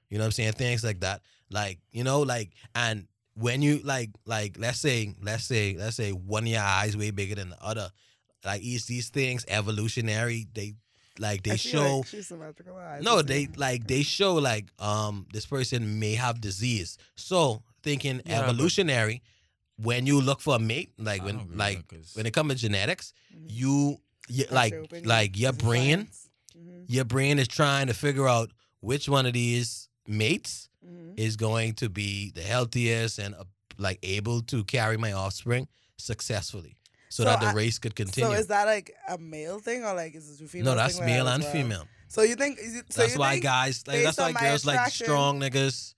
[SPEAKER 4] You know what I'm saying? Things like that. Like you know, like and when you like like let's say let's say let's say one of your eyes way bigger than the other. Like these these things evolutionary. They like they
[SPEAKER 3] I feel
[SPEAKER 4] show.
[SPEAKER 3] Like she's symmetrical eyes.
[SPEAKER 4] No,
[SPEAKER 3] It's
[SPEAKER 4] they
[SPEAKER 3] like-
[SPEAKER 4] like they show like um this person may have disease. So thinking
[SPEAKER 2] Yeah, but-
[SPEAKER 4] evolutionary, when you look for a mate,
[SPEAKER 2] I
[SPEAKER 4] like
[SPEAKER 2] don't agree
[SPEAKER 4] when
[SPEAKER 2] with
[SPEAKER 4] like
[SPEAKER 2] that 'cause-
[SPEAKER 4] when it comes to genetics,
[SPEAKER 3] Mhm.
[SPEAKER 4] you, you
[SPEAKER 3] That's
[SPEAKER 4] like
[SPEAKER 3] your opinion.
[SPEAKER 4] like your
[SPEAKER 3] This is
[SPEAKER 4] brain,
[SPEAKER 3] science. Mhm.
[SPEAKER 4] your brain is trying to figure out which one of these mates
[SPEAKER 3] Mhm.
[SPEAKER 4] is going to be the healthiest and uh, like able to carry my offspring successfully, so,
[SPEAKER 3] So
[SPEAKER 4] that the
[SPEAKER 3] I-
[SPEAKER 4] race could
[SPEAKER 3] So
[SPEAKER 4] continue.
[SPEAKER 3] is that like a male thing or like is it a female?
[SPEAKER 4] no, that's
[SPEAKER 3] thing like that
[SPEAKER 4] male
[SPEAKER 3] as
[SPEAKER 4] and
[SPEAKER 3] well?
[SPEAKER 4] female.
[SPEAKER 3] So you think? Is it, so
[SPEAKER 4] that's
[SPEAKER 3] you
[SPEAKER 4] why
[SPEAKER 3] think
[SPEAKER 4] guys like
[SPEAKER 3] based
[SPEAKER 4] that's why
[SPEAKER 3] on my
[SPEAKER 4] girls like
[SPEAKER 3] attraction,
[SPEAKER 4] strong niggas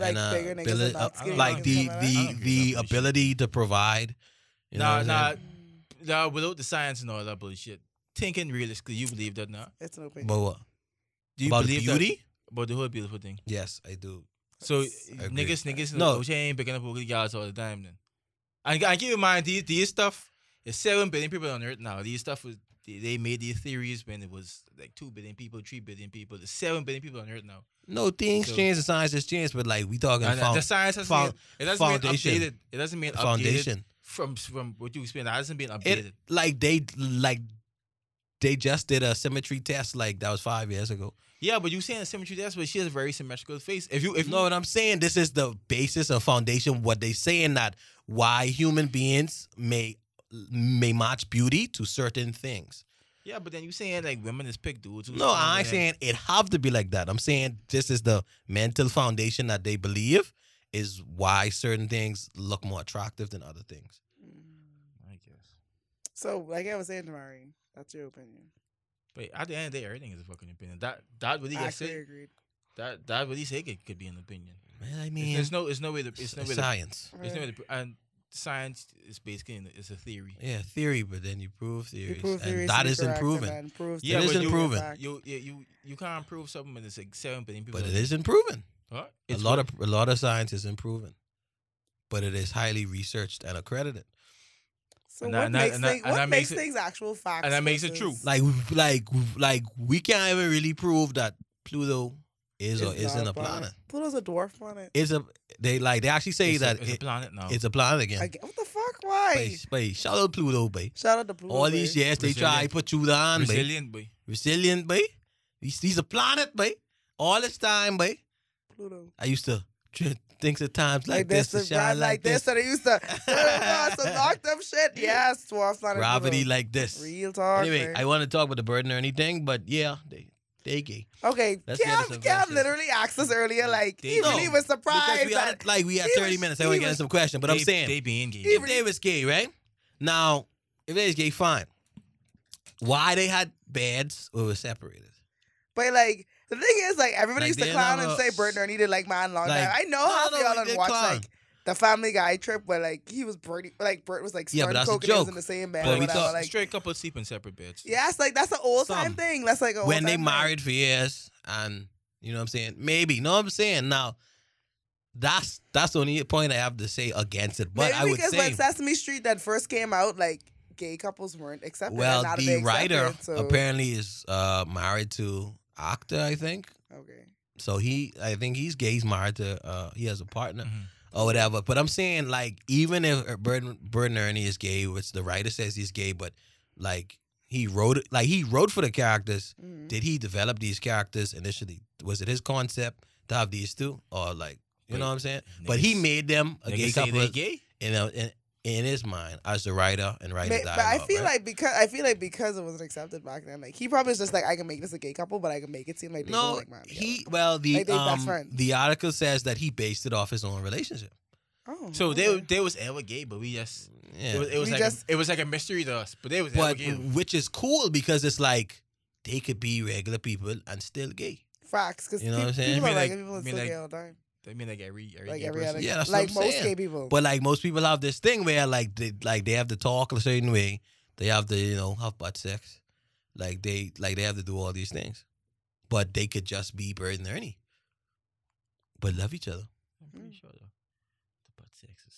[SPEAKER 3] like
[SPEAKER 4] and uh,
[SPEAKER 3] bigger niggas and
[SPEAKER 4] abili- uh,
[SPEAKER 3] not
[SPEAKER 2] skinny
[SPEAKER 4] like
[SPEAKER 2] niggas,
[SPEAKER 4] the
[SPEAKER 3] something like
[SPEAKER 2] that? I
[SPEAKER 4] the
[SPEAKER 2] don't agree with
[SPEAKER 4] the
[SPEAKER 2] that bullshit.
[SPEAKER 4] ability to provide you know
[SPEAKER 2] Nah,
[SPEAKER 4] what I'm
[SPEAKER 2] nah,
[SPEAKER 4] saying?
[SPEAKER 3] Mm.
[SPEAKER 2] nah. Without the science and all that bullshit, thinking realistically, you believe that now?
[SPEAKER 3] It's an opinion.
[SPEAKER 4] but what
[SPEAKER 2] Do you
[SPEAKER 4] about
[SPEAKER 2] believe that-
[SPEAKER 4] beauty
[SPEAKER 2] About the whole beautiful thing.
[SPEAKER 4] yes I do
[SPEAKER 2] So
[SPEAKER 4] I agree.
[SPEAKER 2] niggas, niggas,
[SPEAKER 4] No.
[SPEAKER 2] no, she ain't picking up ugly guys all the time. Then, and, and keep in mind these these stuff. There's seven billion people on Earth now. These stuff was they, they made these theories when it was like two billion people, three billion people. There's seven billion people on Earth now.
[SPEAKER 4] no things
[SPEAKER 2] So-
[SPEAKER 4] change the science has changed but like we talking
[SPEAKER 2] And, uh,
[SPEAKER 4] found
[SPEAKER 2] the science has
[SPEAKER 4] found-
[SPEAKER 2] been it doesn't mean
[SPEAKER 4] foundation.
[SPEAKER 2] updated. It doesn't mean updated
[SPEAKER 4] foundation
[SPEAKER 2] from from what you explained. That hasn't been updated.
[SPEAKER 4] it like they like they just did a symmetry test like that was five years ago
[SPEAKER 2] yeah, but you saying the symmetry that's but she has a very symmetrical face. If you if
[SPEAKER 4] you know what I'm saying, this is the basis and foundation. What they saying that why human beings may may match beauty to certain things.
[SPEAKER 2] Yeah, but then you saying like women is pick dudes. who
[SPEAKER 4] No,
[SPEAKER 2] stand
[SPEAKER 4] I ain't
[SPEAKER 2] there.
[SPEAKER 4] saying it have to be like that. I'm saying this is the mental foundation that they believe is why certain things look more attractive than other things.
[SPEAKER 2] I guess.
[SPEAKER 3] So, like I was saying, Tamari, that's your opinion.
[SPEAKER 2] But at the end of the day, everything is a fucking opinion. That that what he
[SPEAKER 3] I
[SPEAKER 2] got
[SPEAKER 3] actually
[SPEAKER 2] say.
[SPEAKER 3] agreed.
[SPEAKER 2] That that what he say could, could be an opinion.
[SPEAKER 4] Man, I
[SPEAKER 2] It's,
[SPEAKER 4] mean,
[SPEAKER 2] there's no, it's no way to,
[SPEAKER 4] it's
[SPEAKER 2] it's no way to,
[SPEAKER 4] science.
[SPEAKER 2] it's no way to, and science is basically an- it's a theory.
[SPEAKER 4] Yeah, theory, but then you prove
[SPEAKER 3] You
[SPEAKER 4] theories,
[SPEAKER 3] prove
[SPEAKER 4] and
[SPEAKER 3] theories
[SPEAKER 4] that
[SPEAKER 3] to be
[SPEAKER 4] is
[SPEAKER 3] correct and
[SPEAKER 4] improving.
[SPEAKER 3] then proves
[SPEAKER 2] Yeah,
[SPEAKER 3] to
[SPEAKER 2] but
[SPEAKER 3] be
[SPEAKER 2] you-
[SPEAKER 4] proven.
[SPEAKER 3] correct.
[SPEAKER 2] You you you you can't prove something that's like seven billion people.
[SPEAKER 4] But it
[SPEAKER 2] that-
[SPEAKER 4] is improving.
[SPEAKER 2] Huh?
[SPEAKER 4] A
[SPEAKER 2] It's
[SPEAKER 4] lot
[SPEAKER 2] what-
[SPEAKER 4] of a lot of science is improving, but it is highly researched and accredited.
[SPEAKER 3] So
[SPEAKER 2] And
[SPEAKER 3] what
[SPEAKER 2] that- and that-
[SPEAKER 3] makes
[SPEAKER 2] and that-
[SPEAKER 3] things
[SPEAKER 2] and
[SPEAKER 3] what
[SPEAKER 2] that
[SPEAKER 3] makes
[SPEAKER 2] makes it-
[SPEAKER 3] things actual facts
[SPEAKER 2] and that makes it
[SPEAKER 3] versus-
[SPEAKER 2] true.
[SPEAKER 4] Like like like we can't even really prove that Pluto is or
[SPEAKER 3] It's not
[SPEAKER 4] isn't a planet.
[SPEAKER 3] Pluto's a dwarf planet.
[SPEAKER 4] It's a they like they actually say
[SPEAKER 2] it's
[SPEAKER 4] that
[SPEAKER 2] a, it's a
[SPEAKER 4] it-
[SPEAKER 2] planet now.
[SPEAKER 4] It's a planet again.
[SPEAKER 3] Again, what the fuck? Why?
[SPEAKER 4] But, but shout out Pluto, boy.
[SPEAKER 3] Shout out to Pluto.
[SPEAKER 4] All these years they try
[SPEAKER 2] Resilient.
[SPEAKER 4] put you down, boy.
[SPEAKER 2] resilient, boy.
[SPEAKER 4] Resilient, boy. He's, he's a planet, boy. All this time, boy.
[SPEAKER 3] Pluto.
[SPEAKER 4] I used to tr- think of times like, this, to
[SPEAKER 3] and
[SPEAKER 4] shine
[SPEAKER 3] grind
[SPEAKER 4] like, this,
[SPEAKER 3] So they used to some knocked up shit. Yes, dwarf planet.
[SPEAKER 4] gravity
[SPEAKER 3] Pluto.
[SPEAKER 4] like this.
[SPEAKER 3] Real talk.
[SPEAKER 4] Anyway,
[SPEAKER 3] man.
[SPEAKER 4] I want to talk about the burden or anything, but yeah, they they gay.
[SPEAKER 3] okay,
[SPEAKER 4] let's get
[SPEAKER 3] Cam,
[SPEAKER 4] into some
[SPEAKER 3] Cam
[SPEAKER 4] bullshit.
[SPEAKER 3] literally asked us earlier, like he
[SPEAKER 4] No,
[SPEAKER 3] really was
[SPEAKER 4] Because
[SPEAKER 3] surprised
[SPEAKER 4] we had,
[SPEAKER 3] that
[SPEAKER 4] like we had
[SPEAKER 3] he
[SPEAKER 4] 30
[SPEAKER 3] was-
[SPEAKER 4] minutes. I
[SPEAKER 3] he
[SPEAKER 4] want to get
[SPEAKER 3] was-
[SPEAKER 4] into some question, but I'm
[SPEAKER 2] They-
[SPEAKER 4] saying
[SPEAKER 2] they being gay.
[SPEAKER 4] if they was gay, right? Now, if they was gay, fine. Why they had beds or were separated?
[SPEAKER 3] But like the thing is, like everybody
[SPEAKER 4] Like,
[SPEAKER 3] used to
[SPEAKER 4] they
[SPEAKER 3] clown
[SPEAKER 4] not
[SPEAKER 3] and
[SPEAKER 4] a-
[SPEAKER 3] say Bert Ernie did like man long
[SPEAKER 4] like-
[SPEAKER 3] time. I know
[SPEAKER 4] No,
[SPEAKER 3] half
[SPEAKER 4] no,
[SPEAKER 3] of y'all
[SPEAKER 4] like,
[SPEAKER 3] done
[SPEAKER 4] they
[SPEAKER 3] watched
[SPEAKER 4] clown.
[SPEAKER 3] like the Family Guy trip where like he was Bernie, like Bert was like
[SPEAKER 4] Yeah, but that's
[SPEAKER 3] snorting
[SPEAKER 4] a
[SPEAKER 3] coke and he was
[SPEAKER 4] joke.
[SPEAKER 3] in the same bed.
[SPEAKER 4] But
[SPEAKER 3] or
[SPEAKER 4] we
[SPEAKER 3] whatever.
[SPEAKER 4] thought-
[SPEAKER 3] like,
[SPEAKER 2] straight couple sleep in separate beds.
[SPEAKER 3] yes, like that's an old time
[SPEAKER 4] Some.
[SPEAKER 3] thing. That's like a
[SPEAKER 4] when they
[SPEAKER 3] old-time thing.
[SPEAKER 4] married for years and you know what I'm saying? Maybe. No, I'm saying now that's that's the only point I have to say against it. But
[SPEAKER 3] Maybe
[SPEAKER 4] I would
[SPEAKER 3] because
[SPEAKER 4] say
[SPEAKER 3] when Sesame Street that first came out, like gay couples weren't accepted.
[SPEAKER 4] well
[SPEAKER 3] and now that
[SPEAKER 4] the
[SPEAKER 3] they accepted,
[SPEAKER 4] writer
[SPEAKER 3] so,
[SPEAKER 4] apparently is uh married to actor, I think.
[SPEAKER 3] Okay.
[SPEAKER 4] So he I think he's gay, he's married to uh he has a partner
[SPEAKER 2] Mhm.
[SPEAKER 4] or whatever. But I'm saying like even if Burden Burden Ernie is gay, which the writer says he's gay, but like he wrote it like he wrote for the characters
[SPEAKER 3] Mhm.
[SPEAKER 4] did he develop these characters initially? Was it his concept to have these two, or like you know
[SPEAKER 2] Wait,
[SPEAKER 4] what I'm saying? But he
[SPEAKER 2] niggas-
[SPEAKER 4] made them a gay
[SPEAKER 2] Niggas say
[SPEAKER 4] couple, Mm-hmm.
[SPEAKER 2] they gay.
[SPEAKER 4] you know, in, in his mind as the writer and writer.
[SPEAKER 3] Ma- but I feel like because I feel like because it wasn't accepted back then, like he probably was just like I can make this a gay couple, but I can make it seem like they don't
[SPEAKER 4] no,
[SPEAKER 3] like man. together.
[SPEAKER 4] he well the
[SPEAKER 3] Like they best
[SPEAKER 4] um,
[SPEAKER 3] friends.
[SPEAKER 4] the article says that he based it off his own relationship.
[SPEAKER 3] Oh,
[SPEAKER 2] So they
[SPEAKER 3] okay.
[SPEAKER 2] they was ever gay, but we just
[SPEAKER 4] Yeah,
[SPEAKER 2] it was, it was
[SPEAKER 3] We
[SPEAKER 2] like
[SPEAKER 3] just-
[SPEAKER 2] a, it was like a mystery to us. But they was ever
[SPEAKER 4] but
[SPEAKER 2] gay. though.
[SPEAKER 4] which is cool because it's like they could be regular people and still gay.
[SPEAKER 3] facts because
[SPEAKER 4] You know what I'm saying?
[SPEAKER 3] people
[SPEAKER 2] I
[SPEAKER 3] are
[SPEAKER 2] mean,
[SPEAKER 3] like,
[SPEAKER 2] like-
[SPEAKER 3] people
[SPEAKER 2] I
[SPEAKER 3] are
[SPEAKER 2] mean,
[SPEAKER 3] still
[SPEAKER 2] like-
[SPEAKER 3] gay all the time,
[SPEAKER 2] I mean, like every every
[SPEAKER 3] like
[SPEAKER 2] gay
[SPEAKER 3] every
[SPEAKER 2] person.
[SPEAKER 3] other
[SPEAKER 4] Yeah, that's what
[SPEAKER 3] like
[SPEAKER 4] I'm
[SPEAKER 3] most
[SPEAKER 4] saying.
[SPEAKER 3] gay people.
[SPEAKER 4] But like most people have this thing where like they like they have to talk a certain way, they have to you know have butt sex, like they like they have to do all these things, but they could just be Bird and Ernie, but love each other.
[SPEAKER 2] I'm
[SPEAKER 4] Mm.
[SPEAKER 2] pretty sure though. The butt sex is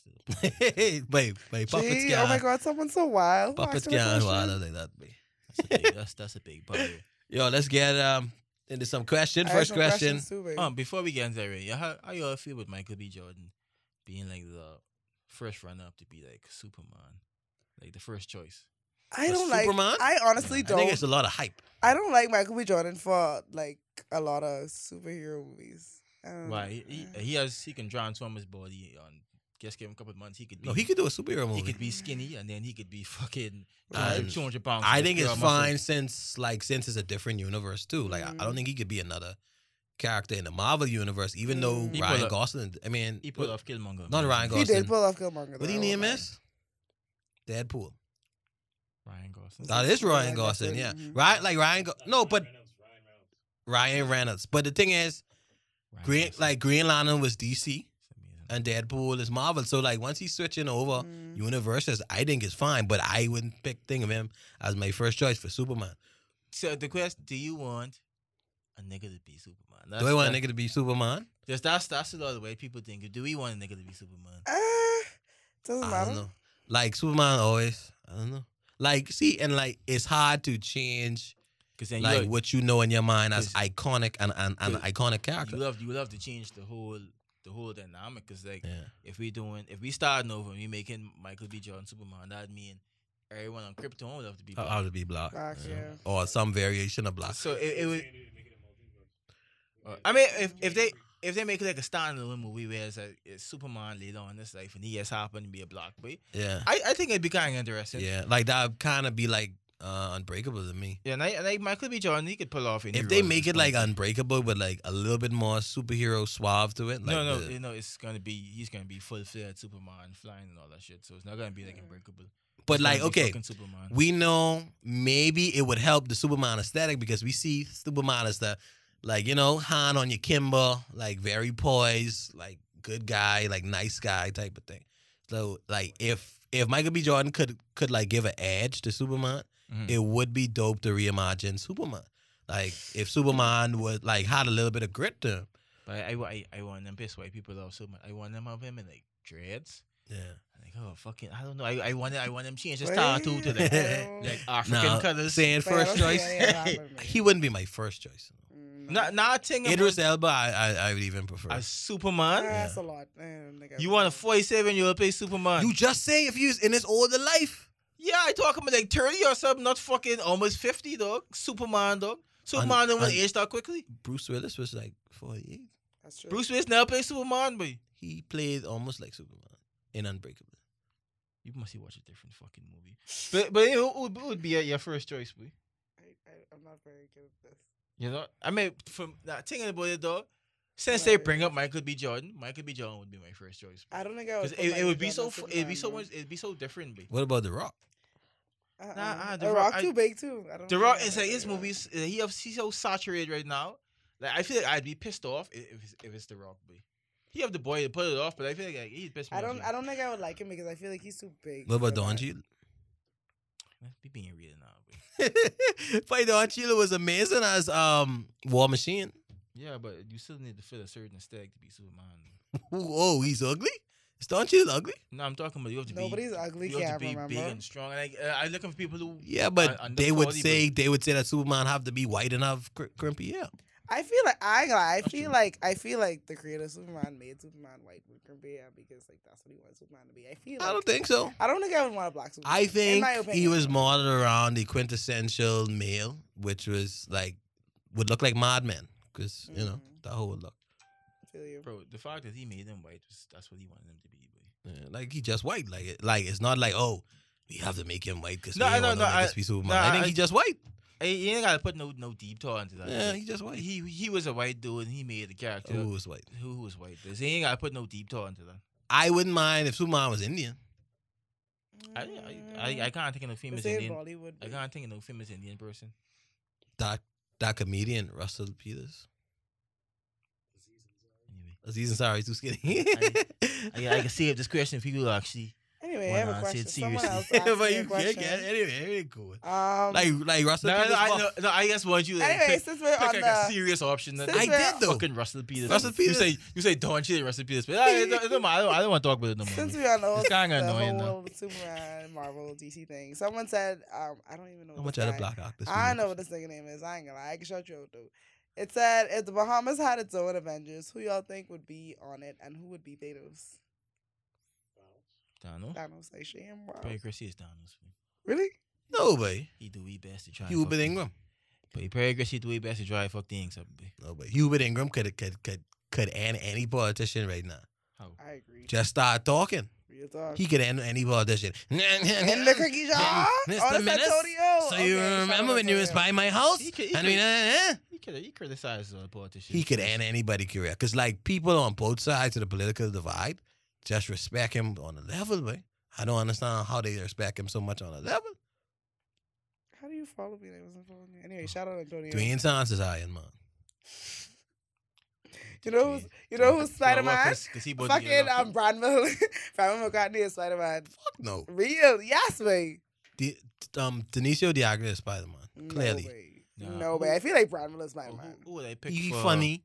[SPEAKER 2] still.
[SPEAKER 4] babe, babe, puppets
[SPEAKER 3] Gee, oh my
[SPEAKER 4] can,
[SPEAKER 3] god, someone's so wild. Who
[SPEAKER 4] puppets
[SPEAKER 3] asked him a
[SPEAKER 4] can,
[SPEAKER 3] question?
[SPEAKER 4] wild like that. babe.
[SPEAKER 2] That's a big, that's, that's a big part. of it.
[SPEAKER 4] Yo, let's get um into some question.
[SPEAKER 3] I have
[SPEAKER 4] First
[SPEAKER 3] some
[SPEAKER 4] question.
[SPEAKER 3] questions too, babe.
[SPEAKER 2] Um, before we get into that, right, yeah, how, how y'all feel with Michael B. Jordan being like the first runner up to be like Superman, like the first choice?
[SPEAKER 3] I
[SPEAKER 4] for
[SPEAKER 3] don't like.
[SPEAKER 4] Superman?
[SPEAKER 3] I honestly
[SPEAKER 4] I think
[SPEAKER 3] don't.
[SPEAKER 4] it's a lot of hype.
[SPEAKER 3] I don't like Michael B. Jordan for like a lot of superhero movies. I don't
[SPEAKER 2] Why
[SPEAKER 3] know.
[SPEAKER 4] Mm.
[SPEAKER 2] he, he has he can transform his body on just give him a couple of months. He could be,
[SPEAKER 4] No, he could do a superhero movie.
[SPEAKER 2] he could be skinny and then he could be fucking
[SPEAKER 4] Um,
[SPEAKER 2] two hundred pounds.
[SPEAKER 4] I
[SPEAKER 2] with
[SPEAKER 4] think it's
[SPEAKER 2] pure muscle.
[SPEAKER 4] fine since like since it's a different universe too. Like I- I, don't
[SPEAKER 3] Mm.
[SPEAKER 4] think he could be another character in the Marvel universe, even though
[SPEAKER 3] Mm.
[SPEAKER 2] He
[SPEAKER 4] Ryan
[SPEAKER 2] pull up-
[SPEAKER 4] Gosling. I mean,
[SPEAKER 2] He pulled off Killmonger.
[SPEAKER 4] not
[SPEAKER 2] man.
[SPEAKER 4] Ryan
[SPEAKER 3] he
[SPEAKER 4] Gosling.
[SPEAKER 3] did pull off Killmonger.
[SPEAKER 4] What do
[SPEAKER 3] though,
[SPEAKER 4] you
[SPEAKER 3] I
[SPEAKER 4] name
[SPEAKER 3] won't lie.
[SPEAKER 4] miss? Deadpool.
[SPEAKER 2] Ryan Gosling.
[SPEAKER 4] That is Ryan
[SPEAKER 3] Ryan
[SPEAKER 4] Gosling.
[SPEAKER 3] Gosling,
[SPEAKER 4] Yeah,
[SPEAKER 3] mhm.
[SPEAKER 4] right. Like Ryan. Go- no, but Ryan Reynolds. But the thing is,
[SPEAKER 2] Ryan
[SPEAKER 4] Green
[SPEAKER 2] Gosling.
[SPEAKER 4] like Green Lantern was DC
[SPEAKER 2] It's amazing.
[SPEAKER 4] and Deadpool is Marvel. So like once he's switching over
[SPEAKER 3] Mm.
[SPEAKER 4] universes, I think it's fine. But I wouldn't pick thing of him as my first choice for Superman.
[SPEAKER 2] So the question: Do you want a nigga to be Superman? That's,
[SPEAKER 4] Do I want a
[SPEAKER 2] that-
[SPEAKER 4] nigga to be Superman?
[SPEAKER 2] Just that's that's a lot of way people think. Do we want a nigga to be Superman?
[SPEAKER 3] Uh, doesn't
[SPEAKER 4] I
[SPEAKER 3] matter.
[SPEAKER 4] don't know. Like Superman always, I don't know. Like see, and like it's hard to change
[SPEAKER 2] Because then
[SPEAKER 4] like
[SPEAKER 2] you, love,
[SPEAKER 4] what you know in your mind as
[SPEAKER 2] 'cause-
[SPEAKER 4] iconic and an, an
[SPEAKER 2] Cause
[SPEAKER 4] iconic character.
[SPEAKER 2] you love you love to change the whole the whole dynamic. Because like
[SPEAKER 4] yeah.
[SPEAKER 2] if we doing if we starting over and we making Michael B. Jordan Superman, that mean everyone on Krypton would have to be.
[SPEAKER 4] How
[SPEAKER 2] black.
[SPEAKER 4] to be black,
[SPEAKER 3] Black, yeah.
[SPEAKER 4] or some variation of black.
[SPEAKER 2] so it, it would. Uh, I mean, if if they if they make it like a standalone movie where it's, like, it's Superman later on in his life and he has happened to be a black boy,
[SPEAKER 4] yeah,
[SPEAKER 2] I, I think it'd be kind of interesting.
[SPEAKER 4] yeah, like that would kind of be like uh, Unbreakable to me.
[SPEAKER 2] Yeah, and I, and I Michael B. Jordan, he could pull off any
[SPEAKER 4] If they
[SPEAKER 2] role at
[SPEAKER 4] make
[SPEAKER 2] this
[SPEAKER 4] it like
[SPEAKER 2] point.
[SPEAKER 4] Unbreakable with like a little bit more superhero suave to it, like
[SPEAKER 2] no, no,
[SPEAKER 4] the-
[SPEAKER 2] you know it's gonna be he's gonna be full fledged Superman flying and all that shit. So it's not gonna be like Unbreakable.
[SPEAKER 4] but
[SPEAKER 2] It's
[SPEAKER 4] like
[SPEAKER 2] gonna be
[SPEAKER 4] okay,
[SPEAKER 2] fucking Superman.
[SPEAKER 4] we know maybe it would help the Superman aesthetic because we see Superman as the like you know Han on your Kimber, like very poised, like good guy, like nice guy type of thing. So like if if Michael B. Jordan could could like give an edge to Superman,
[SPEAKER 2] Mhm.
[SPEAKER 4] it would be dope to reimagine Superman. Like if Superman would like had a little bit of grit to him.
[SPEAKER 2] But I, I, I want them piss white people off so much. I want them of him in like dreads.
[SPEAKER 4] Yeah.
[SPEAKER 2] Like oh fucking, I don't know. I, I want it, I want them change his
[SPEAKER 3] Wait.
[SPEAKER 2] tattoo to like, like African
[SPEAKER 4] Now,
[SPEAKER 2] colors.
[SPEAKER 4] saying
[SPEAKER 3] But I
[SPEAKER 4] first
[SPEAKER 3] don't see
[SPEAKER 4] choice,
[SPEAKER 3] any of that happening.
[SPEAKER 4] he wouldn't be my first choice.
[SPEAKER 3] Mm,
[SPEAKER 2] Not not a thing
[SPEAKER 4] Idris
[SPEAKER 2] about
[SPEAKER 4] Elba, I, I I would even prefer.
[SPEAKER 2] a Superman.
[SPEAKER 3] That's a lot. Um, nigga.
[SPEAKER 2] You want a forty-seven year old play Superman?
[SPEAKER 4] You just say if you was in this older life.
[SPEAKER 2] yeah, I talking about like thirty or something, not fucking almost fifty, dog. Superman, dog. Superman don't want
[SPEAKER 4] un-
[SPEAKER 2] to age that quickly.
[SPEAKER 4] Bruce Willis was like 48.
[SPEAKER 3] That's true.
[SPEAKER 2] Bruce Willis never played Superman, but
[SPEAKER 4] He played almost like Superman in Unbreakable.
[SPEAKER 2] you must have watched a different fucking movie. But but it would, it would be uh, your first choice, boy.
[SPEAKER 3] I, I, I'm not very good at this.
[SPEAKER 2] You know, I mean, from that thing about it though, since they
[SPEAKER 3] Right.
[SPEAKER 2] bring up Michael B. Jordan, Michael B. Jordan would be my first choice.
[SPEAKER 3] I don't think I would.
[SPEAKER 2] Because
[SPEAKER 3] put
[SPEAKER 2] it, it
[SPEAKER 3] Michael
[SPEAKER 2] would be
[SPEAKER 3] Jordan
[SPEAKER 2] so
[SPEAKER 3] on
[SPEAKER 2] fu- it'd be so
[SPEAKER 3] Superman.
[SPEAKER 2] much it'd be so different. Be.
[SPEAKER 4] What about The Rock?
[SPEAKER 3] Uh-uh.
[SPEAKER 2] Nah, uh, The
[SPEAKER 3] The
[SPEAKER 2] Rock-
[SPEAKER 3] Rock,
[SPEAKER 2] I-
[SPEAKER 3] too big too. I don't
[SPEAKER 2] The
[SPEAKER 3] think
[SPEAKER 2] Rock
[SPEAKER 3] I
[SPEAKER 2] is
[SPEAKER 3] would
[SPEAKER 2] like
[SPEAKER 3] do
[SPEAKER 2] his
[SPEAKER 3] that.
[SPEAKER 2] movies. uh, He he's so saturated right now. Like I feel like I'd be pissed off i- if it's, if it's The Rock. Be. He have the boy to put it off, but I feel like, like he'd piss me
[SPEAKER 3] I
[SPEAKER 2] off,
[SPEAKER 3] don't.
[SPEAKER 2] too.
[SPEAKER 3] I don't think I would like him because I feel like he's too big.
[SPEAKER 4] What about
[SPEAKER 3] for
[SPEAKER 4] Don
[SPEAKER 3] that.
[SPEAKER 4] Cheadle?
[SPEAKER 2] Be being real now. Be.
[SPEAKER 4] Fight Don Cheadle was amazing as um War Machine.
[SPEAKER 2] Yeah, but you still need to fill a certain stag to be Superman.
[SPEAKER 4] Whoa, he's ugly? Is Don Cheadle ugly?
[SPEAKER 2] No, I'm talking about you have to
[SPEAKER 3] Nobody's
[SPEAKER 2] be
[SPEAKER 3] ugly,
[SPEAKER 2] You have to
[SPEAKER 3] Cameron,
[SPEAKER 2] be big
[SPEAKER 3] remember?
[SPEAKER 2] and strong. And I, uh, I looking for people who
[SPEAKER 4] Yeah, but
[SPEAKER 2] I- I know
[SPEAKER 4] they would
[SPEAKER 2] Saudi, but-
[SPEAKER 4] say they would say that Superman have to be white and have cr- crimpy hair.
[SPEAKER 3] I feel like I. ain't gonna lie, I feel like I feel like the creator of Superman made Superman white with Grimbea because like that's what he wanted Superman to be. I feel. Like,
[SPEAKER 4] I don't think so.
[SPEAKER 3] I don't think I would want a black Superman.
[SPEAKER 4] I
[SPEAKER 3] in
[SPEAKER 4] think
[SPEAKER 3] my
[SPEAKER 4] he
[SPEAKER 3] opinion.
[SPEAKER 4] was modeled around the quintessential male, which was like would look like Madman because you know
[SPEAKER 3] Mhm.
[SPEAKER 4] that whole look.
[SPEAKER 3] Feel you.
[SPEAKER 2] bro. The fact that he made them white, was, that's what he wanted them to be. Boy.
[SPEAKER 4] Yeah, like he just white. Like it- like it's not like oh we have to make him white because
[SPEAKER 2] No,
[SPEAKER 4] we
[SPEAKER 2] I-
[SPEAKER 4] don't
[SPEAKER 2] no,
[SPEAKER 4] want
[SPEAKER 2] no,
[SPEAKER 4] to
[SPEAKER 2] I-
[SPEAKER 4] make us be Superman.
[SPEAKER 2] no,
[SPEAKER 4] I think
[SPEAKER 2] I-
[SPEAKER 4] he just white.
[SPEAKER 2] Hey, you ain't gotta put no no deep thought into that.
[SPEAKER 4] Yeah,
[SPEAKER 2] Like,
[SPEAKER 4] he just white.
[SPEAKER 2] he he was a white dude and he made a character
[SPEAKER 4] Who was white?
[SPEAKER 2] who who was white. So you ain't gotta put no deep thought into that.
[SPEAKER 4] I wouldn't mind if Superman was Indian.
[SPEAKER 2] I I I, I can't think of no
[SPEAKER 3] They
[SPEAKER 2] famous
[SPEAKER 3] Mm, say in
[SPEAKER 2] Indian.
[SPEAKER 3] Bollywood.
[SPEAKER 2] I can't think of no famous Indian person.
[SPEAKER 4] That that comedian Russell Peters.
[SPEAKER 2] Anyway,
[SPEAKER 4] Aziz Ansari is too skinny.
[SPEAKER 2] I, I can save this question for you actually.
[SPEAKER 3] Anyway, I
[SPEAKER 2] Well,
[SPEAKER 3] have
[SPEAKER 2] nah,
[SPEAKER 3] a
[SPEAKER 2] I
[SPEAKER 3] question.
[SPEAKER 2] said
[SPEAKER 3] Someone else
[SPEAKER 2] seriously.
[SPEAKER 4] but
[SPEAKER 3] asked
[SPEAKER 4] you
[SPEAKER 3] me a
[SPEAKER 4] can't
[SPEAKER 3] question.
[SPEAKER 4] get anyway. Anyway, cool.
[SPEAKER 3] Um,
[SPEAKER 4] Like like Russell
[SPEAKER 2] No, no,
[SPEAKER 4] Peters.
[SPEAKER 2] I,
[SPEAKER 4] fuck.
[SPEAKER 2] no, no, I just want you to
[SPEAKER 3] Anyway,
[SPEAKER 2] pick,
[SPEAKER 3] since we're
[SPEAKER 2] pick
[SPEAKER 3] on
[SPEAKER 2] like
[SPEAKER 3] the-
[SPEAKER 2] a serious option. that-
[SPEAKER 3] since
[SPEAKER 4] I
[SPEAKER 3] we're-
[SPEAKER 4] did though.
[SPEAKER 2] Fucking Russell Peters.
[SPEAKER 4] Russell Peters.
[SPEAKER 2] You say you say Don Cheadle, Russell Peters, but I, it don't- it don't matter. I don't, I don't want to talk about it no more.
[SPEAKER 3] Since we on the whole,
[SPEAKER 2] It's kinda
[SPEAKER 3] the
[SPEAKER 2] annoying, though.
[SPEAKER 3] whole Superman, Marvel, DC thing, someone said, um, I don't even know.
[SPEAKER 4] How
[SPEAKER 3] what
[SPEAKER 4] much
[SPEAKER 3] this
[SPEAKER 4] out
[SPEAKER 3] guy-
[SPEAKER 4] of black actors?
[SPEAKER 3] I know what this nigga name is. I ain't gonna lie. I can shout you out though. It said if the Bahamas had its own Avengers, who y'all think would be on it and who would be Thanos?
[SPEAKER 2] Donald.
[SPEAKER 3] Thanos, I shame. Wow.
[SPEAKER 2] Perry Christie is Donald's.
[SPEAKER 3] Really?
[SPEAKER 4] Nobody.
[SPEAKER 2] He do his best to try. and fuck
[SPEAKER 4] Hubert
[SPEAKER 2] things.
[SPEAKER 4] Ingram.
[SPEAKER 2] But he probably aggressive do his best to try and fuck things up. babe.
[SPEAKER 4] Nobody. Hubert Ingram could could could could end any politician right now.
[SPEAKER 2] How?
[SPEAKER 3] I agree.
[SPEAKER 4] Just start talking.
[SPEAKER 3] Real talk.
[SPEAKER 4] He could end any politician.
[SPEAKER 3] and the cookie
[SPEAKER 4] Mr.
[SPEAKER 3] jar. Oh, that's
[SPEAKER 4] Menace,
[SPEAKER 3] Antonio.
[SPEAKER 4] So you
[SPEAKER 3] Okay, shout out
[SPEAKER 4] remember when you was
[SPEAKER 3] Antonio.
[SPEAKER 4] by my house?
[SPEAKER 2] He could- he
[SPEAKER 4] I mean,
[SPEAKER 2] could-
[SPEAKER 4] uh, uh,
[SPEAKER 2] He could he uh, criticizes the politicians.
[SPEAKER 4] he could end anybody's career. Cause like people on both sides of the political divide just respect him on a level, but I don't understand how they respect him so much on a level.
[SPEAKER 3] How do you follow me? That wasn't following me. Anyway, shout out Antonio.
[SPEAKER 4] Dwayne Johnson's Iron Man.
[SPEAKER 3] You know who's you know who's Spider Man?
[SPEAKER 2] Because he wasn't
[SPEAKER 3] Fucking
[SPEAKER 2] getting
[SPEAKER 3] um,
[SPEAKER 2] up.
[SPEAKER 3] Bronwell. Bronwell McCartney is Spider Man.
[SPEAKER 4] Fuck no.
[SPEAKER 3] Real, yes, way.
[SPEAKER 4] De- um, Denisio Diagra is Spider Man.
[SPEAKER 3] No
[SPEAKER 4] Clearly,
[SPEAKER 3] way.
[SPEAKER 2] Nah.
[SPEAKER 3] No way. I feel like Bronwell is Spider
[SPEAKER 2] Who-
[SPEAKER 3] Man.
[SPEAKER 2] Who would I pick?
[SPEAKER 4] he's
[SPEAKER 2] for-
[SPEAKER 4] funny.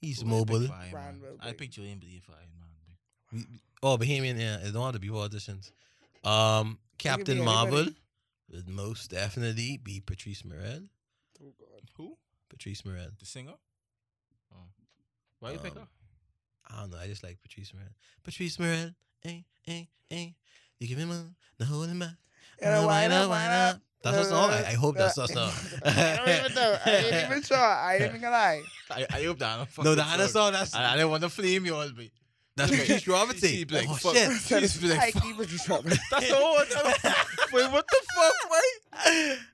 [SPEAKER 4] He's
[SPEAKER 2] who would I pick
[SPEAKER 4] mobile.
[SPEAKER 2] for Iron Man?
[SPEAKER 3] Brian
[SPEAKER 2] I
[SPEAKER 3] Wilson.
[SPEAKER 2] pick Julian Blee for Iron Man. babe.
[SPEAKER 4] Oh, Bohemian. Yeah, it don't have to be politicians. Um, Captain
[SPEAKER 3] anybody.
[SPEAKER 4] Marvel would most definitely be Patrice Morel.
[SPEAKER 3] Oh God.
[SPEAKER 2] Who?
[SPEAKER 4] Patrice Morel.
[SPEAKER 2] The singer? Oh. Why you pick
[SPEAKER 4] Um,
[SPEAKER 2] her?
[SPEAKER 4] I don't know. I just like Patrice Morel. Patrice Morel. Eh, eh, eh. You give him a the hole in my.
[SPEAKER 3] You know,
[SPEAKER 4] uh,
[SPEAKER 3] why not, why not?
[SPEAKER 4] That's her song. I, I hope that's her
[SPEAKER 3] I
[SPEAKER 4] song.
[SPEAKER 3] don't even know. I ain't even sure. I ain't even gonna lie.
[SPEAKER 2] I, I hope that. I don't
[SPEAKER 4] no,
[SPEAKER 2] fucking
[SPEAKER 4] the other
[SPEAKER 2] talk.
[SPEAKER 4] song. That's
[SPEAKER 2] I, I didn't want to flame you all, but
[SPEAKER 4] That's what she's driving
[SPEAKER 2] She's
[SPEAKER 4] to.
[SPEAKER 2] like,
[SPEAKER 4] Oh,
[SPEAKER 2] fuck.
[SPEAKER 4] shit.
[SPEAKER 2] She's like,
[SPEAKER 3] I keep it trouble.
[SPEAKER 2] That's the whole. Wait, what the fuck, right?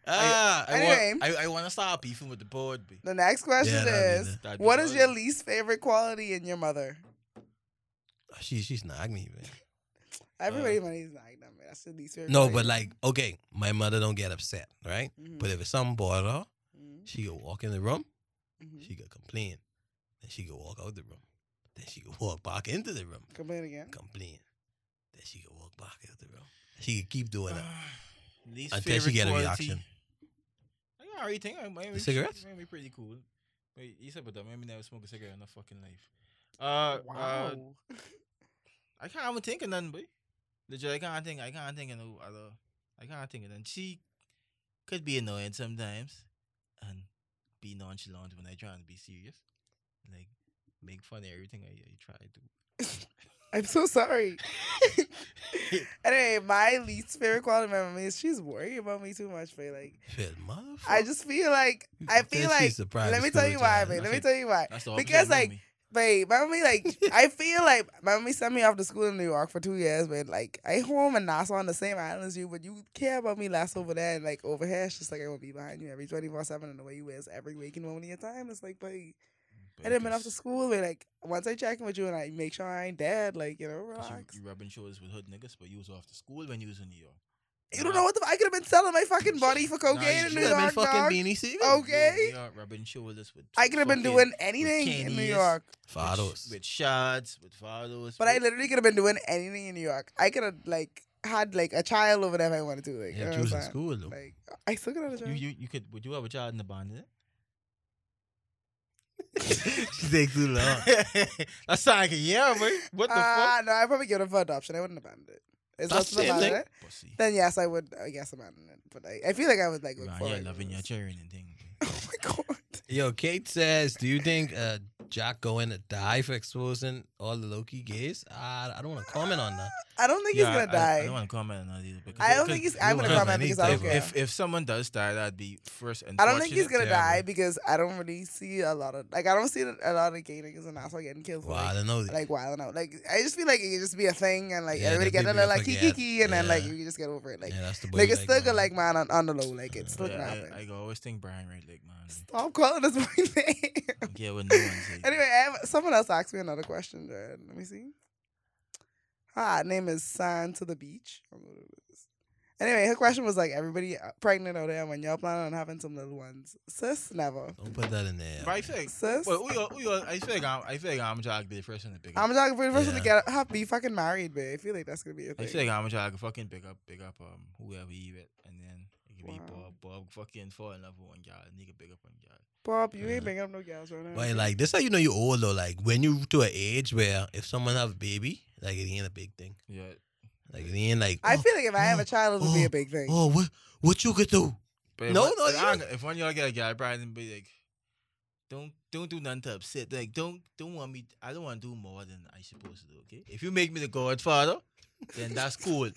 [SPEAKER 2] Ah, I,
[SPEAKER 3] Anyway.
[SPEAKER 2] want, I, I want to start beefing with the board. B.
[SPEAKER 3] The next question
[SPEAKER 4] Yeah, that'd be
[SPEAKER 3] is,
[SPEAKER 4] nice.
[SPEAKER 2] That'd be
[SPEAKER 3] what is
[SPEAKER 2] good.
[SPEAKER 3] your least favorite quality in your mother?
[SPEAKER 4] She, she's not me, man.
[SPEAKER 3] Everybody, uh, money's like that, man. That's the least favorite.
[SPEAKER 4] No,
[SPEAKER 3] quality.
[SPEAKER 4] but like, okay, my mother don't get upset, right?
[SPEAKER 3] Mhm.
[SPEAKER 4] But if it's something bothered her,
[SPEAKER 3] Mhm.
[SPEAKER 4] she go walk in the room,
[SPEAKER 3] Mhm.
[SPEAKER 4] she go complain, then she go walk out the room, then she go walk back into the room,
[SPEAKER 3] complain again.
[SPEAKER 4] complain, then she go walk back out the room. She could keep doing it.
[SPEAKER 2] Least
[SPEAKER 4] Until she
[SPEAKER 2] favorite
[SPEAKER 4] get a
[SPEAKER 2] quality.
[SPEAKER 4] reaction.
[SPEAKER 2] I already think I might be,
[SPEAKER 4] cigarettes?
[SPEAKER 2] Might be pretty cool. Wait, you said, but that made me never smoke a cigarette in my fucking life. Uh, uh,
[SPEAKER 3] Wow.
[SPEAKER 2] I can't even think of nothing, boy. Legit, I can't think. I can't think of no other. I can't think of nothing. She could be annoying sometimes and be nonchalant when I try and be serious. Like, make fun of everything I, I try to do.
[SPEAKER 3] I'm so sorry. anyway, my least favorite quality of my mom is she's worried about me too much, but like
[SPEAKER 4] Shit, motherfucker.
[SPEAKER 3] I just feel like I feel
[SPEAKER 4] That
[SPEAKER 3] like
[SPEAKER 4] shit's a private
[SPEAKER 3] let me tell
[SPEAKER 4] school
[SPEAKER 3] you why,
[SPEAKER 4] child.
[SPEAKER 3] babe. Let
[SPEAKER 2] That's
[SPEAKER 3] me
[SPEAKER 2] it.
[SPEAKER 3] tell you why.
[SPEAKER 2] That's the opposite
[SPEAKER 3] Because
[SPEAKER 2] of
[SPEAKER 3] like
[SPEAKER 2] me.
[SPEAKER 3] babe, mommy like I feel like my mommy sent me off to school in New York for two years, but like I home and Nassau on the same island as you, but you care about me less over there and like over here it's just like I will be behind you every twenty four seven and the way you is every waking moment of your time. It's like but I didn't been off to
[SPEAKER 2] Because-
[SPEAKER 3] school, but like once I check in with you and I make sure I ain't dead, like, you know,
[SPEAKER 2] 'cause
[SPEAKER 3] relax.
[SPEAKER 2] You, you rubbing shoulders with hood niggas, but you was off to school when you was in New York.
[SPEAKER 3] You don't know what the I could have been selling my fucking body for cocaine
[SPEAKER 2] you
[SPEAKER 3] in
[SPEAKER 2] should
[SPEAKER 3] New
[SPEAKER 4] Should've
[SPEAKER 3] York,
[SPEAKER 4] been fucking
[SPEAKER 3] dog.
[SPEAKER 4] beanie cigarette.
[SPEAKER 2] You was in
[SPEAKER 3] Okay.
[SPEAKER 2] New York rubbing shoulders with.
[SPEAKER 3] I could have been
[SPEAKER 2] fucking-
[SPEAKER 3] doing anything in
[SPEAKER 2] candies.
[SPEAKER 3] New York,
[SPEAKER 4] Fados.
[SPEAKER 2] With shards, with fathers.
[SPEAKER 3] but I literally could have been doing anything in New York. I could have like had like a child over there if I wanted to. Like, you know
[SPEAKER 4] Yeah,
[SPEAKER 3] what
[SPEAKER 4] you
[SPEAKER 3] I'm
[SPEAKER 4] was in
[SPEAKER 3] saying?
[SPEAKER 4] school though.
[SPEAKER 3] Like, I still could have a
[SPEAKER 2] You,
[SPEAKER 3] child.
[SPEAKER 2] you, you could. Would you have a child in the bond? Is it?
[SPEAKER 4] she takes too long.
[SPEAKER 2] That's like, yeah, man. What the
[SPEAKER 3] Ah,
[SPEAKER 2] fuck?
[SPEAKER 3] no, I probably give it up for adoption. I wouldn't abandon it. It's
[SPEAKER 4] That's
[SPEAKER 3] not
[SPEAKER 4] the
[SPEAKER 3] abandon
[SPEAKER 4] thing.
[SPEAKER 3] it.
[SPEAKER 2] Pussy.
[SPEAKER 3] Then yes, I would. I guess abandon it. But I, I feel like I would like.
[SPEAKER 2] You
[SPEAKER 3] Look
[SPEAKER 2] out
[SPEAKER 3] forward
[SPEAKER 2] here
[SPEAKER 3] to
[SPEAKER 2] loving your
[SPEAKER 3] this.
[SPEAKER 2] children and things.
[SPEAKER 3] Oh my god.
[SPEAKER 4] Yo, Kate says, do you think uh, Jack going to die for exposing all the Loki gays? Ah, I, I don't want to comment on that.
[SPEAKER 3] I don't think he's gonna
[SPEAKER 2] I,
[SPEAKER 3] die.
[SPEAKER 2] I don't want to comment on that either. Because
[SPEAKER 3] I don't
[SPEAKER 2] because
[SPEAKER 3] think he's. I'm
[SPEAKER 4] you
[SPEAKER 3] gonna
[SPEAKER 4] are
[SPEAKER 3] comment because I don't
[SPEAKER 4] anything.
[SPEAKER 3] care.
[SPEAKER 2] If, if someone does die, that'd be first and
[SPEAKER 3] I don't think he's gonna
[SPEAKER 4] terrible.
[SPEAKER 3] die because I don't really see a lot of like I don't see a lot of gay niggas in Nassau getting killed. For,
[SPEAKER 4] Well, I
[SPEAKER 3] like,
[SPEAKER 4] don't know.
[SPEAKER 3] like wilding out. Like I just feel like it could just be a thing and like
[SPEAKER 4] Yeah,
[SPEAKER 3] everybody
[SPEAKER 4] that
[SPEAKER 3] get a
[SPEAKER 4] people
[SPEAKER 3] little
[SPEAKER 4] just
[SPEAKER 3] like
[SPEAKER 4] forget.
[SPEAKER 3] kiki and then like
[SPEAKER 4] Yeah.
[SPEAKER 3] you just get over it. Like
[SPEAKER 4] yeah, that's the boy.
[SPEAKER 3] like
[SPEAKER 4] you
[SPEAKER 3] it's still
[SPEAKER 4] man.
[SPEAKER 3] good like man on, on the low. Like it's still gonna
[SPEAKER 2] Yeah,
[SPEAKER 3] happen.
[SPEAKER 2] I, I always think Brian Red Lake, man.
[SPEAKER 3] Stop calling this my name.
[SPEAKER 2] Yeah, what no one says.
[SPEAKER 3] anyway, I have, someone else asked me another question. Jared. Let me see. Hi, name is Sign to the Beach. I don't know what it is. Anyway, her question was like, everybody uh, pregnant out there when y'all planning on having some little ones? Sis, never.
[SPEAKER 4] Don't put that in there.
[SPEAKER 2] But I feel like,
[SPEAKER 3] Sis,
[SPEAKER 2] well, we all, we all, I feel like I'm, I feel like I'm trying to be the first one to pick up.
[SPEAKER 3] I'm talking for the person to
[SPEAKER 4] Yeah.
[SPEAKER 3] get have be fucking married, babe. I feel like that's gonna be a
[SPEAKER 2] I
[SPEAKER 3] thing.
[SPEAKER 2] feel like I'm gonna try to fucking pick up, pick up um whoever he with, and then it could be
[SPEAKER 3] Wow.
[SPEAKER 2] Bob. Bob fucking fall in love with one guy, and he can pick up one guy.
[SPEAKER 3] Bob, you
[SPEAKER 4] Yeah.
[SPEAKER 3] ain't bringing up no girls right now.
[SPEAKER 4] But like this, how you know you're old though. Like when you to an age where if someone have a baby, like it ain't a big thing.
[SPEAKER 2] Yeah,
[SPEAKER 4] Like it ain't like.
[SPEAKER 3] I
[SPEAKER 4] oh,
[SPEAKER 3] feel like if I have a
[SPEAKER 4] oh,
[SPEAKER 3] child, it'll be
[SPEAKER 4] oh,
[SPEAKER 3] a big thing.
[SPEAKER 4] Oh, what what you could do?
[SPEAKER 2] but if
[SPEAKER 4] No,
[SPEAKER 2] one-
[SPEAKER 4] no,
[SPEAKER 2] if
[SPEAKER 4] you
[SPEAKER 2] I- if one of y'all get a guy, probably then be like, don't don't do nothing to upset. Like don't don't want me. I don't want to do more than I supposed to do. Okay, if you make me the godfather, then that's cool.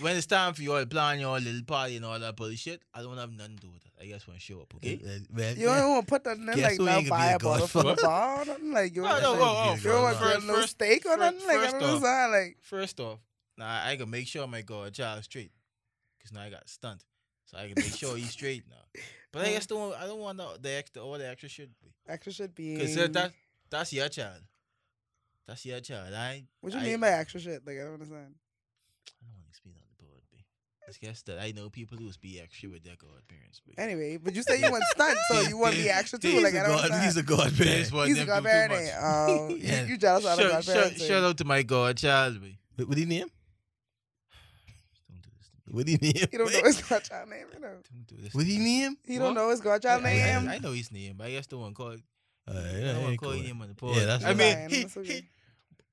[SPEAKER 2] when it's time for y'all to plan your little party and all that bullshit, I don't have nothing to do with it. I just want to show up. Okay.
[SPEAKER 4] Uh, uh, well,
[SPEAKER 3] You
[SPEAKER 4] yeah.
[SPEAKER 3] don't want to put that in there,
[SPEAKER 4] Guess
[SPEAKER 3] like
[SPEAKER 4] who
[SPEAKER 3] now
[SPEAKER 4] ain't gonna
[SPEAKER 3] buy
[SPEAKER 4] be
[SPEAKER 3] a
[SPEAKER 4] a
[SPEAKER 3] bottle for the
[SPEAKER 4] godfather?
[SPEAKER 3] bar or nothing. Like you
[SPEAKER 2] No,
[SPEAKER 3] want
[SPEAKER 2] no,
[SPEAKER 4] That's
[SPEAKER 2] whoa,
[SPEAKER 4] how you
[SPEAKER 2] whoa.
[SPEAKER 4] get
[SPEAKER 3] you don't want
[SPEAKER 4] First-
[SPEAKER 3] to no
[SPEAKER 2] first-
[SPEAKER 3] steak or
[SPEAKER 2] first-
[SPEAKER 3] nothing. Like I
[SPEAKER 2] first
[SPEAKER 3] don't know
[SPEAKER 2] off-
[SPEAKER 3] sign, like
[SPEAKER 2] First off, now I can make sure my God child straight, cause now I got stunt, so I can make sure he's straight now. But I
[SPEAKER 3] Mm.
[SPEAKER 2] just don't. want- I don't want the, the extra, all the extra shit.
[SPEAKER 3] extra shit being.
[SPEAKER 2] Cause that, that that's your child. That's your child. I.
[SPEAKER 3] what you
[SPEAKER 2] I,
[SPEAKER 3] mean by extra shit? Like I don't understand.
[SPEAKER 2] I don't want to speak on the board, B. It's just that I know people who's be extra with their godparents. B.
[SPEAKER 3] Anyway, but you say you want stunt, so you want to be extra too. Like
[SPEAKER 4] he's,
[SPEAKER 3] I
[SPEAKER 4] a
[SPEAKER 3] don't
[SPEAKER 4] god, he's a
[SPEAKER 3] understand.
[SPEAKER 4] god
[SPEAKER 2] They just
[SPEAKER 4] man.
[SPEAKER 2] want
[SPEAKER 3] He's a
[SPEAKER 2] them to do
[SPEAKER 3] godparent.
[SPEAKER 2] too
[SPEAKER 3] eh?
[SPEAKER 2] much.
[SPEAKER 3] Oh, you-
[SPEAKER 4] Yeah.
[SPEAKER 3] you jealous of
[SPEAKER 2] Shout, shout,
[SPEAKER 3] godparents?
[SPEAKER 2] shout
[SPEAKER 3] eh?
[SPEAKER 2] out to my godchild. B.
[SPEAKER 4] What, what he name?
[SPEAKER 2] Don't do this to me.
[SPEAKER 4] What he name?
[SPEAKER 3] He don't know his godchild name. You know.
[SPEAKER 2] Don't do this.
[SPEAKER 4] What
[SPEAKER 2] to
[SPEAKER 4] he
[SPEAKER 2] me.
[SPEAKER 4] name?
[SPEAKER 3] He don't
[SPEAKER 2] What?
[SPEAKER 3] know his godchild
[SPEAKER 2] I, I-
[SPEAKER 3] name.
[SPEAKER 2] I know his name, but I just don't want to call.
[SPEAKER 4] Uh, yeah,
[SPEAKER 2] I don't want
[SPEAKER 4] yeah,
[SPEAKER 2] to call
[SPEAKER 4] cool.
[SPEAKER 2] his name on the board.
[SPEAKER 4] that's
[SPEAKER 2] I
[SPEAKER 4] right.
[SPEAKER 2] mean,
[SPEAKER 3] Fine,
[SPEAKER 2] he,
[SPEAKER 3] that's okay.
[SPEAKER 2] he,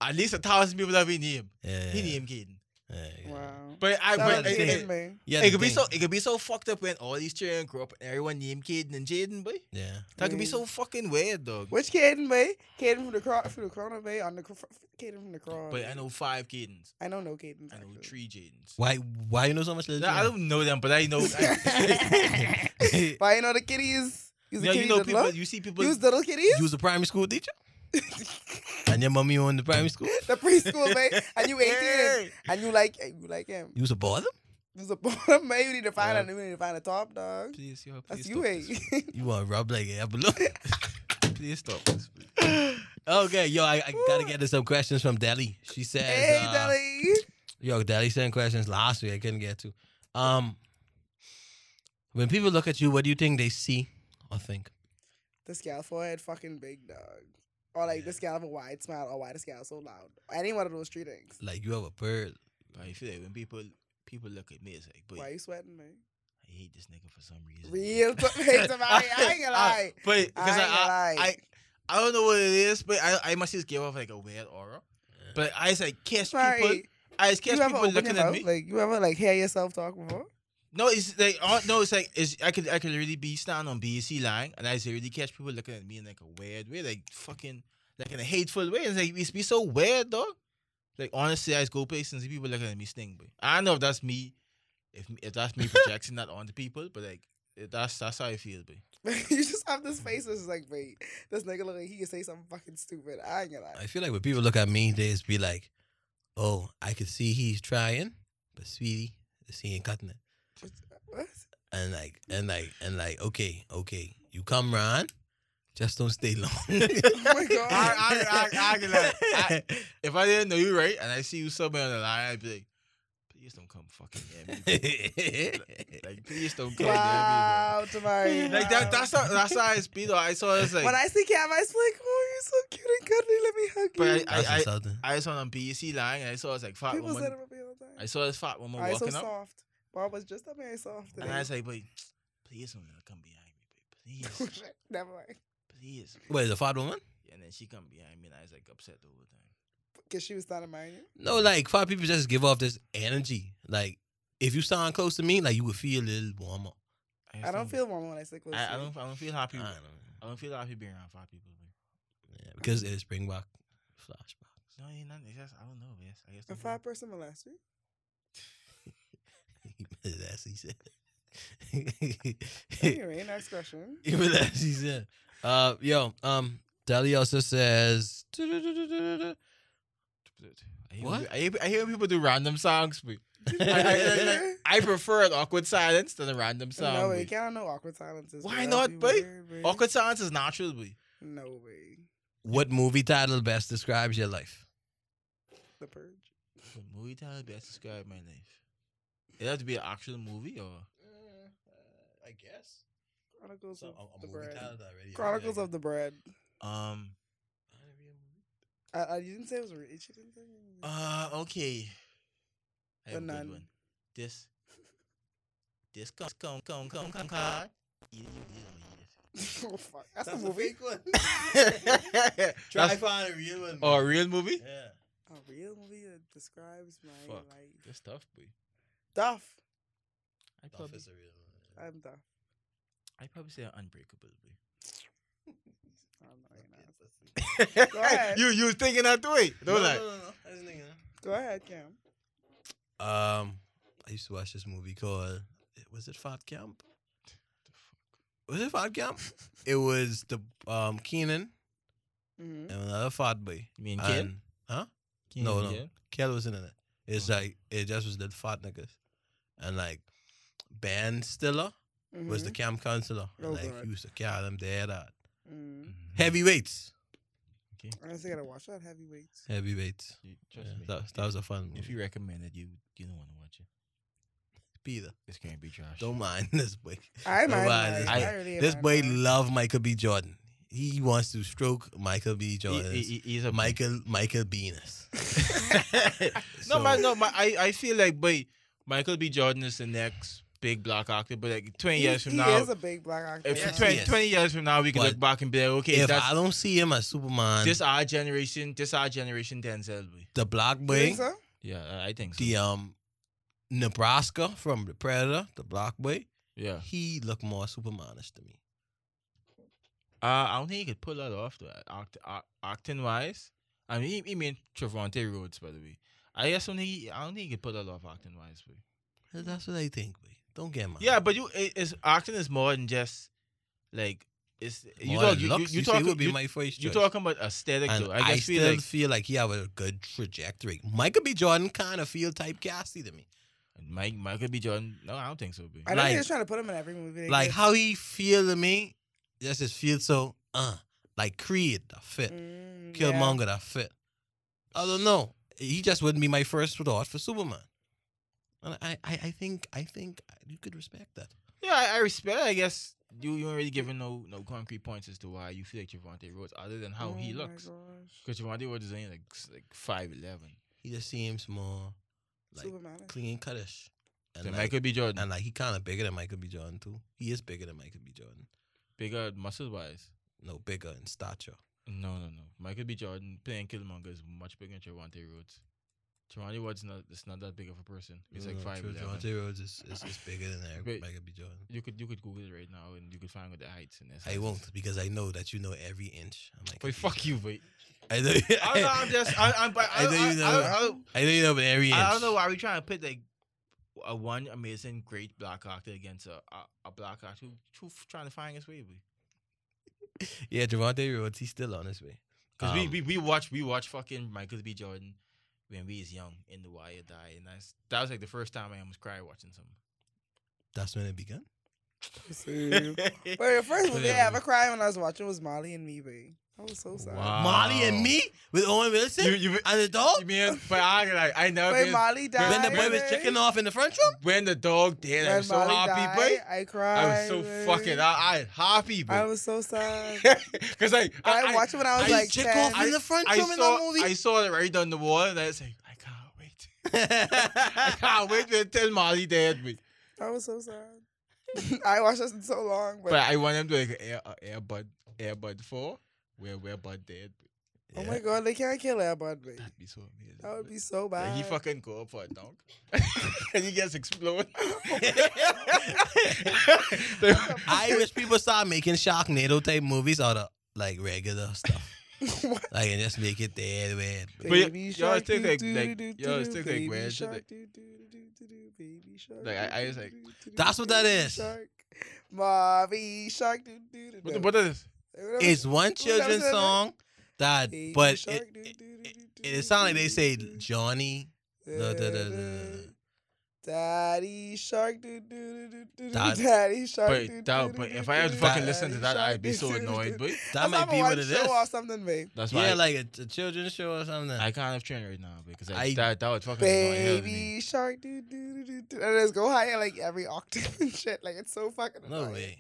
[SPEAKER 2] at least a thousand people have his name.
[SPEAKER 4] Yeah,
[SPEAKER 2] He
[SPEAKER 4] yeah,
[SPEAKER 2] named Caden.
[SPEAKER 4] yeah, yeah.
[SPEAKER 3] Wow.
[SPEAKER 2] But I
[SPEAKER 3] Shout out
[SPEAKER 2] but
[SPEAKER 4] was
[SPEAKER 3] to
[SPEAKER 2] it,
[SPEAKER 4] the
[SPEAKER 2] it,
[SPEAKER 3] Jaden,
[SPEAKER 4] thing.
[SPEAKER 3] man.
[SPEAKER 4] Yeah,
[SPEAKER 2] it
[SPEAKER 4] the
[SPEAKER 2] could be
[SPEAKER 4] thing.
[SPEAKER 2] so it could be so fucked up when all these children grow up and everyone named Caden and Jaden, boy.
[SPEAKER 4] Yeah.
[SPEAKER 2] That could be
[SPEAKER 3] Mm.
[SPEAKER 2] so fucking weird, dog.
[SPEAKER 3] Which Caden Bay? Caden from the cross, from the corner Bay on the cro- Caden from the cross.
[SPEAKER 2] But I know five Cadens.
[SPEAKER 3] I don't know Caden.
[SPEAKER 2] I know three Jadens.
[SPEAKER 4] Why? Why you know so much? Lil
[SPEAKER 2] Nah, I
[SPEAKER 4] Jon?
[SPEAKER 2] don't know them, but I know. I,
[SPEAKER 3] but I know the kitties. Use the
[SPEAKER 2] Now,
[SPEAKER 3] kitty
[SPEAKER 2] you know
[SPEAKER 3] that
[SPEAKER 2] people.
[SPEAKER 3] love-
[SPEAKER 2] You see people.
[SPEAKER 3] Use little kitties.
[SPEAKER 4] You was a primary school teacher? and your mommy on the primary school.
[SPEAKER 3] the preschool, mate. And you 18 and, and you like you like him.
[SPEAKER 4] You was a bother.
[SPEAKER 3] There's a bottom, man. You need to find a you need to find a top dog.
[SPEAKER 2] Please, yo, please
[SPEAKER 3] That's
[SPEAKER 2] stop
[SPEAKER 3] you eh?
[SPEAKER 2] this.
[SPEAKER 3] eight.
[SPEAKER 4] You want to rub like a below.
[SPEAKER 2] Please stop this. please.
[SPEAKER 4] Okay, yo, I, I gotta get to some questions from Deli. She says,
[SPEAKER 3] hey,
[SPEAKER 4] uh,
[SPEAKER 3] Deli.
[SPEAKER 4] Yo, Deli sent questions last week. I couldn't get to. Um, when people look at you, what do you think they see or think?
[SPEAKER 3] This gal forehead fucking big dog. Or like this gal have a wide smile, or why this gal so loud. Any one of those three things.
[SPEAKER 4] Like you have a bird.
[SPEAKER 2] But I feel like when people people look at me, it's like, but
[SPEAKER 3] Why
[SPEAKER 2] I
[SPEAKER 3] you sweating, man?
[SPEAKER 2] hate this nigga for some reason.
[SPEAKER 3] Real to hey, Tamari, I ain't gonna lie.
[SPEAKER 2] But
[SPEAKER 3] I
[SPEAKER 2] Ah, because
[SPEAKER 3] ain't gonna
[SPEAKER 2] I, I,
[SPEAKER 3] lie.
[SPEAKER 2] I, I don't know what it is, but I, I must just give off like a weird aura. But I just like catch people.
[SPEAKER 3] Sorry.
[SPEAKER 2] I just
[SPEAKER 3] You
[SPEAKER 2] catch
[SPEAKER 3] ever
[SPEAKER 2] people
[SPEAKER 3] open your
[SPEAKER 2] looking at me.
[SPEAKER 3] mouth? Like you ever like hear yourself talk before?
[SPEAKER 2] No, it's like uh, no, it's like it's, I could I could really be standing on BEC line and I just really catch people looking at me in like a weird way, like fucking like in a hateful way. It's like it's be so weird though. Like honestly, I just go places and see people looking at me sting. But I don't know if that's me, if if that's me projecting that onto people, but like it- that's that's how I feel. But
[SPEAKER 3] you just have this face that's just like, wait, this nigga look like he can say something fucking stupid. I ain't gonna lie.
[SPEAKER 4] I feel like when people look at me, they just be like, "Oh, I can see he's trying, but sweetie, he ain't cutting it."
[SPEAKER 3] What?
[SPEAKER 4] And like, and like, and like, okay, okay, you come round, just don't stay long.
[SPEAKER 3] Oh my god.
[SPEAKER 2] I, I, I, I, can, like, I, if I didn't know you right and I see you somewhere on the line, I'd be like, please don't come fucking near me. Like please don't come near me.
[SPEAKER 3] wow, Tamari.
[SPEAKER 2] Like that, that's how that's how it's be though. I saw it's like
[SPEAKER 3] when I see Cam, I was like, oh, you're so cute and cuddly. Let me hug
[SPEAKER 2] But
[SPEAKER 3] you.
[SPEAKER 2] I-
[SPEAKER 4] That's insulting.
[SPEAKER 2] I saw on BEC line and I saw this like fat
[SPEAKER 3] People
[SPEAKER 2] woman.
[SPEAKER 3] said it about me all the time.
[SPEAKER 2] I saw this fat woman
[SPEAKER 3] I so
[SPEAKER 2] walking up,
[SPEAKER 3] soft. Bob was just up here soft.
[SPEAKER 2] and I was
[SPEAKER 3] today.
[SPEAKER 2] like, "Wait, please don't let her come behind me, babe. Please,
[SPEAKER 3] Never mind.
[SPEAKER 2] please."
[SPEAKER 4] Wait, is a fat woman?
[SPEAKER 2] And then she come behind me, and I was like upset the whole time.
[SPEAKER 3] Because she was standing behind you.
[SPEAKER 4] No, like fat people just give off this energy. Like if you stand close to me, like you would feel a little warmer.
[SPEAKER 2] just
[SPEAKER 3] I don't feel warm when I sit close
[SPEAKER 2] I,
[SPEAKER 3] to
[SPEAKER 2] I
[SPEAKER 3] you.
[SPEAKER 2] don't. I don't feel happy.
[SPEAKER 4] I
[SPEAKER 2] I
[SPEAKER 4] don't
[SPEAKER 2] don't, feel happy being around fat people. babe.
[SPEAKER 4] Yeah, because it's Springbok flashback.
[SPEAKER 2] No, it ain't nothing. It's just I don't know. Yes, I guess.
[SPEAKER 3] A
[SPEAKER 2] don't feel-
[SPEAKER 3] fat person molested you?
[SPEAKER 4] That's what he said.
[SPEAKER 3] Anyway, next question.
[SPEAKER 4] Even that she said. Uh, yo, um, Dali also says.
[SPEAKER 2] I hear
[SPEAKER 4] What?
[SPEAKER 2] people- I hear, I hear people do random songs, but I, I- I- like, I prefer an awkward silence than a random song.
[SPEAKER 3] no way.
[SPEAKER 2] babe.
[SPEAKER 3] Can't know awkward silences.
[SPEAKER 2] Why
[SPEAKER 3] That'd
[SPEAKER 2] not,
[SPEAKER 3] be
[SPEAKER 2] babe?
[SPEAKER 3] weird, babe.
[SPEAKER 2] Awkward silence is natural, but
[SPEAKER 3] No way.
[SPEAKER 4] What movie title best describes your life?
[SPEAKER 3] The purge.
[SPEAKER 2] The movie title best describe my life. It has to be an actual movie or
[SPEAKER 4] I guess.
[SPEAKER 3] Chronicles of the bread. Chronicles of the bread.
[SPEAKER 2] um
[SPEAKER 3] I, I you didn't say it was rich. You didn't say it was-
[SPEAKER 2] uh okay. I
[SPEAKER 3] The
[SPEAKER 2] have a good
[SPEAKER 3] Nun.
[SPEAKER 2] one. This this come come come come come come. Eat it,
[SPEAKER 3] oh, fuck. That's, a movie.
[SPEAKER 4] one.
[SPEAKER 2] eat it, eat it. That's-
[SPEAKER 4] find a real one.
[SPEAKER 2] Oh, a real movie?
[SPEAKER 4] yeah.
[SPEAKER 3] A real movie that describes my
[SPEAKER 2] Fuck.
[SPEAKER 3] life.
[SPEAKER 2] That's tough, boy.
[SPEAKER 3] Duff.
[SPEAKER 2] I probably,
[SPEAKER 4] a real one.
[SPEAKER 3] I'm Duff.
[SPEAKER 2] I probably say unbreakable, boy.
[SPEAKER 3] I'm not gonna ask. Go ahead.
[SPEAKER 2] you you thinking that way? Don't lie.
[SPEAKER 3] Go ahead, Cam.
[SPEAKER 4] Um, I used to watch this movie called Was it Fat Camp? Was it Fat Camp? it was the um Keenan
[SPEAKER 3] Mm-hmm.
[SPEAKER 4] and another Fat Boy.
[SPEAKER 2] You mean Ken?
[SPEAKER 4] And, huh?
[SPEAKER 2] Ken
[SPEAKER 4] no,
[SPEAKER 2] and
[SPEAKER 4] no.
[SPEAKER 2] Ken?
[SPEAKER 4] Kel wasn't in it. It's
[SPEAKER 2] Oh.
[SPEAKER 4] like it just was the fat niggas, and like Ben Stiller
[SPEAKER 3] mm-hmm,
[SPEAKER 4] was the camp counselor. And,
[SPEAKER 3] Oh,
[SPEAKER 4] like
[SPEAKER 3] God.
[SPEAKER 4] he used to carry them there, that
[SPEAKER 3] Mm-hmm.
[SPEAKER 2] Hmm.
[SPEAKER 4] heavyweights,
[SPEAKER 3] I honestly gotta watch that heavyweights.
[SPEAKER 4] heavyweights.
[SPEAKER 2] You- Trust
[SPEAKER 4] Yeah,
[SPEAKER 2] me.
[SPEAKER 4] that, that was a fun movie.
[SPEAKER 2] if you recommend it, you you don't want to watch it.
[SPEAKER 4] Peter,
[SPEAKER 2] This can't be trash.
[SPEAKER 4] don't mind this boy.
[SPEAKER 3] I mind
[SPEAKER 4] mind
[SPEAKER 3] mine. I,
[SPEAKER 4] this.
[SPEAKER 3] really
[SPEAKER 4] This
[SPEAKER 3] mind
[SPEAKER 4] boy
[SPEAKER 3] mine.
[SPEAKER 4] love Michael B. Jordan. He wants to stroke Michael B.
[SPEAKER 2] He-
[SPEAKER 4] Jordan.
[SPEAKER 2] he- he- he's a
[SPEAKER 4] Michael Michael Venus.
[SPEAKER 2] no, man, no, my, I, I feel like, boy, Michael B. Jordan is the next big black actor, but like 20
[SPEAKER 3] He,
[SPEAKER 2] years from
[SPEAKER 3] he
[SPEAKER 2] now,
[SPEAKER 3] is a big black actor.
[SPEAKER 2] if
[SPEAKER 4] Yes,
[SPEAKER 2] 20,
[SPEAKER 4] he is.
[SPEAKER 2] 20 years from now, we can
[SPEAKER 4] But
[SPEAKER 2] look back and be like, okay,
[SPEAKER 4] if
[SPEAKER 2] that's
[SPEAKER 4] I don't see him as Superman,
[SPEAKER 2] this our generation, this our generation Denzel. Boy.
[SPEAKER 4] the black
[SPEAKER 3] You
[SPEAKER 4] boy,
[SPEAKER 3] think so?
[SPEAKER 2] Yeah, I- I think so.
[SPEAKER 4] the um Nebraska from the Predator, the black boy,
[SPEAKER 2] yeah.
[SPEAKER 4] he looked more Supermanish to me.
[SPEAKER 2] Uh, I don't think he could pull that off, though, act, act, acting wise. I mean, he, he mean Trevante Rhodes, by the way. I guess only he, I don't think he could pull that off acting wise, boy.
[SPEAKER 4] That's what I think, boy. Don't get mad.
[SPEAKER 2] Yeah, but you it, it's acting is more than just like It's you
[SPEAKER 4] More
[SPEAKER 2] talk, you, you,
[SPEAKER 4] looks,
[SPEAKER 2] you
[SPEAKER 4] say
[SPEAKER 2] talking
[SPEAKER 4] would be
[SPEAKER 2] you,
[SPEAKER 4] my first
[SPEAKER 2] you
[SPEAKER 4] choice.
[SPEAKER 2] talking about aesthetic
[SPEAKER 4] And
[SPEAKER 2] though.
[SPEAKER 4] I,
[SPEAKER 2] I guess
[SPEAKER 4] still
[SPEAKER 2] feel like
[SPEAKER 4] feel like he have a good trajectory. Michael B. Jordan kind of feel typecasty to me.
[SPEAKER 2] Mike Michael B. Jordan. No, I don't think so. B.
[SPEAKER 3] I don't
[SPEAKER 4] Like-
[SPEAKER 3] think they're trying to put him in every movie. they
[SPEAKER 4] Like
[SPEAKER 3] get.
[SPEAKER 4] how he feel to me, that's just feel so uh like Creed that fit,
[SPEAKER 3] Mm, yeah.
[SPEAKER 4] Killmonger that fit. I don't know. He just wouldn't be my first thought for Superman. And I, I, I think I think you could respect that.
[SPEAKER 2] Yeah, I, I respect. it. I guess you you ain't really giving no no concrete points as to why you feel like Javante Rhodes, other than how
[SPEAKER 3] Oh
[SPEAKER 2] he
[SPEAKER 3] my
[SPEAKER 2] looks.
[SPEAKER 3] gosh.
[SPEAKER 2] Because Javante Rhodes is only like s- like five eleven.
[SPEAKER 4] He just seems more like
[SPEAKER 3] Superman. is-
[SPEAKER 4] clean cutish. And
[SPEAKER 2] Then
[SPEAKER 4] like,
[SPEAKER 2] Michael B. Jordan,
[SPEAKER 4] and like he kind of bigger than Michael B. Jordan too. He is bigger than Michael B. Jordan.
[SPEAKER 2] bigger muscle wise.
[SPEAKER 4] No, bigger in stature.
[SPEAKER 2] No, no, no. Michael B. Jordan playing Killmonger is much bigger than Javante Rhodes. Javante Rhodes not it's not that big of a person. He's like five eleven.
[SPEAKER 4] Javante Rhodes is, is, is bigger than Eric-
[SPEAKER 2] Wait.
[SPEAKER 4] Michael B. Jordan.
[SPEAKER 2] You could you could Google it right now and you could find out the heights and this.
[SPEAKER 4] I won't because I know that you know every inch. I'm like,
[SPEAKER 2] Wait, fuck you, wait.
[SPEAKER 4] I know.
[SPEAKER 2] I don't know, I'm just I I'm but I,
[SPEAKER 4] I know you
[SPEAKER 2] I,
[SPEAKER 4] know.
[SPEAKER 2] I, I, I,
[SPEAKER 4] I know you know every inch.
[SPEAKER 2] I don't know why we trying to put like a one amazing great black actor against a a, a black actor who, who f- trying to find his way.
[SPEAKER 4] Yeah, Javante Rhodes, he's still on his way.
[SPEAKER 2] Because
[SPEAKER 4] Um,
[SPEAKER 2] we, we we watch we watch fucking Michael B. Jordan when we was young in the wire die, and that's that was like the first time I almost cried watching something.
[SPEAKER 4] That's when it began.
[SPEAKER 3] See. But the first movie I
[SPEAKER 4] Whatever.
[SPEAKER 3] ever cried when I was watching was Molly and Me, babe. I was so sad.
[SPEAKER 2] Wow.
[SPEAKER 4] Molly and me with Owen Wilson.
[SPEAKER 2] You- you-
[SPEAKER 4] and the dog.
[SPEAKER 2] you mean, but I like I never
[SPEAKER 3] When
[SPEAKER 2] been-
[SPEAKER 3] Molly died,
[SPEAKER 4] when the boy was
[SPEAKER 3] babe.
[SPEAKER 4] checking off in the front room.
[SPEAKER 2] when the dog did. I
[SPEAKER 3] When
[SPEAKER 2] was so
[SPEAKER 3] Molly
[SPEAKER 2] happy,
[SPEAKER 3] died,
[SPEAKER 2] but
[SPEAKER 3] I cried.
[SPEAKER 2] I was so
[SPEAKER 3] babe.
[SPEAKER 2] fucking I, I happy,
[SPEAKER 3] I
[SPEAKER 2] but
[SPEAKER 3] was so sad.
[SPEAKER 2] because like
[SPEAKER 3] I, watched it when I was
[SPEAKER 4] You
[SPEAKER 3] like
[SPEAKER 4] check
[SPEAKER 3] 10.
[SPEAKER 4] off in the front
[SPEAKER 2] I
[SPEAKER 4] room in
[SPEAKER 2] saw,
[SPEAKER 4] that movie.
[SPEAKER 2] I saw it right on the wall, and I was like, I can't wait. I can't wait to tell Molly dead me.
[SPEAKER 3] I was so sad. I watched this in so long, but,
[SPEAKER 2] But I want him to like air, uh, air bud, air bud four, where where bud dead.
[SPEAKER 3] oh my god, they can't kill her, bud. babe.
[SPEAKER 2] That'd be so amazing.
[SPEAKER 3] That would be so
[SPEAKER 2] Like,
[SPEAKER 3] bad.
[SPEAKER 2] he fucking go up for a dunk, and he gets exploded.
[SPEAKER 3] Oh
[SPEAKER 4] I wish people start making Sharknado type movies out of like regular stuff.
[SPEAKER 3] What?
[SPEAKER 4] Like and just make it dead weird.
[SPEAKER 2] But yeah,
[SPEAKER 3] Baby
[SPEAKER 2] y'all
[SPEAKER 3] shark,
[SPEAKER 2] still
[SPEAKER 3] doo
[SPEAKER 2] like-
[SPEAKER 3] doo
[SPEAKER 2] like-
[SPEAKER 3] doo
[SPEAKER 2] y'all
[SPEAKER 3] doo doo,
[SPEAKER 2] still like
[SPEAKER 3] baby
[SPEAKER 2] weird shit,
[SPEAKER 3] shark,
[SPEAKER 2] like-
[SPEAKER 3] doo doo doo doo doo doo, baby shark,
[SPEAKER 2] Like, I-
[SPEAKER 3] doo
[SPEAKER 2] I
[SPEAKER 3] doo
[SPEAKER 2] was
[SPEAKER 3] doo
[SPEAKER 2] like-
[SPEAKER 3] doo doo,
[SPEAKER 4] That's what that
[SPEAKER 3] baby
[SPEAKER 4] is.
[SPEAKER 3] shark. Mommy shark, doo doo doo,
[SPEAKER 2] What,
[SPEAKER 3] doo.
[SPEAKER 2] the- what is this?
[SPEAKER 3] Whatever.
[SPEAKER 4] It's one
[SPEAKER 3] Who knows
[SPEAKER 4] children's
[SPEAKER 3] that?
[SPEAKER 4] song that,
[SPEAKER 3] Baby
[SPEAKER 4] but
[SPEAKER 3] shark,
[SPEAKER 4] it,
[SPEAKER 3] doo
[SPEAKER 4] it,
[SPEAKER 3] doo doo
[SPEAKER 4] it,
[SPEAKER 3] doo
[SPEAKER 4] it
[SPEAKER 3] doo
[SPEAKER 4] sounds like
[SPEAKER 3] doo
[SPEAKER 4] they say
[SPEAKER 3] doo.
[SPEAKER 4] Johnny. da, da, da, da, da.
[SPEAKER 3] Daddy shark, doo doo doo doo doo, doo.
[SPEAKER 4] That-
[SPEAKER 3] Daddy shark,
[SPEAKER 2] But
[SPEAKER 3] doo
[SPEAKER 2] that-
[SPEAKER 3] doo doo
[SPEAKER 2] but
[SPEAKER 3] doo
[SPEAKER 2] if I had
[SPEAKER 3] doo,
[SPEAKER 2] to fucking
[SPEAKER 3] daddy
[SPEAKER 2] listen to that,
[SPEAKER 3] shark,
[SPEAKER 2] I'd be
[SPEAKER 3] doo
[SPEAKER 2] so
[SPEAKER 3] doo doo
[SPEAKER 2] annoyed.
[SPEAKER 3] doo.
[SPEAKER 2] But
[SPEAKER 4] That
[SPEAKER 3] That's
[SPEAKER 4] might
[SPEAKER 3] how
[SPEAKER 4] be
[SPEAKER 3] I
[SPEAKER 4] what
[SPEAKER 3] watch
[SPEAKER 4] it
[SPEAKER 3] show
[SPEAKER 4] is.
[SPEAKER 3] or something, babe.
[SPEAKER 2] that's why
[SPEAKER 4] Yeah,
[SPEAKER 2] I,
[SPEAKER 4] like a, a children's show or something.
[SPEAKER 2] I can't have train right now because like,
[SPEAKER 4] I-
[SPEAKER 2] that that would fucking annoy the hell out of me.
[SPEAKER 3] Baby shark, doo doo doo doo doo. And it's go higher like every octave and shit. Like it's so fucking.
[SPEAKER 4] no
[SPEAKER 3] annoying.
[SPEAKER 4] way.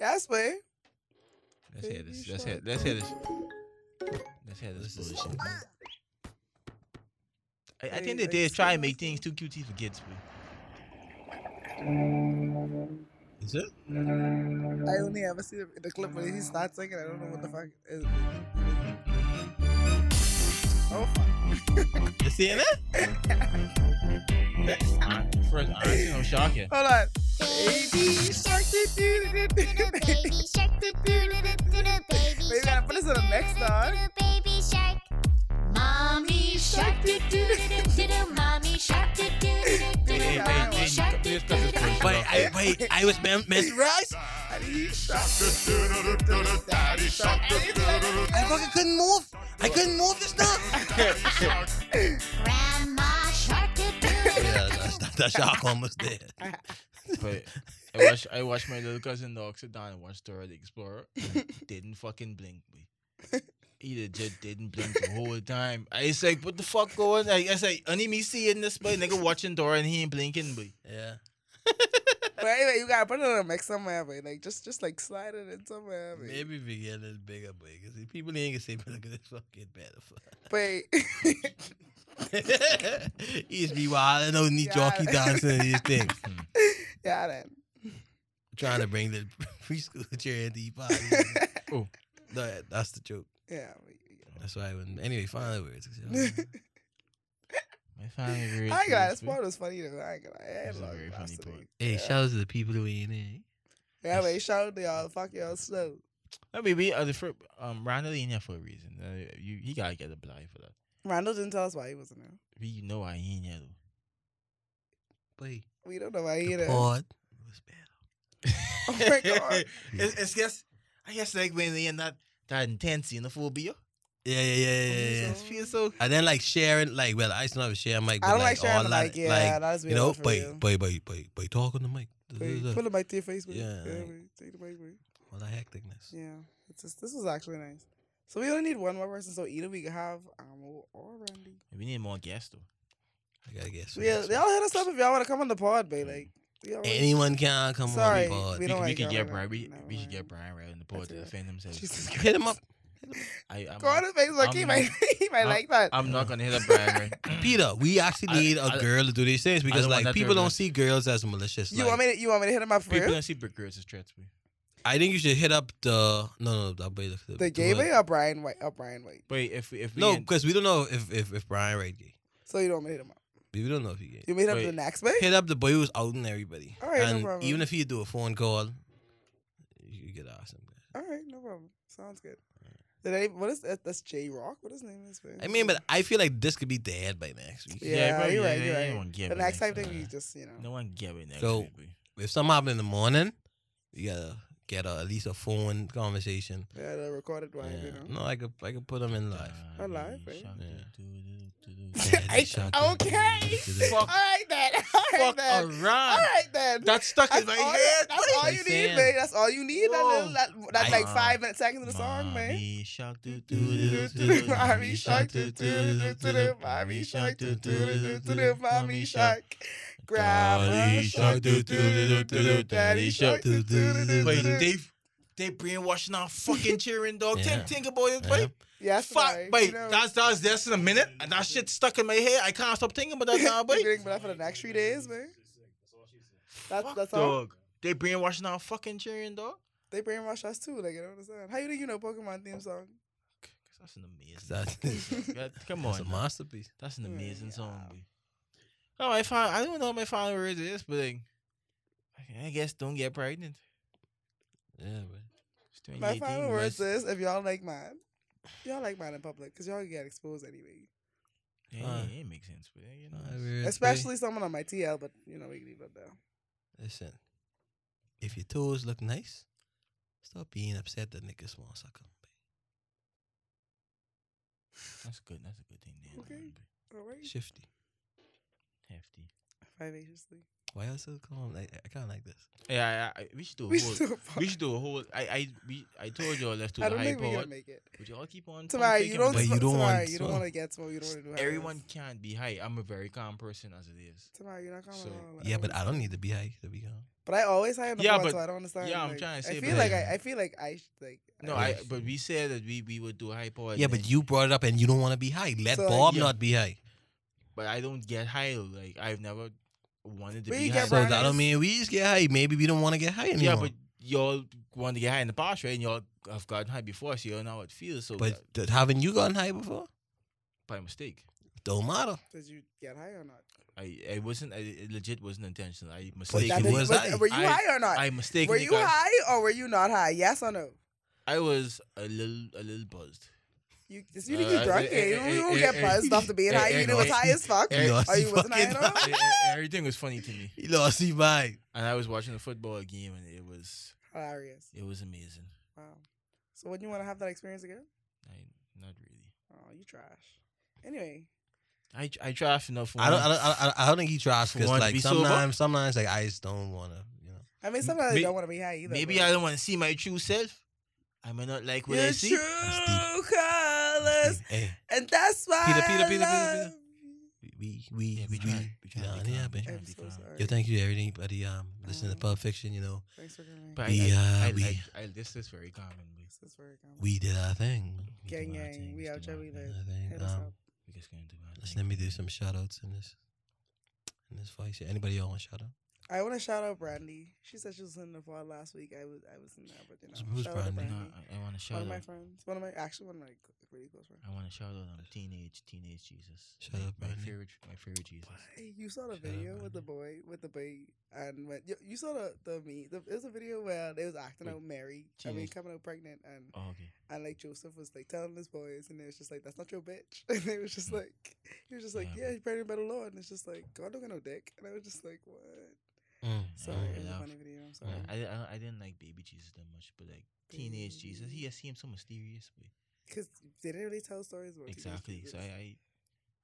[SPEAKER 3] Yes, babe.
[SPEAKER 2] Let's hear
[SPEAKER 3] Baby
[SPEAKER 2] this. Let's
[SPEAKER 3] shark.
[SPEAKER 2] hear. Let's hear this. Let's hear this
[SPEAKER 4] This is-
[SPEAKER 2] bullshit. man. I, I
[SPEAKER 3] Hey,
[SPEAKER 2] think that
[SPEAKER 3] like,
[SPEAKER 2] they try
[SPEAKER 3] see
[SPEAKER 2] and make
[SPEAKER 3] what's
[SPEAKER 2] things too cutesy for kids. Bro.
[SPEAKER 4] Is it?
[SPEAKER 3] I only ever see the, the clip where he starts singing. I don't know what the fuck. Is. Oh fuck!
[SPEAKER 4] You seeing it?
[SPEAKER 2] First, I don't see no shock here.
[SPEAKER 3] Hold on. Baby shark, doo doo doo doo doo.
[SPEAKER 10] Baby shark, doo doo doo doo doo doo,
[SPEAKER 3] Baby
[SPEAKER 10] baby
[SPEAKER 3] gotta
[SPEAKER 10] shark,
[SPEAKER 3] put
[SPEAKER 10] doo
[SPEAKER 3] us on the next
[SPEAKER 10] doo doo
[SPEAKER 3] song.
[SPEAKER 10] doo doo, baby shark. Mommy shark, doo doo doo doo doo doo, mommy shark, doo doo doo doo doo,
[SPEAKER 2] Hey, hey,
[SPEAKER 10] doo,
[SPEAKER 2] hey,
[SPEAKER 10] mommy shark,
[SPEAKER 2] hey,
[SPEAKER 10] doo
[SPEAKER 2] you
[SPEAKER 10] doo
[SPEAKER 2] cut
[SPEAKER 10] doo
[SPEAKER 2] this
[SPEAKER 10] doo.
[SPEAKER 2] bullshit
[SPEAKER 4] Wait,
[SPEAKER 2] off.
[SPEAKER 4] I, wait, I was mem- mesmerized.
[SPEAKER 3] Daddy shark, doo doo doo doo. Daddy shark, doo doo doo
[SPEAKER 4] I fucking couldn't move. I couldn't move just now.
[SPEAKER 10] Grandma shark, doo doo doo.
[SPEAKER 4] yeah, that, that, that shark almost dead.
[SPEAKER 2] But I watched I watched my little cousin dog sit down and watch Dora the Explorer. didn't fucking blink me. He legit didn't blink the whole time. I was like, what the fuck going? Like, I was like, only me seeing this, but nigga watching Dora and he ain't blinking. But
[SPEAKER 4] Yeah.
[SPEAKER 3] But anyway, you gotta put it on a mix somewhere, babe. Like just, just like slide it in somewhere, babe.
[SPEAKER 4] Maybe we get a little bigger, boy. Because people ain't gonna say, but look at this fucking better.
[SPEAKER 3] Wait.
[SPEAKER 4] he just be wild. I know knee
[SPEAKER 3] Yeah.
[SPEAKER 4] jockey dancing and these things.
[SPEAKER 3] yeah, then.
[SPEAKER 4] Trying to bring the preschool chair into your body.
[SPEAKER 2] Oh.
[SPEAKER 4] No, that- that's the joke.
[SPEAKER 3] yeah. we-
[SPEAKER 4] That's why I wouldn't. Anyway, final words.
[SPEAKER 2] my family very
[SPEAKER 3] I ain't gonna lie, this
[SPEAKER 2] curious, but-
[SPEAKER 3] part was funny though. I ain't gonna lie. I
[SPEAKER 2] This is a
[SPEAKER 3] love
[SPEAKER 2] very
[SPEAKER 3] it,
[SPEAKER 2] funny
[SPEAKER 3] honestly.
[SPEAKER 2] part.
[SPEAKER 4] hey, shout out to the people who ain't in.
[SPEAKER 3] Yeah, wait, shout out to y'all. Fuck y'all slow.
[SPEAKER 2] I mean, we are the fir- um Randall in here for a reason. Uh, you he gotta get a blind for that.
[SPEAKER 3] Randall didn't tell us why he wasn't there.
[SPEAKER 2] We know I ain't here though.
[SPEAKER 4] Boy,
[SPEAKER 3] We don't know why he
[SPEAKER 4] the
[SPEAKER 3] didn't.
[SPEAKER 4] pod was bad.
[SPEAKER 3] Oh my god.
[SPEAKER 2] it's, it's just I guess like when they're not that intense, you know,
[SPEAKER 3] Oh
[SPEAKER 2] phobia.
[SPEAKER 4] Yeah, yeah, yeah, yeah, yeah, yeah.
[SPEAKER 2] Feel so
[SPEAKER 4] And then like sharing, like, well, I still have a share mic. But,
[SPEAKER 3] I don't like
[SPEAKER 4] like,
[SPEAKER 3] sharing
[SPEAKER 4] all
[SPEAKER 3] the
[SPEAKER 4] that,
[SPEAKER 3] mic, yeah, that is
[SPEAKER 4] you know,
[SPEAKER 3] weird for you.
[SPEAKER 4] but but but but but talk on the mic.
[SPEAKER 3] Wait, Put the mic to your face, wait.
[SPEAKER 4] Yeah, like-
[SPEAKER 3] wait, Take the mic, wait.
[SPEAKER 4] All that hecticness.
[SPEAKER 3] Yeah. It's just, this was actually nice. So we only need one more person. So either we can have Amo or Randy.
[SPEAKER 2] We need more guests though.
[SPEAKER 4] I gotta guess.
[SPEAKER 3] Yeah, they all hit us up if y'all want to come on the pod, babe.
[SPEAKER 4] Mm.
[SPEAKER 3] Like, we all
[SPEAKER 4] Anyone can come
[SPEAKER 3] Sorry,
[SPEAKER 4] on the board.
[SPEAKER 3] we don't
[SPEAKER 2] we
[SPEAKER 3] like
[SPEAKER 2] could
[SPEAKER 3] y'all
[SPEAKER 2] get
[SPEAKER 3] right
[SPEAKER 2] Brian. We,
[SPEAKER 3] now.
[SPEAKER 2] we
[SPEAKER 3] Never
[SPEAKER 2] should get
[SPEAKER 3] mind.
[SPEAKER 2] Brian right on the board to
[SPEAKER 3] That's it.
[SPEAKER 2] defend himself.
[SPEAKER 3] Jesus Christ.
[SPEAKER 4] Hit him up,
[SPEAKER 2] I, I'm,
[SPEAKER 3] Go on his Facebook. he
[SPEAKER 2] I'm-
[SPEAKER 3] might, he might
[SPEAKER 2] I'm-
[SPEAKER 3] like that.
[SPEAKER 2] I'm not gonna hit up Brian. Right?
[SPEAKER 4] Peter. We actually
[SPEAKER 2] I-
[SPEAKER 4] need a
[SPEAKER 2] I-
[SPEAKER 4] girl to do these things because
[SPEAKER 2] don't
[SPEAKER 4] like
[SPEAKER 2] want that to
[SPEAKER 4] people don't
[SPEAKER 2] happen.
[SPEAKER 4] see girls as malicious.
[SPEAKER 3] you
[SPEAKER 4] like,
[SPEAKER 3] want me? To, you want me to hit him up for
[SPEAKER 2] People
[SPEAKER 3] real?
[SPEAKER 2] don't see big girls as threats. we-
[SPEAKER 4] I think you should hit up the no no the the, the,
[SPEAKER 3] The gay way
[SPEAKER 4] one-
[SPEAKER 3] or Brian White? Or Brian White.
[SPEAKER 2] But if we, if we
[SPEAKER 4] No,
[SPEAKER 2] in-
[SPEAKER 4] because we don't know if if, if Brian right gay.
[SPEAKER 3] So you don't want me to hit him up?
[SPEAKER 4] We don't know if he gay.
[SPEAKER 3] You meet up to
[SPEAKER 2] Wait.
[SPEAKER 3] the next way?
[SPEAKER 4] Hit up the boy who's outing everybody.
[SPEAKER 3] All right, no
[SPEAKER 4] and
[SPEAKER 3] problem.
[SPEAKER 4] even if he do a phone call, you could ask him. that.
[SPEAKER 3] All right, no problem. Sounds good. Did any, what is that? That's J Rock. What his name is? man?
[SPEAKER 4] I mean, but I feel like this could be dead by next week.
[SPEAKER 3] yeah,
[SPEAKER 2] bro,
[SPEAKER 3] you're right,
[SPEAKER 2] yeah,
[SPEAKER 3] you're
[SPEAKER 2] yeah,
[SPEAKER 3] right.
[SPEAKER 2] no one get
[SPEAKER 3] the
[SPEAKER 2] it
[SPEAKER 3] next time
[SPEAKER 2] next
[SPEAKER 3] thing
[SPEAKER 2] time.
[SPEAKER 3] we just you know.
[SPEAKER 2] no one get it next
[SPEAKER 4] So-
[SPEAKER 2] week. we-
[SPEAKER 4] If something happen in the morning, you gotta get a, at least a phone conversation.
[SPEAKER 3] Yeah, the recorded one,
[SPEAKER 4] Yeah.
[SPEAKER 3] you know.
[SPEAKER 4] No, I could I could put them in live.
[SPEAKER 3] Alive, right?
[SPEAKER 2] Yeah.
[SPEAKER 3] I- okay. All
[SPEAKER 2] Fuck.
[SPEAKER 3] right then. All right
[SPEAKER 2] Fuck
[SPEAKER 3] then. All
[SPEAKER 2] around.
[SPEAKER 3] right then.
[SPEAKER 2] That stuck
[SPEAKER 3] that's
[SPEAKER 2] in my
[SPEAKER 3] all,
[SPEAKER 2] head.
[SPEAKER 3] that's all you need,
[SPEAKER 4] saying.
[SPEAKER 3] man. That's all you need. That,
[SPEAKER 2] Whoa.
[SPEAKER 3] little, that, that
[SPEAKER 4] I- uh,
[SPEAKER 3] like five minute seconds of the song, man.
[SPEAKER 2] Mommy shark do do do do do.
[SPEAKER 3] Mommy shark, do do do do do. Mommy shark, do do do do do. Mommy shark, grandma
[SPEAKER 2] Daddy
[SPEAKER 3] shark,
[SPEAKER 2] shark,
[SPEAKER 3] do do do do. Daddy shark, do do do
[SPEAKER 2] Wait,
[SPEAKER 3] do.
[SPEAKER 2] they they brainwashing our fucking cheering dog.
[SPEAKER 4] Yeah.
[SPEAKER 2] Think think about it, wait.
[SPEAKER 3] Yes,
[SPEAKER 2] Fuck,
[SPEAKER 3] right.
[SPEAKER 2] wait.
[SPEAKER 3] You know,
[SPEAKER 2] That's that's that's in a minute, and that shit stuck in my head. I can't stop thinking about that now,
[SPEAKER 3] you
[SPEAKER 2] boy.
[SPEAKER 3] getting better for the next three days, man. That's
[SPEAKER 2] Fuck,
[SPEAKER 3] that's all.
[SPEAKER 2] dog. They brainwashing our fucking cheering dog.
[SPEAKER 3] They brainwash us too. Like I don't understand. How you think you know Pokemon theme song?
[SPEAKER 2] That's an amazing.
[SPEAKER 4] That's,
[SPEAKER 2] God, come
[SPEAKER 4] that's a
[SPEAKER 2] on, now.
[SPEAKER 4] masterpiece.
[SPEAKER 2] that's an
[SPEAKER 3] Hmm,
[SPEAKER 2] amazing song.
[SPEAKER 3] yeah.
[SPEAKER 2] Boy. Oh, my final, I don't know what my final word is, but like, I guess don't get pregnant.
[SPEAKER 4] Yeah, man.
[SPEAKER 3] My
[SPEAKER 2] 2018
[SPEAKER 3] final words is
[SPEAKER 2] was-
[SPEAKER 3] if y'all like mine, y'all like mine in public because y'all get exposed anyway.
[SPEAKER 2] Yeah,
[SPEAKER 4] Uh,
[SPEAKER 2] yeah, it makes sense. But yeah, you know,
[SPEAKER 4] Nah,
[SPEAKER 2] it's-
[SPEAKER 4] weird,
[SPEAKER 3] Especially someone on my TL, but you know we can leave that there.
[SPEAKER 4] boy. listen. If your toes look nice, stop being upset that niggas want to suck 'em, boy.
[SPEAKER 2] that's good. That's a good thing. There,
[SPEAKER 3] Okay. All right.
[SPEAKER 4] Shifty.
[SPEAKER 2] Hefty.
[SPEAKER 3] Vivaciously.
[SPEAKER 4] Why you so calm? Like, I kind of like this.
[SPEAKER 2] Yeah, I, I, we should do a
[SPEAKER 3] We
[SPEAKER 2] whole.
[SPEAKER 3] should do a pod.
[SPEAKER 2] we should do a whole. I I we, I told y'all let's do
[SPEAKER 3] I
[SPEAKER 2] a
[SPEAKER 3] don't
[SPEAKER 2] high
[SPEAKER 3] think we're gonna
[SPEAKER 2] pod.
[SPEAKER 3] make it.
[SPEAKER 2] But y'all keep on.
[SPEAKER 3] Tomorrow
[SPEAKER 2] thinking
[SPEAKER 3] you don't.
[SPEAKER 2] about-
[SPEAKER 4] But you
[SPEAKER 3] smoke-
[SPEAKER 4] don't
[SPEAKER 3] Tamara,
[SPEAKER 4] want
[SPEAKER 3] you don't
[SPEAKER 4] smoke.
[SPEAKER 3] to get smoke. You don't want to do. high
[SPEAKER 2] Everyone
[SPEAKER 3] roads.
[SPEAKER 2] can't be high. I'm a very calm person as it is.
[SPEAKER 3] Tamara, you're not coming.
[SPEAKER 2] So-
[SPEAKER 3] along with
[SPEAKER 4] Yeah,
[SPEAKER 3] us.
[SPEAKER 4] but I don't need to be high to be calm.
[SPEAKER 3] But I always hire the
[SPEAKER 2] Yeah,
[SPEAKER 3] yeah,
[SPEAKER 2] but-
[SPEAKER 3] so I don't understand.
[SPEAKER 2] yeah, I'm
[SPEAKER 3] like,
[SPEAKER 2] trying to say,
[SPEAKER 3] I
[SPEAKER 2] but
[SPEAKER 3] feel like
[SPEAKER 4] like-
[SPEAKER 3] I, I feel like I sh- like.
[SPEAKER 2] No, I. But we said that we we would do a high pod.
[SPEAKER 4] Yeah,
[SPEAKER 2] and
[SPEAKER 4] but
[SPEAKER 2] then-
[SPEAKER 4] you brought it up and you don't want to be high. Let
[SPEAKER 3] So, like,
[SPEAKER 4] Bob
[SPEAKER 2] yeah.
[SPEAKER 4] not be high.
[SPEAKER 2] But I don't get high. Like I've never wanted to
[SPEAKER 3] But
[SPEAKER 2] be
[SPEAKER 3] you
[SPEAKER 2] high.
[SPEAKER 3] get
[SPEAKER 4] So
[SPEAKER 3] Brian
[SPEAKER 4] that
[SPEAKER 3] is-
[SPEAKER 4] don't mean we just get high. Maybe we don't want to get high anymore.
[SPEAKER 2] yeah, but y'all want to get high in the past, right? And y'all have gotten high before, so you know how it feels. So
[SPEAKER 4] but
[SPEAKER 2] that-
[SPEAKER 4] th- haven't you gotten high before?
[SPEAKER 2] by mistake.
[SPEAKER 4] Don't matter.
[SPEAKER 3] Did you get high or not?
[SPEAKER 2] I, I wasn't I, it legit wasn't intentional. I
[SPEAKER 4] That
[SPEAKER 2] mistakenly
[SPEAKER 4] didn't- was high.
[SPEAKER 3] Were you
[SPEAKER 2] I-
[SPEAKER 3] high or not?
[SPEAKER 2] I mistakenly
[SPEAKER 3] were you
[SPEAKER 2] got-
[SPEAKER 3] high or were you not high? Yes or no?
[SPEAKER 2] I was a little a little buzzed.
[SPEAKER 3] You just you think
[SPEAKER 2] Uh,
[SPEAKER 3] you drunk
[SPEAKER 2] eh,
[SPEAKER 3] yeah. You
[SPEAKER 2] eh,
[SPEAKER 3] you don't
[SPEAKER 2] eh,
[SPEAKER 3] get
[SPEAKER 2] eh,
[SPEAKER 3] buzzed off the being
[SPEAKER 2] eh,
[SPEAKER 3] high.
[SPEAKER 2] eh,
[SPEAKER 3] You knew it was
[SPEAKER 2] no.
[SPEAKER 3] high as fuck.
[SPEAKER 2] Eh,
[SPEAKER 4] lost
[SPEAKER 3] Or
[SPEAKER 4] his
[SPEAKER 3] you wasn't high
[SPEAKER 4] fucking
[SPEAKER 3] at all.
[SPEAKER 2] E- e- Everything was funny to me.
[SPEAKER 4] He lost his mind.
[SPEAKER 2] And I was watching a football game and it was
[SPEAKER 3] Hilarious.
[SPEAKER 2] it was amazing.
[SPEAKER 3] Wow. So wouldn't you want to have that experience again?
[SPEAKER 2] I not really.
[SPEAKER 3] Oh, you trash. Anyway,
[SPEAKER 2] I I trashed enough for
[SPEAKER 4] I don't. I
[SPEAKER 2] one.
[SPEAKER 4] don't. I don't, I don't think he tries because
[SPEAKER 2] Want to
[SPEAKER 4] like
[SPEAKER 2] be sober?
[SPEAKER 4] sometimes, sometimes like I just don't want to. You know.
[SPEAKER 3] I mean sometimes I
[SPEAKER 2] May-
[SPEAKER 3] don't want to be high either.
[SPEAKER 2] Maybe
[SPEAKER 3] but-
[SPEAKER 2] I don't want to see my true self. I may not like what I
[SPEAKER 3] Your
[SPEAKER 2] see.
[SPEAKER 3] true colors,
[SPEAKER 4] Hey,
[SPEAKER 3] and that's why
[SPEAKER 4] Peter, Peter, Peter,
[SPEAKER 3] I
[SPEAKER 4] Peter,
[SPEAKER 3] love
[SPEAKER 4] Peter. we we
[SPEAKER 2] Yeah,
[SPEAKER 4] we
[SPEAKER 2] we
[SPEAKER 4] we.
[SPEAKER 2] try, we try
[SPEAKER 4] nah,
[SPEAKER 2] to be
[SPEAKER 4] yeah,
[SPEAKER 2] calm, we
[SPEAKER 4] man.
[SPEAKER 2] try
[SPEAKER 3] I'm
[SPEAKER 2] to be
[SPEAKER 3] so
[SPEAKER 2] calm.
[SPEAKER 3] sorry.
[SPEAKER 4] Yo, thank you to everybody. Um, listening to
[SPEAKER 3] Um,
[SPEAKER 4] Pulp Fiction. You know,
[SPEAKER 3] Thanks for coming.
[SPEAKER 2] But I,
[SPEAKER 4] We,
[SPEAKER 2] I, I,
[SPEAKER 4] uh, we-
[SPEAKER 2] like- I, this is very common. We
[SPEAKER 3] This is very good.
[SPEAKER 4] we did our thing. We
[SPEAKER 3] Gang,
[SPEAKER 4] do our
[SPEAKER 3] gang,
[SPEAKER 4] thing,
[SPEAKER 3] we
[SPEAKER 4] do
[SPEAKER 3] out
[SPEAKER 4] our
[SPEAKER 3] there, we
[SPEAKER 4] thing,
[SPEAKER 3] live.
[SPEAKER 4] our thing.
[SPEAKER 3] Hit us
[SPEAKER 4] Um,
[SPEAKER 3] up.
[SPEAKER 2] we just gonna do our
[SPEAKER 4] Let's
[SPEAKER 2] thing.
[SPEAKER 4] let me do some shout outs in this in this voice. Anybody y'all want to shout out?
[SPEAKER 3] I want to shout out Brandy. She said she was in the pod last week. I was, I was in there, but you know,
[SPEAKER 4] Who's
[SPEAKER 3] shout out to
[SPEAKER 4] Brandy? Uh,
[SPEAKER 2] No, I, I want to
[SPEAKER 3] One
[SPEAKER 2] shout
[SPEAKER 3] of my
[SPEAKER 2] out.
[SPEAKER 3] friends, one of my actually one of my cl- really close
[SPEAKER 4] Oh.
[SPEAKER 3] friends.
[SPEAKER 2] I want to shout out um, teenage teenage Jesus.
[SPEAKER 4] Shout out
[SPEAKER 2] my, my
[SPEAKER 4] Brandy.
[SPEAKER 2] favorite my favorite Jesus.
[SPEAKER 3] Hey, you saw the
[SPEAKER 4] Shout out
[SPEAKER 3] video with the boy, with the boy, and when, you, you saw the the me. The, it was a video where they was acting
[SPEAKER 2] Wait,
[SPEAKER 3] out Mary. I mean,
[SPEAKER 2] teenage-
[SPEAKER 3] coming out pregnant, and
[SPEAKER 2] Oh okay.
[SPEAKER 3] and like Joseph was like telling his boys, and it was just like, "That's not your bitch," and it was just
[SPEAKER 2] Hmm.
[SPEAKER 3] like, he was just like,
[SPEAKER 2] Yeah.
[SPEAKER 3] "Yeah, you're pregnant by the Lord," and it's just like, "God don't got no dick," and I was just like, "What?"
[SPEAKER 4] Mm.
[SPEAKER 3] Sorry,
[SPEAKER 2] I
[SPEAKER 3] it was a
[SPEAKER 2] love-
[SPEAKER 3] funny video. I'm sorry.
[SPEAKER 2] Yeah, I, di- I, I didn't like baby Jesus that much, but like teenage Jesus, he just seemed so mysterious. But
[SPEAKER 3] Because they didn't really tell stories about teenage
[SPEAKER 2] exactly.
[SPEAKER 3] Jesus.
[SPEAKER 2] So I, I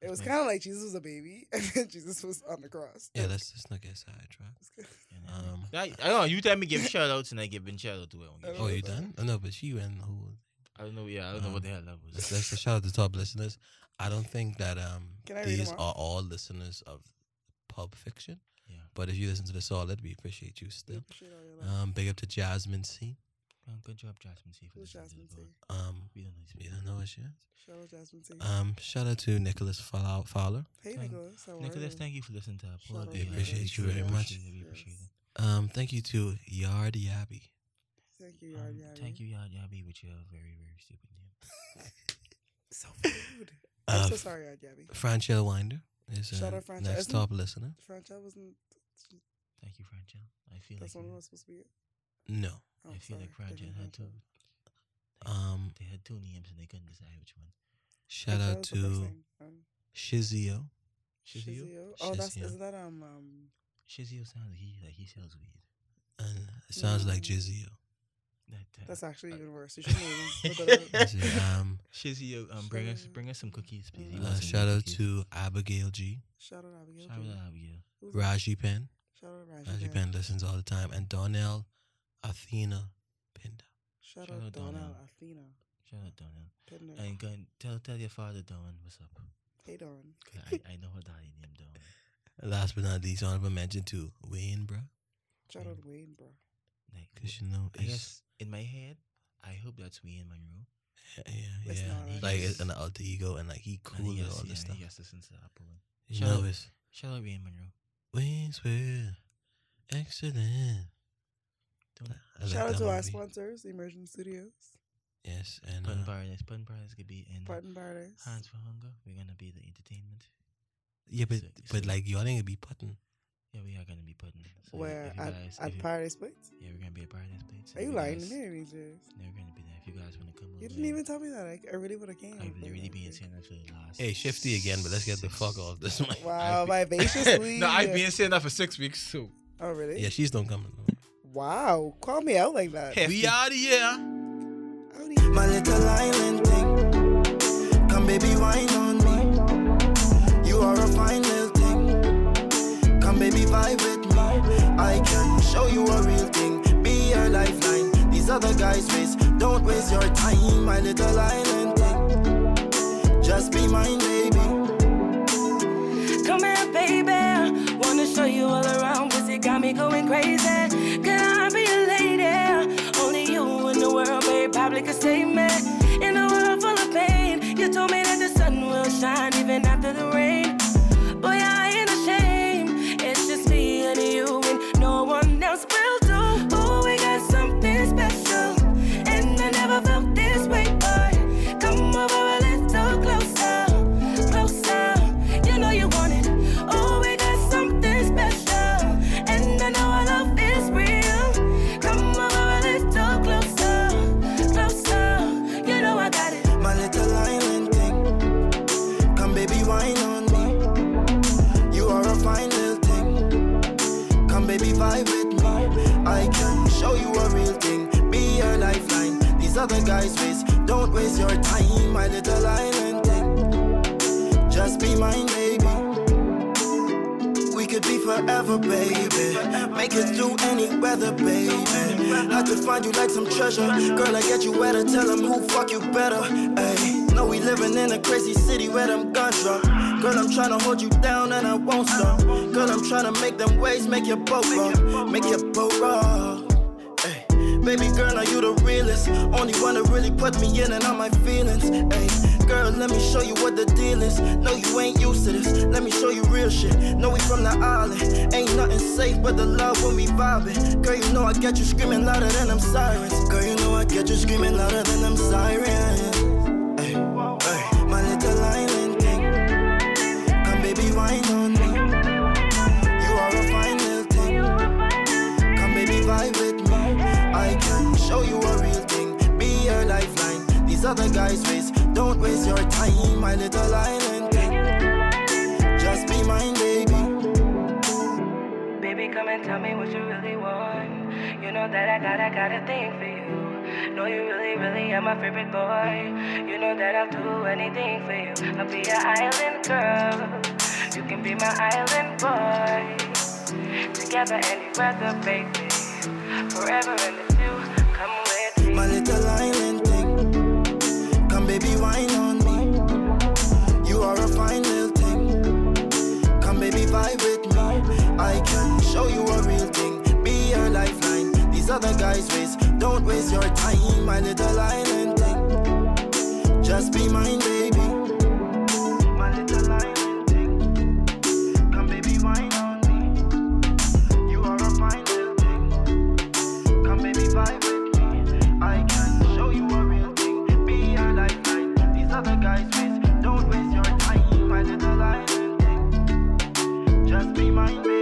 [SPEAKER 3] It was
[SPEAKER 2] Man.
[SPEAKER 3] kind of like Jesus was a baby and then Jesus was on the cross.
[SPEAKER 4] Yeah, let's let's not get sidetracked. Um,
[SPEAKER 2] I, I don't know. You tell me give shout outs and I give Ben shout out to it.
[SPEAKER 3] I don't
[SPEAKER 4] oh,
[SPEAKER 3] know
[SPEAKER 4] you
[SPEAKER 3] about-
[SPEAKER 4] done? Oh, no, but she went who?
[SPEAKER 2] I don't know. Yeah, I don't know what the hell that
[SPEAKER 4] Um, Let's,
[SPEAKER 2] was.
[SPEAKER 4] let's shout out to top listeners. I don't think that um
[SPEAKER 3] Can I read
[SPEAKER 4] these
[SPEAKER 3] them
[SPEAKER 4] are
[SPEAKER 3] all?
[SPEAKER 4] all listeners of pub fiction.
[SPEAKER 2] Yeah.
[SPEAKER 4] But if you listen to the solid, we appreciate you still.
[SPEAKER 3] Appreciate all your love.
[SPEAKER 4] Um, big up to Jasmine C.
[SPEAKER 2] Well, good job, Jasmine. See for
[SPEAKER 3] Who's
[SPEAKER 2] listening to the
[SPEAKER 3] Jasmine T?
[SPEAKER 2] pod.
[SPEAKER 4] Um,
[SPEAKER 2] We don't know.
[SPEAKER 4] we don't know what she is.
[SPEAKER 3] Shout out Jasmine T.
[SPEAKER 4] Um, shout out to Nicholas Fowler. Fowler.
[SPEAKER 3] hey,
[SPEAKER 2] uh, thank-
[SPEAKER 3] Nicholas. How are
[SPEAKER 2] Nicholas,
[SPEAKER 3] you?
[SPEAKER 2] thank you for listening to our
[SPEAKER 3] Shout
[SPEAKER 2] pod.
[SPEAKER 3] out
[SPEAKER 4] We
[SPEAKER 3] to
[SPEAKER 4] appreciate you
[SPEAKER 3] Nicholas.
[SPEAKER 4] very much.
[SPEAKER 2] Appreciate it, we
[SPEAKER 3] Yes.
[SPEAKER 2] appreciate it.
[SPEAKER 4] Um, thank you to Yard Yabby.
[SPEAKER 3] Thank you,
[SPEAKER 2] Um,
[SPEAKER 3] Yard Yard.
[SPEAKER 2] Thank you, Yad Yabi, with your very, very stupid name.
[SPEAKER 3] So rude.
[SPEAKER 4] Uh,
[SPEAKER 3] I'm so sorry, Yard Yabby.
[SPEAKER 4] Franchelle Winder is
[SPEAKER 3] Shout
[SPEAKER 4] a
[SPEAKER 3] out Franchelle.
[SPEAKER 4] next
[SPEAKER 3] Isn't-
[SPEAKER 4] top listener.
[SPEAKER 3] Franchelle wasn't.
[SPEAKER 2] Thank you, Franchel. I feel
[SPEAKER 3] That's
[SPEAKER 2] like
[SPEAKER 3] one
[SPEAKER 2] you-
[SPEAKER 3] was supposed to be. It.
[SPEAKER 4] No.
[SPEAKER 3] Oh,
[SPEAKER 2] I feel like
[SPEAKER 3] sorry. Thank you,
[SPEAKER 2] Franchel had two.
[SPEAKER 3] Franchelle.
[SPEAKER 4] Um,
[SPEAKER 2] They had two names and they couldn't decide which one.
[SPEAKER 4] shout
[SPEAKER 3] Franchelle
[SPEAKER 4] out
[SPEAKER 3] was the first
[SPEAKER 4] to
[SPEAKER 3] name. Um,
[SPEAKER 4] Shizio.
[SPEAKER 3] Shizio. Oh, that's
[SPEAKER 4] Shizio.
[SPEAKER 3] isn't that um um
[SPEAKER 2] Shizio sounds like he like he sells weed.
[SPEAKER 4] And it sounds like
[SPEAKER 3] Mm.
[SPEAKER 4] Jizio.
[SPEAKER 2] That, uh,
[SPEAKER 3] that's actually
[SPEAKER 2] uh,
[SPEAKER 3] even worse. You should name him.
[SPEAKER 4] Is it, um,
[SPEAKER 2] Shizio, um, bring us
[SPEAKER 3] Shizio.
[SPEAKER 2] bring us some cookies, please. He
[SPEAKER 3] Uh,
[SPEAKER 4] uh,
[SPEAKER 2] wants some
[SPEAKER 4] shout out
[SPEAKER 2] cookies.
[SPEAKER 4] to Abigail G.
[SPEAKER 3] Shout out Abigail.
[SPEAKER 2] shout
[SPEAKER 3] Jordan.
[SPEAKER 2] out Abigail.
[SPEAKER 3] Who's-
[SPEAKER 4] Raji Pen.
[SPEAKER 3] Shout out Raji.
[SPEAKER 4] Raji
[SPEAKER 3] Penn.
[SPEAKER 4] Pen listens all the time. And Donnell Athena Pinda.
[SPEAKER 3] Shout,
[SPEAKER 2] Shout
[SPEAKER 3] out
[SPEAKER 2] out
[SPEAKER 3] Donnell
[SPEAKER 2] Donnell.
[SPEAKER 3] Athena.
[SPEAKER 2] Shout out Donnell.
[SPEAKER 3] Pinder.
[SPEAKER 2] And go and tell tell your father Don what's up.
[SPEAKER 3] Hey Don.
[SPEAKER 2] 'Cause I, I know her daddy named Don.
[SPEAKER 4] And Last but not least, honorable mention to Wayne, bruh.
[SPEAKER 3] Shout out Wayne, bro.
[SPEAKER 2] Like
[SPEAKER 4] Because you know,
[SPEAKER 2] I
[SPEAKER 4] it's,
[SPEAKER 2] guess in my head, I hope that's me and Monroe.
[SPEAKER 4] yeah, yeah.
[SPEAKER 3] It's not
[SPEAKER 4] Like,
[SPEAKER 3] right.
[SPEAKER 4] it's an alter ego and, like, he
[SPEAKER 2] And
[SPEAKER 4] cool and
[SPEAKER 2] yes,
[SPEAKER 4] all this stuff.
[SPEAKER 2] Yes, listen to Apple.
[SPEAKER 4] You
[SPEAKER 2] Shout
[SPEAKER 4] know,
[SPEAKER 2] out.
[SPEAKER 4] it's
[SPEAKER 2] Shout out me and Monroe.
[SPEAKER 4] Wayne's World. Excellent.
[SPEAKER 2] Don't
[SPEAKER 4] I like
[SPEAKER 3] Shout out
[SPEAKER 4] that
[SPEAKER 3] to our
[SPEAKER 4] movie.
[SPEAKER 3] sponsors, Emergent Studios,
[SPEAKER 4] Yes, and
[SPEAKER 2] Pun
[SPEAKER 4] uh,
[SPEAKER 2] Paradise. Pun Paradise could be in
[SPEAKER 3] Button Paradise.
[SPEAKER 2] Hands for Hunger. We're gonna be the entertainment.
[SPEAKER 4] yeah, but
[SPEAKER 2] So-
[SPEAKER 4] but
[SPEAKER 2] so-
[SPEAKER 4] like y'all ain't gonna be putting.
[SPEAKER 2] Yeah, we are gonna be putting. So
[SPEAKER 3] Where
[SPEAKER 2] if you
[SPEAKER 3] at,
[SPEAKER 2] guys, if
[SPEAKER 3] at
[SPEAKER 2] you-
[SPEAKER 3] Paradise Plates?
[SPEAKER 2] Yeah, we're gonna be at Paradise Plates.
[SPEAKER 3] Are you
[SPEAKER 2] If
[SPEAKER 3] lying to
[SPEAKER 2] guys-
[SPEAKER 3] me, Regis?
[SPEAKER 2] No, we're gonna be there. If you guys wanna come over,
[SPEAKER 3] You didn't even tell me that. I, I really would have came.
[SPEAKER 2] I've
[SPEAKER 3] but
[SPEAKER 2] really
[SPEAKER 3] okay.
[SPEAKER 2] been saying that for the last.
[SPEAKER 4] Hey, shifty again, but let's get the
[SPEAKER 2] six-
[SPEAKER 4] fuck off this mic.
[SPEAKER 3] Wow, vivaciously.
[SPEAKER 5] no, I've been saying that for six weeks too.
[SPEAKER 3] Oh, really?
[SPEAKER 4] Yeah, she's don't come.
[SPEAKER 3] Wow, call me out like that.
[SPEAKER 4] We out of here.
[SPEAKER 3] Howdy.
[SPEAKER 1] My little island thing. Come, baby, wine on me. You are a fine little thing. Come, baby, vibe with me. I can show you a real thing. Be a lifeline. These other guys waste. Don't waste your time, my little island thing. Just be mine, baby.
[SPEAKER 11] Come here, baby. Wanna show you all around, cause it got me going crazy. Can I be a lady? Only you in the world, babe. Public a statement. In a world full of pain, you told me that the sun will shine even after the rain. Boy, I ain't ashamed. It's just me and you, and no one else will do. Oh, we got something special, and I never felt this way, boy. Come over a little closer, closer. You know you want it. Oh, we got something special, and I know our love is real. Come over a little closer, closer. You know I got it.
[SPEAKER 1] My little island thing. Come, baby, wine on me. You are a fine little thing. Come, baby, vibe with me. I can show you a real thing. Be a lifeline. These other guys waste. Don't waste your time, my little island thing. Just be mine, baby. We could be forever, baby. Make it through any weather, baby. I could find you like some treasure. Girl, I get you wetter. Tell them who fuck you better. Ay, know we living in a crazy city where them guns drop. Girl, I'm tryna hold you down and I won't stop. Girl, I'm tryna make them waves make your boat rock. Make your boat rock. Ay, Baby girl, are you the realest? Only one that really put me in and all my feelings. Ay, girl, let me show you what the deal is. No, you ain't used to this. Let me show you real shit. No, we from the island. Ain't nothing safe but the love when we vibing. Girl, you know I get you screaming louder than them sirens. Girl, you know I get you screaming louder than them sirens. Ay, ay, my little island thing. Come, baby, wine on me. You are a fine little thing. Come baby vibe with me I can show you a real thing Be your lifeline These other guys waste Don't waste your time My little island thing Just be mine baby
[SPEAKER 11] Baby, Baby, come and tell me what you really want. You know that I got, I got a thing for you. Know you really, really are my favorite boy. You know that I'll do anything for you. I'll be your island girl. You can be my island boy. Together any weather, baby. Forever and the two. Come with me.
[SPEAKER 1] My little island thing. Come, baby, wine on me. You are a fine little thing. Come, baby, vibe with me. I can show you a real thing. Be your lifeline. These other guys waste. Don't waste your time. My little island thing. Just be mine, baby. My little island thing. Come, baby, wine on me. You are a fine little thing. Come, baby, vibe with me. I can show you a real thing. Be your lifeline. These other guys waste. Don't waste your time. My little island thing. Just be mine, baby.